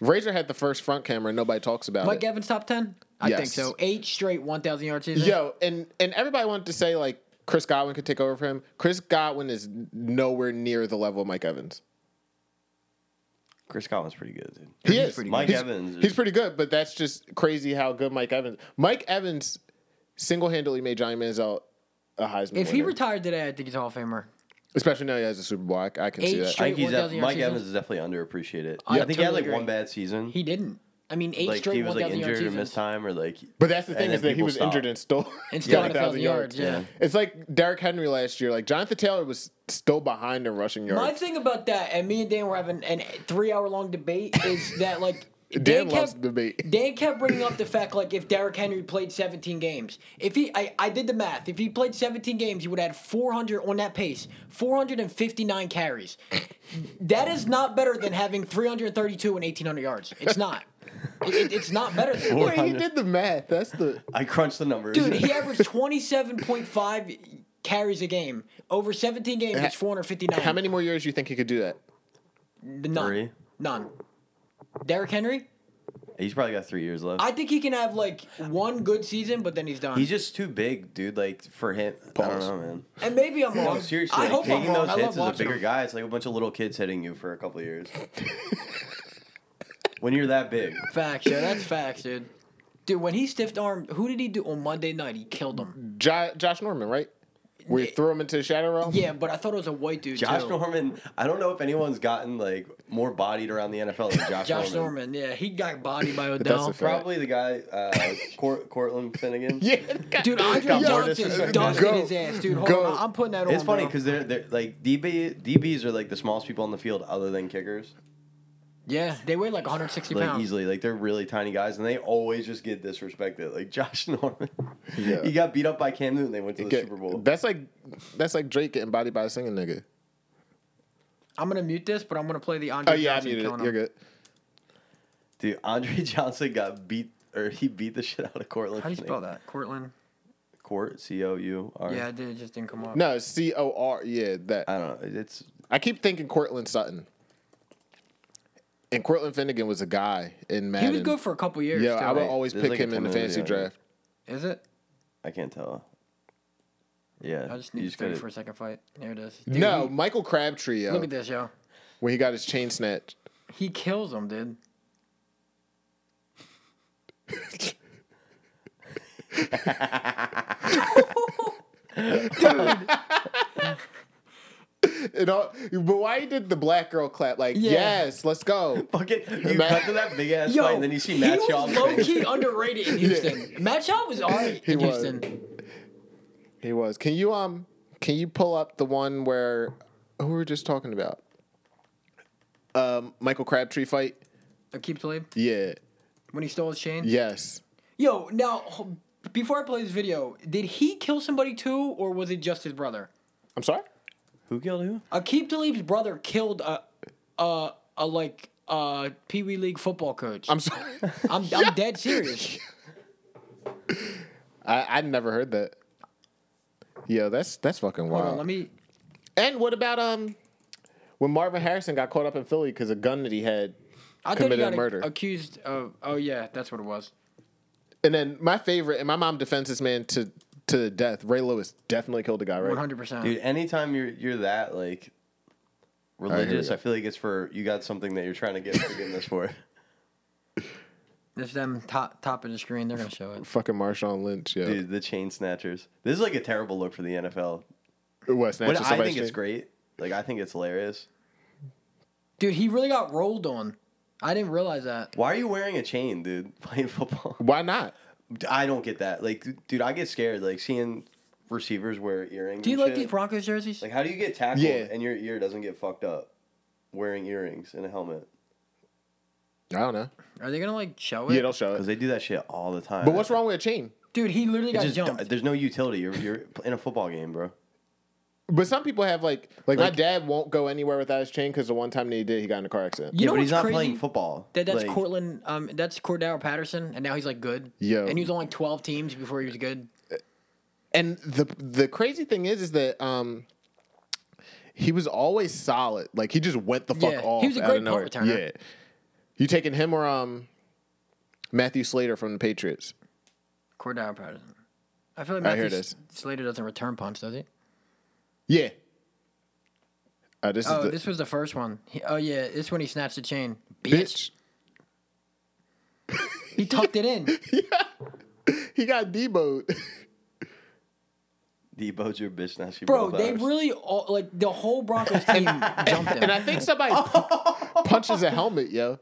[SPEAKER 1] Razor had the first front camera. and Nobody talks about
[SPEAKER 3] Mike
[SPEAKER 1] it.
[SPEAKER 3] Evans top ten. I think
[SPEAKER 1] Yes.
[SPEAKER 3] so. Eight straight 1,000 yard seasons.
[SPEAKER 1] Yo, and and everybody wanted to say like Chris Godwin could take over for him. Chris Godwin is nowhere near the level of Mike Evans.
[SPEAKER 2] Chris Collins pretty good, dude.
[SPEAKER 1] He is.
[SPEAKER 2] good. Mike
[SPEAKER 1] he's,
[SPEAKER 2] Evans is-
[SPEAKER 1] He's pretty good, but that's just crazy how good Mike Evans. Mike Evans single handedly made Johnny Manziel a Heisman.
[SPEAKER 3] If he
[SPEAKER 1] winner.
[SPEAKER 3] retired today, I think he's a Hall of Famer.
[SPEAKER 1] especially now he has a Super Bowl, I, I can see
[SPEAKER 3] Eight
[SPEAKER 1] that.
[SPEAKER 2] I
[SPEAKER 3] straight-
[SPEAKER 2] think he's
[SPEAKER 3] 1,000
[SPEAKER 2] def-
[SPEAKER 3] yard
[SPEAKER 2] Mike
[SPEAKER 3] season?
[SPEAKER 2] Evans is definitely underappreciated.
[SPEAKER 3] I
[SPEAKER 2] I think he had
[SPEAKER 3] totally
[SPEAKER 2] like
[SPEAKER 3] agree.
[SPEAKER 2] one bad season.
[SPEAKER 3] He didn't. I mean, eight
[SPEAKER 2] like
[SPEAKER 3] straight
[SPEAKER 2] he was like
[SPEAKER 3] 1,000 yard
[SPEAKER 2] injured or
[SPEAKER 3] seasons.
[SPEAKER 2] missed time or like.
[SPEAKER 1] but that's the
[SPEAKER 2] and
[SPEAKER 1] thing
[SPEAKER 2] then
[SPEAKER 1] is that he
[SPEAKER 2] people
[SPEAKER 1] was
[SPEAKER 2] stopped.
[SPEAKER 1] injured and stole *laughs*
[SPEAKER 3] And still
[SPEAKER 1] still
[SPEAKER 3] had 1,000 yards, yeah.
[SPEAKER 1] It's like Derrick Henry last year. Like Jonathan Taylor was still behind in rushing yards.
[SPEAKER 3] My thing about that, and me and Dan were having an three hour long debate, is that like
[SPEAKER 1] *laughs* Dan loves to debate.
[SPEAKER 3] *laughs* Dan kept bringing up the fact like if Derrick Henry played 17 games, if he I, I did the math, if he played 17 games, he would have had 400 on that pace, 459 carries. That is not better than having 332 and 1800 yards. It's not. It- it- it's not better than.
[SPEAKER 1] Wait, he did the math. That's the
[SPEAKER 2] I crunched the numbers.
[SPEAKER 3] Dude, he averaged 27.5 carries a game over 17 games. It's 459.
[SPEAKER 1] how many more years do you think he could do that?
[SPEAKER 3] None.
[SPEAKER 2] Three.
[SPEAKER 3] None. Derrick Henry,
[SPEAKER 2] he's probably got three years left.
[SPEAKER 3] I think he can have like one good season, but then he's done.
[SPEAKER 2] he's just too big, dude. Like for him, I don't
[SPEAKER 1] Pause.
[SPEAKER 2] know, man.
[SPEAKER 3] and maybe I'm wrong.
[SPEAKER 2] No, seriously,
[SPEAKER 3] I
[SPEAKER 2] like,
[SPEAKER 3] hope I'm
[SPEAKER 2] taking
[SPEAKER 3] wrong.
[SPEAKER 2] those
[SPEAKER 3] I love
[SPEAKER 2] hits as a
[SPEAKER 3] watching
[SPEAKER 2] bigger
[SPEAKER 3] him.
[SPEAKER 2] guy, it's like a bunch of little kids hitting you for a couple of years. when you're that big,
[SPEAKER 3] Facts, yeah, that's facts, dude. Dude, when he stiffed arm, who did he do on Monday night? He killed him.
[SPEAKER 1] Jo- Josh Norman, right? Where you threw him into the shadow realm?
[SPEAKER 3] Yeah, but I thought it was a white dude.
[SPEAKER 2] Josh
[SPEAKER 3] too.
[SPEAKER 2] Norman. I don't know if anyone's gotten like more bodied around the NFL than Josh,
[SPEAKER 3] Josh
[SPEAKER 2] Norman.
[SPEAKER 3] Norman. Yeah, he got bodied by
[SPEAKER 1] that's
[SPEAKER 3] Odell.
[SPEAKER 1] a fact.
[SPEAKER 2] Probably the guy, uh, Court, Cortland
[SPEAKER 1] *laughs*
[SPEAKER 2] Finnegan.
[SPEAKER 1] *laughs* Yeah.
[SPEAKER 3] Dude, Andre
[SPEAKER 1] Got more
[SPEAKER 3] Johnson
[SPEAKER 1] disrespect.
[SPEAKER 3] dusted
[SPEAKER 1] Go.
[SPEAKER 3] his ass, dude. Hold
[SPEAKER 1] Go.
[SPEAKER 3] on, I'm putting that on.
[SPEAKER 2] It's funny
[SPEAKER 3] bro.
[SPEAKER 2] because they're they're like DB DBs are like the smallest people on the field other than kickers,
[SPEAKER 3] yeah, they weigh like 160
[SPEAKER 2] like
[SPEAKER 3] pounds.
[SPEAKER 2] easily. Like they're really tiny guys, and they always just get disrespected. Like *laughs* Josh Norman,
[SPEAKER 1] Yeah.
[SPEAKER 2] he got beat up by Cam Newton. They went to the
[SPEAKER 1] Get-
[SPEAKER 2] Super Bowl.
[SPEAKER 1] That's like that's like Drake getting bodied by a singing nigga.
[SPEAKER 3] I'm gonna mute this, but I'm gonna play the
[SPEAKER 1] Oh
[SPEAKER 3] Andre
[SPEAKER 1] yeah, I
[SPEAKER 3] Johnson
[SPEAKER 1] muted it.
[SPEAKER 3] killing
[SPEAKER 1] You're
[SPEAKER 3] him.
[SPEAKER 1] good.
[SPEAKER 2] Dude, Andre *laughs* Johnson got beat, or he beat the shit out of Cortland.
[SPEAKER 3] How do you
[SPEAKER 2] Finnegan.
[SPEAKER 3] spell that, Cortland?
[SPEAKER 2] Court C O U R.
[SPEAKER 3] Yeah, I did. It just didn't come up.
[SPEAKER 1] No, it's C O R. Yeah, that.
[SPEAKER 2] I don't know. It's
[SPEAKER 1] I keep thinking Cortland Sutton. And Cortland Finnegan was a guy in
[SPEAKER 3] he
[SPEAKER 1] Madden.
[SPEAKER 3] was good for a couple years.
[SPEAKER 1] Yeah,
[SPEAKER 3] too.
[SPEAKER 1] I would
[SPEAKER 2] Right.
[SPEAKER 1] always
[SPEAKER 2] There's
[SPEAKER 1] pick
[SPEAKER 2] like a
[SPEAKER 1] him in the
[SPEAKER 2] 10
[SPEAKER 1] fantasy
[SPEAKER 2] million
[SPEAKER 1] draft.
[SPEAKER 3] Is it?
[SPEAKER 2] I can't tell. Yeah,
[SPEAKER 3] I just need
[SPEAKER 2] you
[SPEAKER 3] to study
[SPEAKER 2] gotta- *laughs*
[SPEAKER 3] for a second fight. There it is. Dude,
[SPEAKER 1] No,
[SPEAKER 3] he-
[SPEAKER 1] Michael Crabtree. Yo,
[SPEAKER 3] look at this, yo.
[SPEAKER 1] When he got his chain snatched. *laughs*
[SPEAKER 3] He kills him, dude.
[SPEAKER 1] And all, but why did the black girl clap? Like,
[SPEAKER 3] Yeah.
[SPEAKER 1] yes, let's go.
[SPEAKER 2] Fucking,
[SPEAKER 1] *laughs*
[SPEAKER 2] you
[SPEAKER 1] Matt-
[SPEAKER 2] cut to that big ass
[SPEAKER 3] Yo,
[SPEAKER 2] fight, and then you see
[SPEAKER 3] he
[SPEAKER 2] Matt
[SPEAKER 3] was
[SPEAKER 2] Schaub's
[SPEAKER 3] low
[SPEAKER 1] *laughs*
[SPEAKER 2] face.
[SPEAKER 3] key underrated in Houston. Matt Schaub was alright
[SPEAKER 1] He
[SPEAKER 3] in
[SPEAKER 1] was.
[SPEAKER 3] Houston.
[SPEAKER 1] He was. Can you um? Can you pull up the one where who we were just talking about? Um, Michael Crabtree fight.
[SPEAKER 3] Akeem Talib
[SPEAKER 1] Yeah.
[SPEAKER 3] when he stole his chain.
[SPEAKER 1] Yes.
[SPEAKER 3] Yo, now h- before I play this video, did he kill somebody too, or was it just his brother?
[SPEAKER 1] I'm sorry.
[SPEAKER 2] Who killed who?
[SPEAKER 3] Akeem Talib's brother killed a, a, a like a Pee Wee League football coach.
[SPEAKER 1] I'm sorry. *laughs*
[SPEAKER 3] I'm, I'm dead serious.
[SPEAKER 1] I I never heard that. Yo, that's that's fucking
[SPEAKER 3] Hold
[SPEAKER 1] wild.
[SPEAKER 3] on, let me.
[SPEAKER 1] and what about um? When Marvin Harrison got caught up in Philly because a gun that he had
[SPEAKER 3] I thought he
[SPEAKER 1] committed
[SPEAKER 3] got a-
[SPEAKER 1] murder.
[SPEAKER 3] accused of. Oh yeah, that's what it was.
[SPEAKER 1] And then my favorite, and my mom defends this man to to the death. Ray Lewis definitely killed a guy, right?
[SPEAKER 3] One hundred percent.
[SPEAKER 2] Dude, anytime you're you're that like
[SPEAKER 1] we
[SPEAKER 2] religious,
[SPEAKER 1] go.
[SPEAKER 2] I feel like it's for you got something that you're trying to get forgiveness
[SPEAKER 1] *laughs*
[SPEAKER 2] for.
[SPEAKER 3] This them top top of the screen. They're gonna show it.
[SPEAKER 1] Fucking Marshawn Lynch, yo.
[SPEAKER 2] Dude, the chain snatchers. This is like a terrible look for the NFL.
[SPEAKER 1] What,
[SPEAKER 2] But
[SPEAKER 1] snatches
[SPEAKER 2] I
[SPEAKER 1] somebody's
[SPEAKER 2] think it's
[SPEAKER 1] chain?
[SPEAKER 2] great. Like I think it's hilarious.
[SPEAKER 3] Dude, he really got rolled on. I didn't realize that.
[SPEAKER 2] Why are you wearing a chain, dude? *laughs* Playing football.
[SPEAKER 1] Why not?
[SPEAKER 2] I don't get that. Like, dude, I get scared. Like seeing receivers wear earrings.
[SPEAKER 3] Do you
[SPEAKER 2] and
[SPEAKER 3] like
[SPEAKER 2] shit.
[SPEAKER 3] these Broncos jerseys?
[SPEAKER 2] Like, how do you get tackled
[SPEAKER 1] Yeah.
[SPEAKER 2] and your ear doesn't get fucked up wearing earrings and a helmet?
[SPEAKER 1] I don't know.
[SPEAKER 3] Are they gonna like show it?
[SPEAKER 1] Yeah, they'll show
[SPEAKER 2] Because
[SPEAKER 1] it.
[SPEAKER 2] they do that shit all the time.
[SPEAKER 1] But what's wrong with a chain?
[SPEAKER 3] Dude, he literally
[SPEAKER 2] It
[SPEAKER 3] got
[SPEAKER 2] just-
[SPEAKER 3] jumped.
[SPEAKER 2] there's no utility. You're, you're in a football game, bro.
[SPEAKER 1] But some people have like, like, my
[SPEAKER 2] Like-
[SPEAKER 1] dad won't go anywhere without his chain because the one time that he did, he got in a car accident.
[SPEAKER 3] You
[SPEAKER 2] yeah,
[SPEAKER 3] know
[SPEAKER 2] but he's
[SPEAKER 3] what's
[SPEAKER 2] not
[SPEAKER 3] crazy?
[SPEAKER 2] playing football.
[SPEAKER 3] That that's
[SPEAKER 2] Like,
[SPEAKER 3] Cortland. Um, that's Cordell Patterson, and now he's like good.
[SPEAKER 1] Yo.
[SPEAKER 3] And he was on like twelve teams before he was good.
[SPEAKER 1] And the the crazy thing is, is that um, he was always solid. Like he just went the fuck
[SPEAKER 3] Yeah, he
[SPEAKER 1] off.
[SPEAKER 3] was a
[SPEAKER 1] out
[SPEAKER 3] great
[SPEAKER 1] of nowhere.
[SPEAKER 3] punt returner.
[SPEAKER 1] Yeah. You taking him or um, Matthew Slater from the Patriots?
[SPEAKER 3] Cordell Patterson. I feel like
[SPEAKER 1] I
[SPEAKER 3] Matthew
[SPEAKER 1] hear
[SPEAKER 3] S- Slater doesn't return punts, does he?
[SPEAKER 1] Yeah. Uh, this
[SPEAKER 3] Oh,
[SPEAKER 1] is the
[SPEAKER 3] this was the first one. He, oh yeah, this when he snatched the chain. Bitch.
[SPEAKER 1] bitch.
[SPEAKER 3] He tucked it in.
[SPEAKER 1] He got
[SPEAKER 3] *laughs*
[SPEAKER 1] deboed.
[SPEAKER 2] Debo's your bitch now. She
[SPEAKER 3] Bro,
[SPEAKER 2] both
[SPEAKER 3] they
[SPEAKER 2] ours.
[SPEAKER 3] really all, like the whole Broncos team *laughs* jumped him.
[SPEAKER 1] And I think
[SPEAKER 3] *laughs*
[SPEAKER 1] somebody pu- punches a helmet, yo.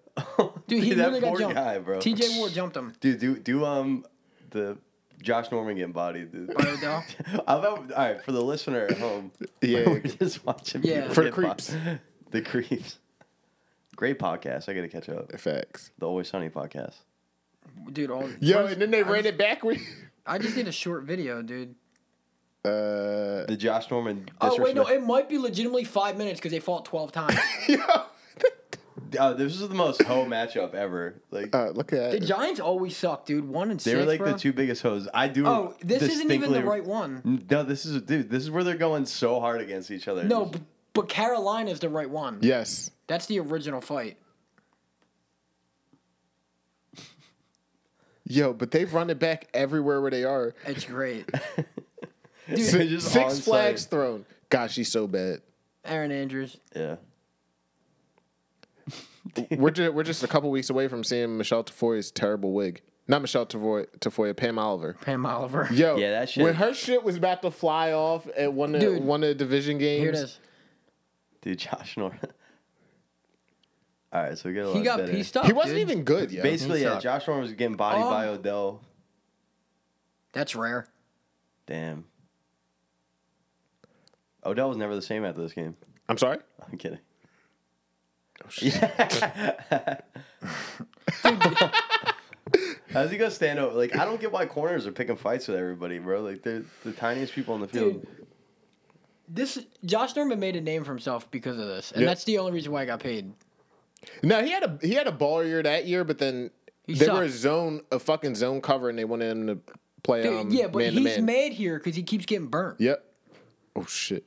[SPEAKER 3] Dude, he
[SPEAKER 2] Dude, that
[SPEAKER 3] really got
[SPEAKER 2] poor
[SPEAKER 3] jumped.
[SPEAKER 2] guy, bro. *laughs*
[SPEAKER 3] TJ Ward jumped him.
[SPEAKER 2] dude do do um the Josh Norman getting
[SPEAKER 1] *laughs*
[SPEAKER 2] bodied, dude.
[SPEAKER 3] By Odell.
[SPEAKER 2] I love- all right for the listener at home.
[SPEAKER 1] Yeah.
[SPEAKER 2] we're just watching.
[SPEAKER 3] Yeah.
[SPEAKER 2] people
[SPEAKER 1] For
[SPEAKER 2] get
[SPEAKER 1] the creeps.
[SPEAKER 2] bo- *laughs* the creeps. Great podcast. I gotta catch up.
[SPEAKER 1] Facts.
[SPEAKER 2] The Always Sunny podcast.
[SPEAKER 3] Dude, all
[SPEAKER 1] Yo, and then they ran it
[SPEAKER 3] *laughs*
[SPEAKER 1] backwards.
[SPEAKER 3] I just did a short video, dude.
[SPEAKER 1] Uh,
[SPEAKER 2] The Josh Norman.
[SPEAKER 3] Oh wait, no,
[SPEAKER 2] disrespect-
[SPEAKER 3] it might be legitimately five minutes because they fought twelve times.
[SPEAKER 2] Uh, this is the most hoe matchup ever. Like
[SPEAKER 1] *laughs* uh, look at
[SPEAKER 3] *laughs* the
[SPEAKER 1] that.
[SPEAKER 3] Giants always suck, dude. One and
[SPEAKER 2] they
[SPEAKER 3] six.
[SPEAKER 2] were like
[SPEAKER 3] bro.
[SPEAKER 2] the two biggest hoes. I do.
[SPEAKER 3] Oh, this isn't even the
[SPEAKER 2] distinctly-
[SPEAKER 3] right
[SPEAKER 2] *laughs*
[SPEAKER 3] one.
[SPEAKER 2] No, this is dude. This is where they're going so hard against each other.
[SPEAKER 3] No,
[SPEAKER 2] Just-
[SPEAKER 3] but, but Carolina's the right one.
[SPEAKER 1] Yes.
[SPEAKER 3] That's the original fight.
[SPEAKER 1] Yo, but they've run it back everywhere where they are.
[SPEAKER 3] It's
[SPEAKER 2] *laughs*
[SPEAKER 3] great.
[SPEAKER 2] They're just
[SPEAKER 1] Six
[SPEAKER 2] on
[SPEAKER 1] flags
[SPEAKER 2] site.
[SPEAKER 1] thrown. God, she's so bad.
[SPEAKER 3] Aaron Andrews.
[SPEAKER 2] Yeah.
[SPEAKER 1] We're just, we're just a couple weeks away from seeing Michelle Tafoya's terrible wig. Not Michelle Tavoy, Tafoya, Pam Oliver.
[SPEAKER 3] Pam Oliver.
[SPEAKER 1] Yo,
[SPEAKER 2] Yeah, that shit-
[SPEAKER 1] when her shit was about to fly off at one of,
[SPEAKER 3] Dude.
[SPEAKER 1] one of the division games.
[SPEAKER 3] Here it is.
[SPEAKER 2] Dude, Josh Norman. *laughs* All right, so we got a lot
[SPEAKER 3] He got
[SPEAKER 2] better.
[SPEAKER 3] pieced up.
[SPEAKER 1] He wasn't
[SPEAKER 3] dude.
[SPEAKER 1] even good, yo.
[SPEAKER 2] Basically,
[SPEAKER 3] He
[SPEAKER 2] yeah,
[SPEAKER 3] sucked.
[SPEAKER 2] Josh Norman was getting bodied
[SPEAKER 3] Oh.
[SPEAKER 2] by Odell.
[SPEAKER 3] That's rare.
[SPEAKER 2] Damn. Odell was never the same after this game. *laughs*
[SPEAKER 1] I'm sorry. Oh,
[SPEAKER 2] I'm kidding. *laughs* Yeah. How's he gonna stand over? Like, I don't get why corners are picking fights with everybody, bro. Like, they're the tiniest people on the field.
[SPEAKER 3] Dude. This Josh Norman made a name for himself because of this, and
[SPEAKER 1] Yeah.
[SPEAKER 3] that's the only reason why I got paid.
[SPEAKER 1] No, he had a he had a ball year that year, but then
[SPEAKER 3] He
[SPEAKER 1] they were a
[SPEAKER 3] sucked.
[SPEAKER 1] zone a fucking zone cover, and they wanted him to play.
[SPEAKER 3] Dude,
[SPEAKER 1] um,
[SPEAKER 3] yeah, but
[SPEAKER 1] man
[SPEAKER 3] he's
[SPEAKER 1] to man.
[SPEAKER 3] mad here because he keeps getting burnt.
[SPEAKER 1] Yep. Oh shit.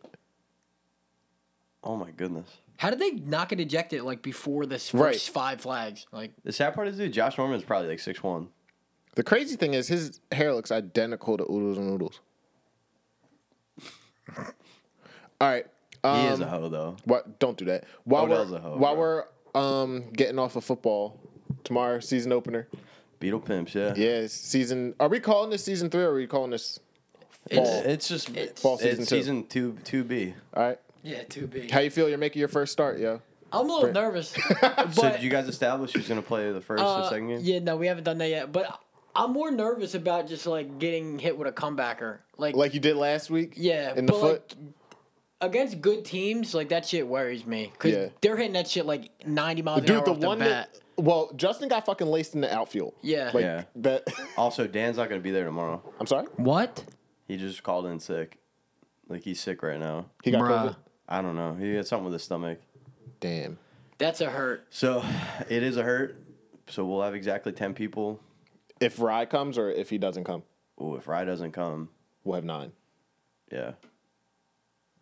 [SPEAKER 2] Oh my goodness.
[SPEAKER 3] How did they not get ejected like before this first
[SPEAKER 1] Right.
[SPEAKER 3] five flags? Like
[SPEAKER 2] The sad part is, dude, Josh Norman is probably like six one.
[SPEAKER 1] The crazy thing is his hair looks identical to Oodles and Noodles. All right. Um,
[SPEAKER 2] he is a hoe, though.
[SPEAKER 1] What? Don't do that. While
[SPEAKER 2] Odell's
[SPEAKER 1] we're
[SPEAKER 2] a hoe,
[SPEAKER 1] while
[SPEAKER 2] bro.
[SPEAKER 1] we're um getting off of football tomorrow season opener.
[SPEAKER 2] Beetle pimps, yeah.
[SPEAKER 1] Yeah, it's season. Are we calling this season three? or Are we calling this?
[SPEAKER 2] It's,
[SPEAKER 1] Fall.
[SPEAKER 2] it's just
[SPEAKER 3] It's-
[SPEAKER 1] Fall
[SPEAKER 2] season,
[SPEAKER 1] season
[SPEAKER 2] it's
[SPEAKER 1] two.
[SPEAKER 2] season two two B.
[SPEAKER 1] All right.
[SPEAKER 3] yeah, too big.
[SPEAKER 1] How you feel? You're making your first start, yo.
[SPEAKER 3] I'm a little
[SPEAKER 1] *laughs*
[SPEAKER 3] nervous. but,
[SPEAKER 2] So did you guys establish who's gonna play the first
[SPEAKER 3] uh,
[SPEAKER 2] and second game?
[SPEAKER 3] Yeah, no, we haven't done that yet. But I'm more nervous about just like getting hit with a comebacker. Like,
[SPEAKER 1] Like you did last week.
[SPEAKER 3] yeah,
[SPEAKER 1] In the
[SPEAKER 3] but
[SPEAKER 1] foot.
[SPEAKER 3] like against good teams, like that shit worries me because
[SPEAKER 1] Yeah.
[SPEAKER 3] they're hitting that shit like 90 miles an hour
[SPEAKER 1] Dude, the
[SPEAKER 3] off the
[SPEAKER 1] one
[SPEAKER 3] bat.
[SPEAKER 1] that well, Justin got fucking laced in the outfield.
[SPEAKER 3] Yeah.
[SPEAKER 1] Like
[SPEAKER 2] Yeah.
[SPEAKER 1] that. *laughs*
[SPEAKER 2] Also, Dan's not gonna be there tomorrow.
[SPEAKER 1] I'm sorry.
[SPEAKER 3] what?
[SPEAKER 2] He just called in sick. Like he's sick right now.
[SPEAKER 1] He got
[SPEAKER 3] Bruh.
[SPEAKER 1] COVID.
[SPEAKER 2] I don't know. He had something with his stomach.
[SPEAKER 1] Damn.
[SPEAKER 3] That's a hurt.
[SPEAKER 2] So *sighs* it is a hurt. So we'll have exactly ten people.
[SPEAKER 1] If Rye comes or if he doesn't come,
[SPEAKER 2] Oh, if Rye doesn't come,
[SPEAKER 1] we'll have nine.
[SPEAKER 2] yeah.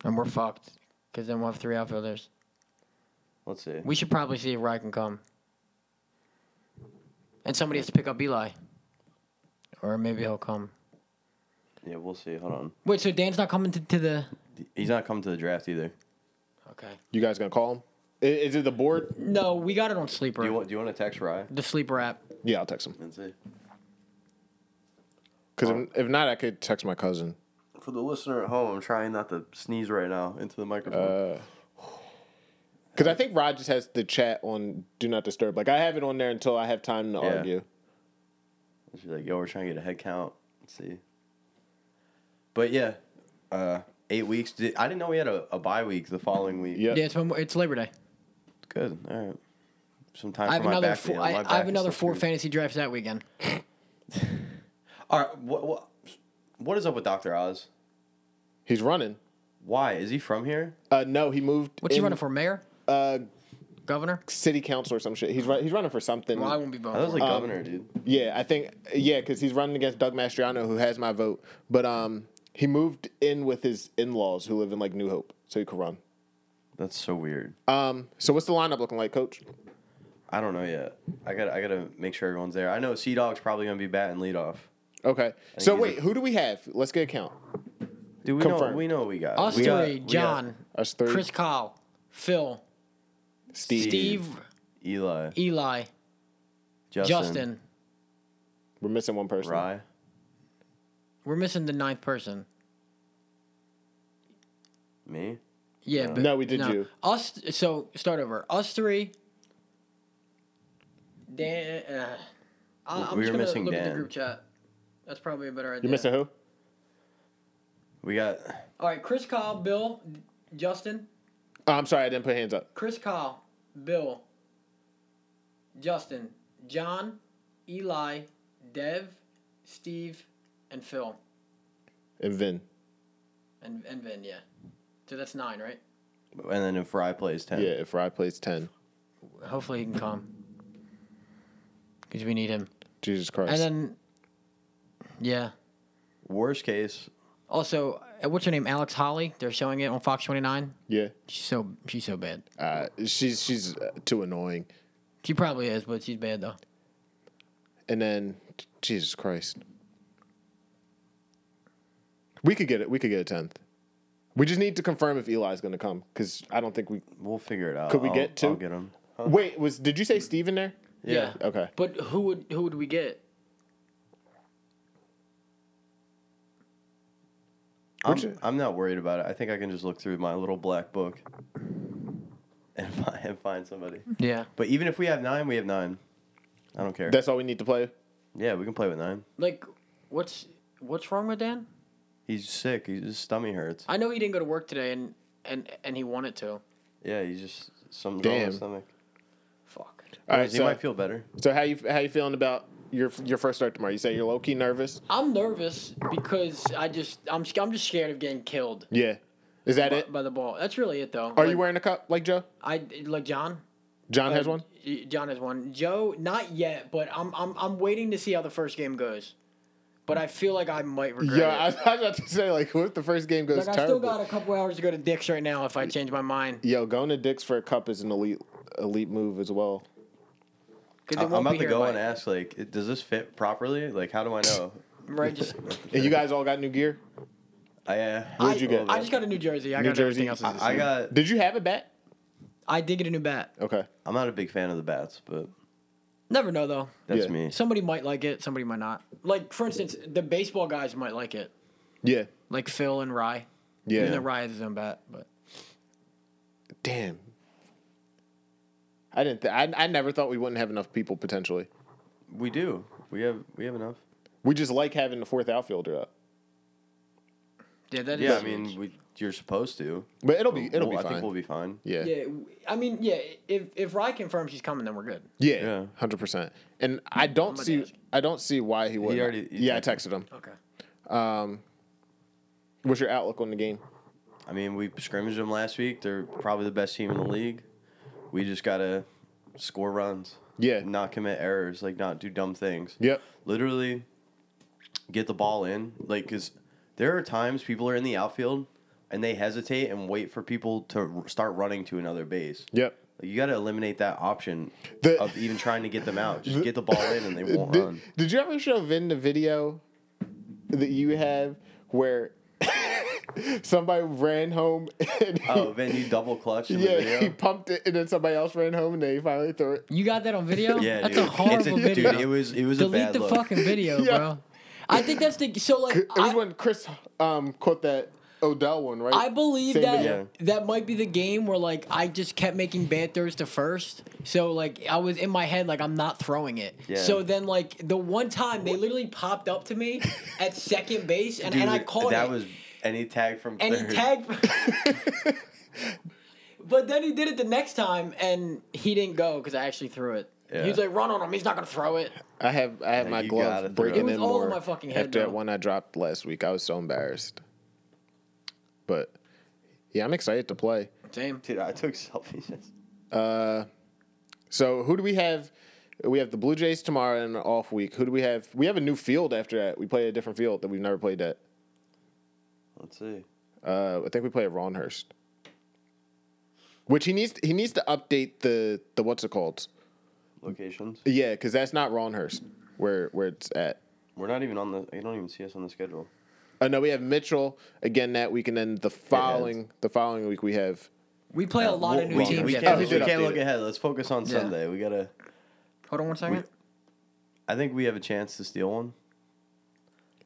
[SPEAKER 3] And we're fucked because then we'll have three outfielders.
[SPEAKER 2] Let's see.
[SPEAKER 3] We should probably see if Rye can come. And somebody has to pick up Eli. Or maybe he'll come.
[SPEAKER 2] Yeah, we'll see. Hold on.
[SPEAKER 3] Wait, so Dan's not coming to, to the.
[SPEAKER 2] He's not coming to the draft either.
[SPEAKER 3] Okay.
[SPEAKER 1] You guys gonna call him? I- Is, it the board?
[SPEAKER 3] No, we got it on
[SPEAKER 2] Do
[SPEAKER 3] Sleeper.
[SPEAKER 2] you want? Do you want to text Rye
[SPEAKER 3] the Sleeper app.
[SPEAKER 1] Yeah, I'll text him.
[SPEAKER 2] and see?
[SPEAKER 1] Because if, if not, I could text my cousin.
[SPEAKER 2] For the listener at home, I'm trying not to sneeze right now into the microphone.
[SPEAKER 1] Because I think Rod just has the chat on Do Not Disturb. Like I have it on there until I have time to
[SPEAKER 2] Yeah.
[SPEAKER 1] argue.
[SPEAKER 2] She's like, "Yo, we're trying to get a head count. Let's see." But yeah, uh, eight weeks. Did, I didn't know we had a, a bye week the following week.
[SPEAKER 1] Yeah.
[SPEAKER 3] Yeah, it's, one more- it's Labor Day.
[SPEAKER 2] Good. All right. Some time
[SPEAKER 3] I have
[SPEAKER 2] for my
[SPEAKER 3] another
[SPEAKER 2] back. to
[SPEAKER 3] four,
[SPEAKER 2] heal. My
[SPEAKER 3] I,
[SPEAKER 2] back
[SPEAKER 3] I have
[SPEAKER 2] is
[SPEAKER 3] another
[SPEAKER 2] still
[SPEAKER 3] four
[SPEAKER 2] screwed.
[SPEAKER 3] fantasy drafts that weekend.
[SPEAKER 2] All right. What, what, what is up with Doctor Oz?
[SPEAKER 1] He's running.
[SPEAKER 2] Why is he from here?
[SPEAKER 1] Uh, no, he moved.
[SPEAKER 3] What's he
[SPEAKER 1] in,
[SPEAKER 3] running for? Mayor?
[SPEAKER 1] Uh,
[SPEAKER 3] Governor?
[SPEAKER 1] city council or some shit. He's run, he's running for something.
[SPEAKER 3] Well, I won't be
[SPEAKER 2] I
[SPEAKER 3] voting.
[SPEAKER 2] was
[SPEAKER 3] for
[SPEAKER 2] like
[SPEAKER 1] Um,
[SPEAKER 3] him.
[SPEAKER 2] governor, dude.
[SPEAKER 1] Yeah, I think yeah, because he's running against Doug Mastriano, who has my vote. But um, he moved in with his in-laws who live in like New Hope, so he could run.
[SPEAKER 2] That's so weird.
[SPEAKER 1] Um, so what's the lineup looking like, Coach?
[SPEAKER 2] I don't know yet. I got. to I gotta make sure everyone's there. I know Sea Dog's probably gonna be batting leadoff.
[SPEAKER 1] Okay, so
[SPEAKER 2] he's
[SPEAKER 1] wait,
[SPEAKER 2] a-
[SPEAKER 1] who do we have? Let's get a count.
[SPEAKER 2] Dude, we
[SPEAKER 1] Confirmed.
[SPEAKER 2] know. We know what we got.
[SPEAKER 3] Us
[SPEAKER 2] we
[SPEAKER 3] three,
[SPEAKER 2] got- we got
[SPEAKER 3] John,
[SPEAKER 1] Us three,
[SPEAKER 3] Chris Kyle, Phil,
[SPEAKER 1] Steve,
[SPEAKER 3] Steve,
[SPEAKER 2] Eli,
[SPEAKER 3] Eli,
[SPEAKER 2] Justin,
[SPEAKER 3] E-, Justin.
[SPEAKER 1] We're missing one person.
[SPEAKER 2] Rye.
[SPEAKER 3] We're missing the ninth person.
[SPEAKER 2] Me?
[SPEAKER 3] Yeah, but
[SPEAKER 1] No, we did you.
[SPEAKER 3] Us. So start over. Us three. Dan. Uh, I- I'm
[SPEAKER 2] We
[SPEAKER 3] just
[SPEAKER 2] were
[SPEAKER 3] gonna
[SPEAKER 2] missing
[SPEAKER 3] look at
[SPEAKER 2] Dan.
[SPEAKER 3] the group chat. That's probably a better idea.
[SPEAKER 1] You're missing who?
[SPEAKER 2] We got
[SPEAKER 3] All right, Chris Kyle, Bill, Justin.
[SPEAKER 1] Oh, I'm sorry, I didn't put hands up.
[SPEAKER 3] Chris Kyle, Bill, Justin, John, Eli, Dev, Steve, and Phil,
[SPEAKER 1] And Vin.
[SPEAKER 3] and and Vin. Yeah. So that's nine, right?
[SPEAKER 2] and then if Rye plays ten.
[SPEAKER 1] Yeah, if Rye plays ten,
[SPEAKER 3] Hopefully he can come. Because we need him.
[SPEAKER 1] Jesus Christ.
[SPEAKER 3] And then, yeah.
[SPEAKER 2] Worst case,
[SPEAKER 3] Also, uh, what's her name? Alex Holly. They're showing it on Fox 29.
[SPEAKER 1] yeah,
[SPEAKER 3] She's so she's so bad.
[SPEAKER 1] uh, she's she's uh, too annoying.
[SPEAKER 3] She probably is, but she's bad though.
[SPEAKER 1] And then Jesus Christ. We could get it. We could get a tenth. We just need to confirm if Eli's going to come because I don't think we.
[SPEAKER 2] we'll figure it out.
[SPEAKER 1] Could we
[SPEAKER 2] I'll-
[SPEAKER 1] get two?
[SPEAKER 2] I'll get him.
[SPEAKER 1] Wait, was did you say Steve in there?
[SPEAKER 2] Yeah.
[SPEAKER 1] Okay.
[SPEAKER 3] But who would who would we get?
[SPEAKER 2] I'm,
[SPEAKER 1] Would you-
[SPEAKER 2] I'm not worried about it. I think I can just look through my little black book and *laughs* find, and find somebody.
[SPEAKER 3] Yeah.
[SPEAKER 2] But even if we have nine, we have nine. I don't care.
[SPEAKER 1] That's all we need to play.
[SPEAKER 2] yeah, we can play with nine.
[SPEAKER 3] Like, what's what's wrong with Dan?
[SPEAKER 2] He's sick. He's, his stomach hurts.
[SPEAKER 3] I know he didn't go to work today, and and and he wanted to.
[SPEAKER 2] Yeah, he's just something's wrong with his
[SPEAKER 1] Damn.
[SPEAKER 2] stomach.
[SPEAKER 3] Fuck.
[SPEAKER 1] All right,
[SPEAKER 2] he
[SPEAKER 1] so,
[SPEAKER 2] might feel better.
[SPEAKER 1] so how you how you feeling about your your first start tomorrow? You say you're low key nervous.
[SPEAKER 3] I'm nervous because I just I'm sc- I'm just scared of getting killed
[SPEAKER 1] Yeah, is that
[SPEAKER 3] by,
[SPEAKER 1] it?
[SPEAKER 3] by the ball. That's really it though.
[SPEAKER 1] Are
[SPEAKER 3] like,
[SPEAKER 1] you wearing a cup like Joe?
[SPEAKER 3] I like John.
[SPEAKER 1] John has one.
[SPEAKER 3] Y- John has one. Joe, not yet, but I'm I'm I'm waiting to see how the first game goes. But I feel like I might regret
[SPEAKER 1] Yeah, I, I
[SPEAKER 3] it.
[SPEAKER 1] was about to say like, what if the first game goes
[SPEAKER 3] Like, I still
[SPEAKER 1] terrible?
[SPEAKER 3] got a couple hours to go to Dick's right now if I change my mind.
[SPEAKER 1] Yo, going to Dick's for a cup is an elite elite move as well.
[SPEAKER 3] 'Cause it
[SPEAKER 2] I'm
[SPEAKER 3] won't be
[SPEAKER 2] about to
[SPEAKER 3] here
[SPEAKER 2] go
[SPEAKER 3] by-
[SPEAKER 2] and ask, like, it- does this fit properly? Like, how do I know? *laughs*
[SPEAKER 3] Right, just,
[SPEAKER 1] And you guys all got new gear.
[SPEAKER 2] I, uh,
[SPEAKER 3] I,
[SPEAKER 1] What'd you get?
[SPEAKER 3] I just got a New Jersey. I
[SPEAKER 1] New
[SPEAKER 3] got
[SPEAKER 1] Jersey.
[SPEAKER 3] everything else. is the
[SPEAKER 2] I
[SPEAKER 3] same.
[SPEAKER 2] got.
[SPEAKER 1] Did you have it back?
[SPEAKER 3] I did get a new bat.
[SPEAKER 1] Okay.
[SPEAKER 2] I'm not a big fan of the bats, but
[SPEAKER 3] Never know though.
[SPEAKER 2] that's
[SPEAKER 1] Yeah.
[SPEAKER 2] me.
[SPEAKER 3] Somebody might like it. Somebody might not. Like for instance, the baseball guys might like it.
[SPEAKER 1] Yeah.
[SPEAKER 3] Like Phil and Rye.
[SPEAKER 1] Yeah.
[SPEAKER 3] Even though Rye has his own bat, but
[SPEAKER 1] Damn. I didn't. Th- I I never thought we wouldn't have enough people potentially.
[SPEAKER 2] We do. We have. We have enough.
[SPEAKER 1] We just like having the fourth outfielder up.
[SPEAKER 3] yeah, that is.
[SPEAKER 2] Yeah, I
[SPEAKER 3] huge.
[SPEAKER 2] mean, we, you're supposed to.
[SPEAKER 1] But it'll be it'll
[SPEAKER 2] Well,
[SPEAKER 1] be
[SPEAKER 2] I
[SPEAKER 1] fine.
[SPEAKER 2] think we'll be fine.
[SPEAKER 1] yeah.
[SPEAKER 3] Yeah, I mean, yeah. If if Rye confirms he's coming, then we're good.
[SPEAKER 1] Yeah.
[SPEAKER 2] Yeah.
[SPEAKER 1] Hundred percent. And I don't
[SPEAKER 3] gonna
[SPEAKER 1] see
[SPEAKER 3] ask.
[SPEAKER 1] I don't see why he would.
[SPEAKER 2] already- he
[SPEAKER 1] yeah, I
[SPEAKER 2] texted.
[SPEAKER 1] texted him.
[SPEAKER 3] Okay.
[SPEAKER 1] What's your outlook on the game?
[SPEAKER 2] I mean, we scrimmaged them last week. They're probably the best team in the league. We just gotta score runs.
[SPEAKER 1] Yeah.
[SPEAKER 2] Not commit errors. Like not do dumb things.
[SPEAKER 1] Yep.
[SPEAKER 2] Literally, get the ball in. Like, cause there are times people are in the outfield and they hesitate and wait for people to r- start running to another base.
[SPEAKER 1] Yep.
[SPEAKER 2] Like, you gotta eliminate that option
[SPEAKER 1] The-
[SPEAKER 2] of even trying to get them
[SPEAKER 1] *laughs*
[SPEAKER 2] out. Just get the ball in and they won't
[SPEAKER 1] Did,
[SPEAKER 2] run.
[SPEAKER 1] did you ever show Vin the video that you have where *laughs* somebody ran home *laughs* and he,
[SPEAKER 2] Oh, Vin, you double clutch in
[SPEAKER 1] yeah,
[SPEAKER 2] the video.
[SPEAKER 1] he *laughs* pumped it and then somebody else ran home and they finally threw it.
[SPEAKER 3] You got that on video?
[SPEAKER 2] *laughs* Yeah,
[SPEAKER 3] that's
[SPEAKER 2] dude.
[SPEAKER 3] a horrible
[SPEAKER 2] It's a-
[SPEAKER 3] video.
[SPEAKER 2] Dude, it was it was a
[SPEAKER 3] Delete
[SPEAKER 2] bad
[SPEAKER 3] the
[SPEAKER 2] look.
[SPEAKER 3] fucking video,
[SPEAKER 1] *laughs* Yeah.
[SPEAKER 3] bro. I think that's the so like
[SPEAKER 1] It was
[SPEAKER 3] I,
[SPEAKER 1] when Chris um quote that Odell one, right?
[SPEAKER 3] I believe
[SPEAKER 1] Same
[SPEAKER 3] that
[SPEAKER 1] video.
[SPEAKER 3] that might be the game where like I just kept making bad throws to first. So like I was in my head like I'm not throwing it.
[SPEAKER 2] Yeah.
[SPEAKER 3] So then like the one time they literally popped up to me
[SPEAKER 2] *laughs*
[SPEAKER 3] at second base and, and
[SPEAKER 2] *laughs*
[SPEAKER 3] I
[SPEAKER 2] Dude,
[SPEAKER 3] caught
[SPEAKER 2] that
[SPEAKER 3] it.
[SPEAKER 2] was any tag from
[SPEAKER 3] and
[SPEAKER 2] third.
[SPEAKER 3] he tagged.
[SPEAKER 2] *laughs*
[SPEAKER 3] but then he did it the next time, and he didn't go because I actually threw it. He was
[SPEAKER 2] Yeah.
[SPEAKER 3] like, "Run on him! He's not gonna throw it."
[SPEAKER 1] I have I have
[SPEAKER 2] Yeah,
[SPEAKER 1] my
[SPEAKER 2] you gotta
[SPEAKER 1] glove
[SPEAKER 2] throw
[SPEAKER 1] breaking
[SPEAKER 2] it. It
[SPEAKER 3] was
[SPEAKER 1] in
[SPEAKER 3] all
[SPEAKER 1] more
[SPEAKER 3] in my fucking head,
[SPEAKER 1] after that
[SPEAKER 3] though.
[SPEAKER 1] one I dropped last week. I was so embarrassed. But yeah, I'm excited to play.
[SPEAKER 3] Same.
[SPEAKER 2] *laughs* Dude, I took selfies. *laughs*
[SPEAKER 1] So who do we have? We have the Blue Jays tomorrow and an off week. Who do we have? We have a new field after that. We play a different field that we've never played at.
[SPEAKER 2] Let's see.
[SPEAKER 1] Uh, I think we play at Ronhurst. Which he needs he needs to update the the what's it called?
[SPEAKER 2] Locations.
[SPEAKER 1] Yeah, because that's not Ronhurst where where it's at.
[SPEAKER 2] We're not even on the. You don't even see us on the schedule.
[SPEAKER 1] Oh no, we have Mitchell again that week, and then the following the following week we have
[SPEAKER 3] We play a lot of new
[SPEAKER 2] we,
[SPEAKER 3] teams.
[SPEAKER 2] we
[SPEAKER 3] yeah.
[SPEAKER 2] can't,
[SPEAKER 1] we
[SPEAKER 2] we
[SPEAKER 1] did
[SPEAKER 2] can't
[SPEAKER 1] update
[SPEAKER 2] look
[SPEAKER 1] it.
[SPEAKER 2] ahead. Let's focus on Sunday. We gotta.
[SPEAKER 3] Hold on one second.
[SPEAKER 2] I think we have a chance to steal one.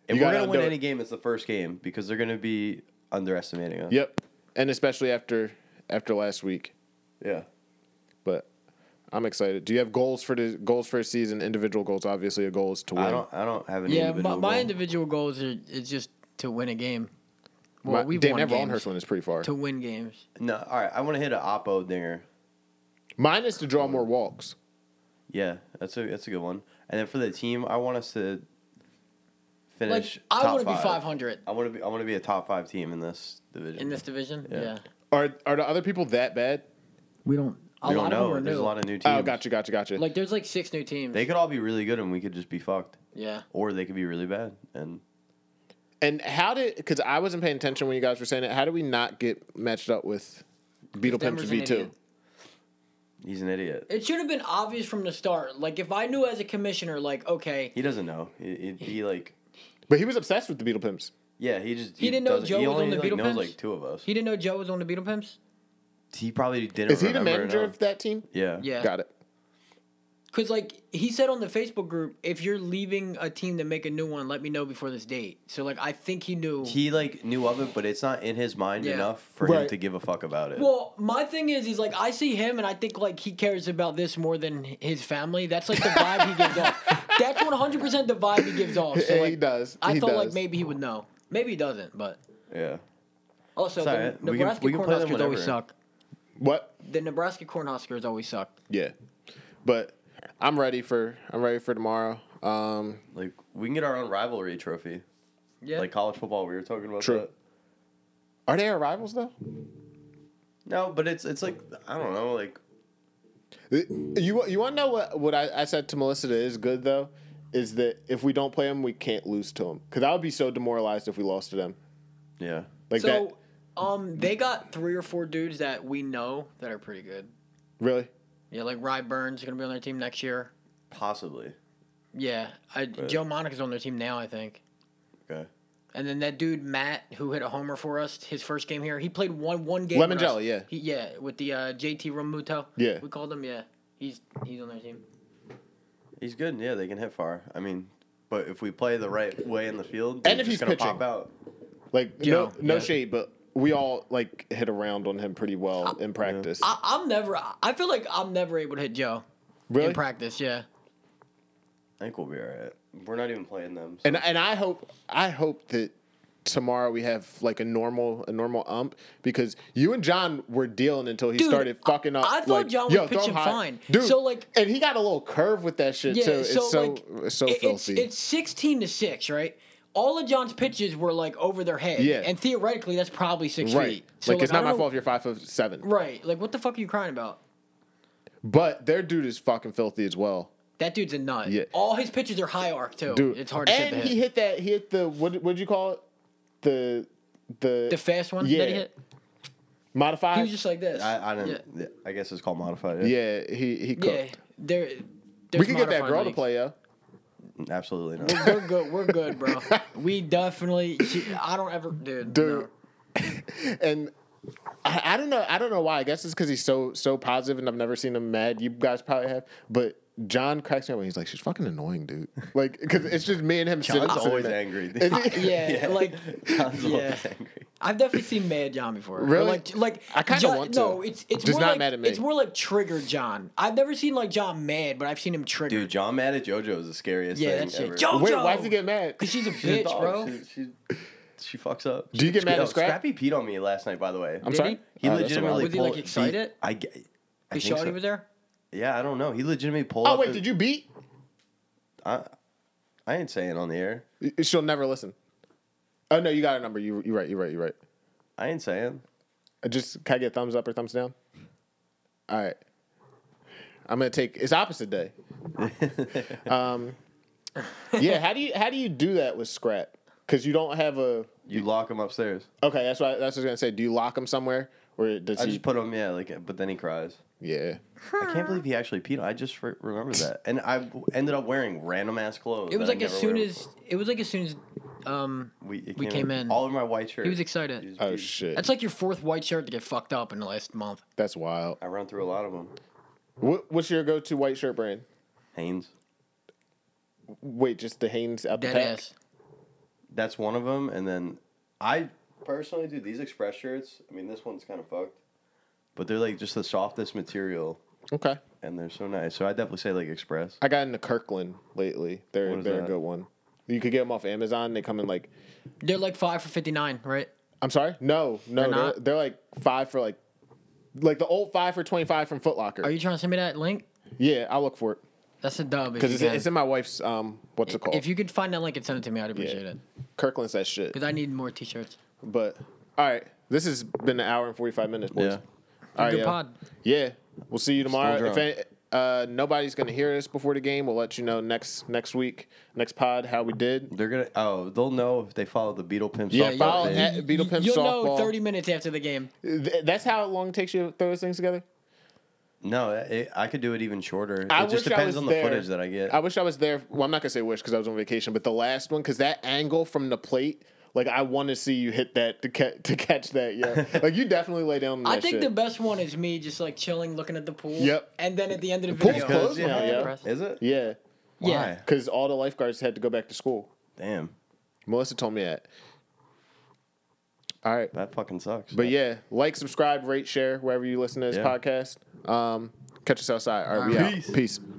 [SPEAKER 2] If
[SPEAKER 1] You
[SPEAKER 2] we're
[SPEAKER 1] gotta
[SPEAKER 2] gonna win
[SPEAKER 1] do it.
[SPEAKER 2] any game, it's the first game because they're gonna be underestimating us.
[SPEAKER 1] yep, and especially after after last week.
[SPEAKER 2] Yeah.
[SPEAKER 1] But I'm excited. Do you have goals for the goals for the season? Individual goals, obviously. A goal is to win.
[SPEAKER 2] I don't. I don't have any.
[SPEAKER 3] yeah, my,
[SPEAKER 2] individual
[SPEAKER 3] my
[SPEAKER 2] goal.
[SPEAKER 3] individual goals are is just to win a game.
[SPEAKER 1] My-
[SPEAKER 3] Well, we've
[SPEAKER 1] damn,
[SPEAKER 3] won
[SPEAKER 1] that
[SPEAKER 3] games.
[SPEAKER 1] Ronhurst one is pretty far.
[SPEAKER 3] To win games.
[SPEAKER 2] No. All right. I want to hit an oppo dinger.
[SPEAKER 1] Mine is to draw more walks.
[SPEAKER 2] Yeah, that's a that's a good one. And then for the team, I want us to finish.
[SPEAKER 3] Like I
[SPEAKER 2] top
[SPEAKER 3] want to be
[SPEAKER 2] five.
[SPEAKER 3] 500
[SPEAKER 2] I want to be. I want to be a top five team in this division.
[SPEAKER 3] in this division. Yeah.
[SPEAKER 2] Yeah.
[SPEAKER 1] Are are the other people that bad?
[SPEAKER 3] We don't. A
[SPEAKER 2] we
[SPEAKER 3] lot
[SPEAKER 2] don't
[SPEAKER 3] of them
[SPEAKER 2] know.
[SPEAKER 3] are
[SPEAKER 2] There's
[SPEAKER 3] new.
[SPEAKER 2] a lot of new teams.
[SPEAKER 1] Oh, gotcha, gotcha, gotcha.
[SPEAKER 3] Like there's like six new teams.
[SPEAKER 2] They could all be really good, and we could just be fucked,
[SPEAKER 3] yeah.
[SPEAKER 2] or they could be really bad. And
[SPEAKER 1] and how did? Because I wasn't paying attention when you guys were saying it. How did we not get matched up with Beetle Pimps
[SPEAKER 3] Denver's an
[SPEAKER 1] V two?
[SPEAKER 3] idiot.
[SPEAKER 2] he's an idiot.
[SPEAKER 3] It should have been obvious from the start. Like if I knew as a commissioner, like okay,
[SPEAKER 2] He doesn't know. He, he, he like.
[SPEAKER 1] But he was obsessed with the Beetle Pimps.
[SPEAKER 2] Yeah, he just.
[SPEAKER 3] He didn't know
[SPEAKER 2] doesn't-
[SPEAKER 3] Joe
[SPEAKER 2] he
[SPEAKER 3] was
[SPEAKER 2] only,
[SPEAKER 3] on the
[SPEAKER 2] like,
[SPEAKER 3] Beetle
[SPEAKER 2] knows
[SPEAKER 3] Pimps?
[SPEAKER 2] like two of us.
[SPEAKER 3] he
[SPEAKER 2] He,
[SPEAKER 3] didn't know Joe was on the Beetle Pimps.
[SPEAKER 2] probably didn't.
[SPEAKER 1] Is he the
[SPEAKER 2] remember
[SPEAKER 1] manager
[SPEAKER 2] enough.
[SPEAKER 1] of that team?
[SPEAKER 2] Yeah.
[SPEAKER 3] Yeah.
[SPEAKER 1] Got it.
[SPEAKER 3] Cause like he said on the Facebook group, if you're leaving a team to make a new one, let me know before this date. So like I think he knew.
[SPEAKER 2] He like knew of it, but it's not in his mind
[SPEAKER 3] Yeah.
[SPEAKER 2] enough for him
[SPEAKER 1] Right.
[SPEAKER 2] to give a fuck about it.
[SPEAKER 3] well, my thing is, is like I see him, and I think like he cares about this more than his family. That's like the vibe he
[SPEAKER 1] *laughs*
[SPEAKER 3] gives off. That's one hundred percent the vibe he gives off. So,
[SPEAKER 1] Yeah,
[SPEAKER 3] like,
[SPEAKER 1] he does.
[SPEAKER 3] I
[SPEAKER 1] He
[SPEAKER 3] thought like
[SPEAKER 1] does.
[SPEAKER 3] maybe he would know. Maybe he doesn't, but
[SPEAKER 2] yeah.
[SPEAKER 3] also
[SPEAKER 2] It's
[SPEAKER 3] the,
[SPEAKER 2] alright. We can-
[SPEAKER 3] Nebraska
[SPEAKER 2] we can play them
[SPEAKER 3] Cornhuskers always
[SPEAKER 2] whenever.
[SPEAKER 3] suck.
[SPEAKER 1] What?
[SPEAKER 3] The Nebraska Cornhuskers always suck.
[SPEAKER 1] Yeah, but I'm ready for I'm ready for tomorrow. Um,
[SPEAKER 2] Like we can get our own rivalry trophy.
[SPEAKER 3] Yeah.
[SPEAKER 2] Like college football, we were talking about
[SPEAKER 1] True.
[SPEAKER 2] that.
[SPEAKER 1] are they our rivals though?
[SPEAKER 2] No, but it's it's like I don't know, like
[SPEAKER 1] Uh, You you want to know what what I, I said to Melissa that is good though is that if we don't play them, we can't lose to them because I would be so demoralized if we lost to them.
[SPEAKER 2] yeah.
[SPEAKER 1] Like that,
[SPEAKER 3] so, um, they got three or four dudes that we know that are pretty good.
[SPEAKER 1] really?
[SPEAKER 3] Yeah, like Rye Burns is gonna be on their team next year.
[SPEAKER 2] Possibly.
[SPEAKER 3] Yeah, I, Joe Monica's on their team now, I think.
[SPEAKER 2] Okay.
[SPEAKER 3] And then that dude Matt, who hit a homer for us his first game here, he played one one game.
[SPEAKER 1] Lemon
[SPEAKER 3] with us.
[SPEAKER 1] Jelly, yeah.
[SPEAKER 3] He, yeah, with the uh, JT Romuto.
[SPEAKER 1] Yeah.
[SPEAKER 3] we called him. Yeah, he's he's on their team.
[SPEAKER 2] He's good. Yeah, they can hit far. I mean, but if we play the right way in the field,
[SPEAKER 1] And
[SPEAKER 2] they're
[SPEAKER 1] if
[SPEAKER 2] just
[SPEAKER 1] he's
[SPEAKER 2] gonna
[SPEAKER 1] pitching.
[SPEAKER 2] pop out.
[SPEAKER 1] Like
[SPEAKER 3] Joe,
[SPEAKER 1] no no
[SPEAKER 3] yeah.
[SPEAKER 1] shade, but we all like hit around on him pretty well in practice.
[SPEAKER 3] I, I'm never. I feel like I'm never able to hit Joe
[SPEAKER 1] really?
[SPEAKER 3] in practice. Yeah,
[SPEAKER 2] I think we'll be all right. We're not even playing them. so-
[SPEAKER 1] and and I hope I hope that tomorrow we have like a normal a normal ump because you and John were dealing until he
[SPEAKER 3] Dude,
[SPEAKER 1] started fucking up.
[SPEAKER 3] I thought
[SPEAKER 1] like,
[SPEAKER 3] John was
[SPEAKER 1] yo, throw
[SPEAKER 3] pitching
[SPEAKER 1] high.
[SPEAKER 3] fine.
[SPEAKER 1] dude.
[SPEAKER 3] So, like-
[SPEAKER 1] and he got a little curve with that shit
[SPEAKER 3] yeah.
[SPEAKER 1] too.
[SPEAKER 3] so,
[SPEAKER 1] it's so
[SPEAKER 3] like,
[SPEAKER 1] it's so
[SPEAKER 3] it-
[SPEAKER 1] filthy.
[SPEAKER 3] It's, it's sixteen to six, right? All of John's pitches were like over their head.
[SPEAKER 1] Yeah.
[SPEAKER 3] and theoretically, that's probably six
[SPEAKER 1] right,
[SPEAKER 3] feet. So,
[SPEAKER 1] like, it's
[SPEAKER 3] I
[SPEAKER 1] not
[SPEAKER 3] don't
[SPEAKER 1] my
[SPEAKER 3] know-
[SPEAKER 1] fault if you're five foot seven,
[SPEAKER 3] Right, like what the fuck are you crying about?
[SPEAKER 1] but their dude is fucking filthy as well.
[SPEAKER 3] That dude's a nut.
[SPEAKER 1] Yeah.
[SPEAKER 3] All his pitches are high arc too.
[SPEAKER 1] Dude,
[SPEAKER 3] it's hard to
[SPEAKER 1] and
[SPEAKER 3] hit the hit.
[SPEAKER 1] he hit that. He hit the what? What'd you call it? The the,
[SPEAKER 3] the fast one
[SPEAKER 1] Yeah.
[SPEAKER 3] that he hit.
[SPEAKER 1] modified.
[SPEAKER 3] He was just like this.
[SPEAKER 2] I, I don't. I guess it's called modified.
[SPEAKER 1] yeah, he he
[SPEAKER 3] Yeah,
[SPEAKER 1] cooked.
[SPEAKER 3] yeah. There.
[SPEAKER 1] we could get that girl to play, yo.
[SPEAKER 2] Absolutely not.
[SPEAKER 3] We're good. We're good,
[SPEAKER 1] *laughs*
[SPEAKER 3] bro. we definitely. she- I don't ever, dude.
[SPEAKER 1] Dude.
[SPEAKER 3] no.
[SPEAKER 1] *laughs* and I, I don't know. I don't know why. I guess it's because he's so so positive, and I've never seen him mad. You guys probably have, but John cracks me up when he's like, "She's fucking annoying, dude." *laughs* Like, because it's just me and him.
[SPEAKER 2] *laughs* John's
[SPEAKER 1] sitting,
[SPEAKER 2] always
[SPEAKER 1] sitting *laughs*
[SPEAKER 2] angry.
[SPEAKER 1] there. Is he-
[SPEAKER 3] Yeah,
[SPEAKER 2] *laughs*
[SPEAKER 3] like
[SPEAKER 2] John's
[SPEAKER 3] Yeah.
[SPEAKER 2] always angry.
[SPEAKER 3] I've definitely seen Mad John before. Or
[SPEAKER 1] Really?
[SPEAKER 3] Like, like
[SPEAKER 1] I kinda
[SPEAKER 3] John-
[SPEAKER 1] want to.
[SPEAKER 3] No, it's it's
[SPEAKER 1] Just
[SPEAKER 3] more
[SPEAKER 1] not
[SPEAKER 3] like
[SPEAKER 1] mad at me.
[SPEAKER 3] it's more like trigger John. I've never seen like John mad, but I've seen him trigger.
[SPEAKER 2] Dude, John mad at JoJo is the scariest
[SPEAKER 3] yeah,
[SPEAKER 2] thing
[SPEAKER 3] that's it.
[SPEAKER 2] ever.
[SPEAKER 3] JoJo.
[SPEAKER 1] Wait, why does he get mad?
[SPEAKER 3] Because she's a
[SPEAKER 2] She's a
[SPEAKER 3] bitch,
[SPEAKER 2] dog. *laughs*
[SPEAKER 3] bro.
[SPEAKER 2] She, she, she fucks up.
[SPEAKER 1] Do you get mad
[SPEAKER 2] Yo,
[SPEAKER 1] at Scrap?
[SPEAKER 2] Scrappy peed on me last night, by the way.
[SPEAKER 1] I'm
[SPEAKER 3] Did
[SPEAKER 1] sorry.
[SPEAKER 3] he?
[SPEAKER 2] He
[SPEAKER 1] Oh, that's what
[SPEAKER 2] legitimately
[SPEAKER 3] Was he, like,
[SPEAKER 2] pulled-
[SPEAKER 3] excited?
[SPEAKER 2] I get. I
[SPEAKER 3] Because
[SPEAKER 2] think
[SPEAKER 3] Shawty
[SPEAKER 2] so.
[SPEAKER 3] was there.
[SPEAKER 2] Yeah, I don't know. He legitimately pulled.
[SPEAKER 1] I- Oh
[SPEAKER 2] up
[SPEAKER 1] wait,
[SPEAKER 2] his-
[SPEAKER 1] did you beat?
[SPEAKER 2] I, I ain't saying on the air.
[SPEAKER 1] She'll never listen. Oh no, you got her number. You you right. You right. You right.
[SPEAKER 2] I ain't saying.
[SPEAKER 1] Uh, Just can I get thumbs up or thumbs down? All right. I'm gonna take it's opposite
[SPEAKER 2] *laughs*
[SPEAKER 1] day. um, yeah, how do you how do you do that with scrap? Because you don't have a
[SPEAKER 2] You lock him upstairs.
[SPEAKER 1] okay. That's what I, that's what I was gonna say. Do you lock him somewhere or does
[SPEAKER 2] I
[SPEAKER 1] he?
[SPEAKER 2] just put him, yeah, like, but then he cries.
[SPEAKER 1] yeah,
[SPEAKER 2] I can't believe he actually peed. on- I just re- remember that, and I w- ended up wearing random ass clothes.
[SPEAKER 3] It was
[SPEAKER 2] that I
[SPEAKER 3] like as
[SPEAKER 2] never wear
[SPEAKER 3] soon
[SPEAKER 2] before.
[SPEAKER 3] as it was like as soon as um
[SPEAKER 2] we, it
[SPEAKER 3] we came in.
[SPEAKER 2] all in my white shirt.
[SPEAKER 3] he was excited.
[SPEAKER 2] He just
[SPEAKER 1] Oh
[SPEAKER 2] peed.
[SPEAKER 1] shit,
[SPEAKER 3] That's like your fourth white shirt to get fucked up in the last month.
[SPEAKER 1] that's wild.
[SPEAKER 2] I run through a lot of them.
[SPEAKER 1] What, what's your go to white shirt brand?
[SPEAKER 2] Hanes.
[SPEAKER 1] Wait, just the Hanes out the
[SPEAKER 3] Dead
[SPEAKER 1] pack.
[SPEAKER 3] ass.
[SPEAKER 2] That's one of them, and then I personally do these express shirts. I mean, this one's kind of fucked, but they're like just the softest material,
[SPEAKER 1] Okay,
[SPEAKER 2] and they're so nice. So I definitely say like express.
[SPEAKER 1] I got into Kirkland lately. They're
[SPEAKER 2] What is
[SPEAKER 1] they're a
[SPEAKER 2] that?
[SPEAKER 1] good one. You could get them off Amazon. They come in like
[SPEAKER 3] They're like five for fifty nine, right?
[SPEAKER 1] I'm sorry? No, no,
[SPEAKER 3] They're
[SPEAKER 1] they're,
[SPEAKER 3] not?
[SPEAKER 1] they're, like five for like, like the old five for twenty five from Foot Locker.
[SPEAKER 3] Are you trying to send me that link?
[SPEAKER 1] yeah, I'll look for it
[SPEAKER 3] That's a dub.
[SPEAKER 1] because it's, it's in my wife's um, what's it called?
[SPEAKER 3] if you could find that link and send it to me, I'd appreciate
[SPEAKER 1] Yeah.
[SPEAKER 3] it.
[SPEAKER 1] Kirkland's that shit.
[SPEAKER 3] Because I need more t-shirts.
[SPEAKER 1] But all right, this has been an hour and forty five minutes, boys.
[SPEAKER 2] Yeah.
[SPEAKER 1] All right,
[SPEAKER 3] Good
[SPEAKER 1] yeah.
[SPEAKER 3] pod.
[SPEAKER 1] Yeah, we'll see you tomorrow. If
[SPEAKER 2] drunk.
[SPEAKER 1] any, uh, nobody's gonna hear us before the game, we'll let you know next next week, next pod how we did.
[SPEAKER 2] They're gonna. Oh, they'll know if they follow the Beetle Pimp.
[SPEAKER 1] Yeah,
[SPEAKER 2] softball
[SPEAKER 1] follow
[SPEAKER 2] page.
[SPEAKER 1] at Beetle Pimp
[SPEAKER 3] You'll know
[SPEAKER 1] softball.
[SPEAKER 3] thirty minutes after the game.
[SPEAKER 1] Th- That's how long it takes you to throw those things together.
[SPEAKER 2] No, it, I could do it even shorter.
[SPEAKER 1] I
[SPEAKER 2] it just
[SPEAKER 1] wish I
[SPEAKER 2] depends
[SPEAKER 1] was
[SPEAKER 2] on the
[SPEAKER 1] there.
[SPEAKER 2] footage that I get.
[SPEAKER 1] I wish I was there. Well, I'm not gonna say wish because I was on vacation, but the last one because that angle from the plate Like I want to see you hit that to, ca- to catch that.
[SPEAKER 2] *laughs*
[SPEAKER 1] Yeah, like you definitely lay down. on That
[SPEAKER 3] I think
[SPEAKER 1] shit.
[SPEAKER 3] the best one is me just like chilling, looking at the pool.
[SPEAKER 1] Yep.
[SPEAKER 3] And then at the end of the,
[SPEAKER 1] pool's
[SPEAKER 3] video,
[SPEAKER 1] closed now,
[SPEAKER 3] I'm
[SPEAKER 1] yeah.
[SPEAKER 3] depressed.
[SPEAKER 2] Is it?
[SPEAKER 1] yeah,
[SPEAKER 3] Yeah.
[SPEAKER 2] Why?
[SPEAKER 1] because all the lifeguards had to go back to school.
[SPEAKER 2] Damn,
[SPEAKER 1] Melissa told me that. All right.
[SPEAKER 2] that fucking sucks.
[SPEAKER 1] But yeah, like, subscribe, rate, share wherever you listen to this
[SPEAKER 2] Yeah.
[SPEAKER 1] podcast. Um, catch us outside. All right, we
[SPEAKER 2] All
[SPEAKER 1] out.
[SPEAKER 2] right. Peace.
[SPEAKER 1] Peace.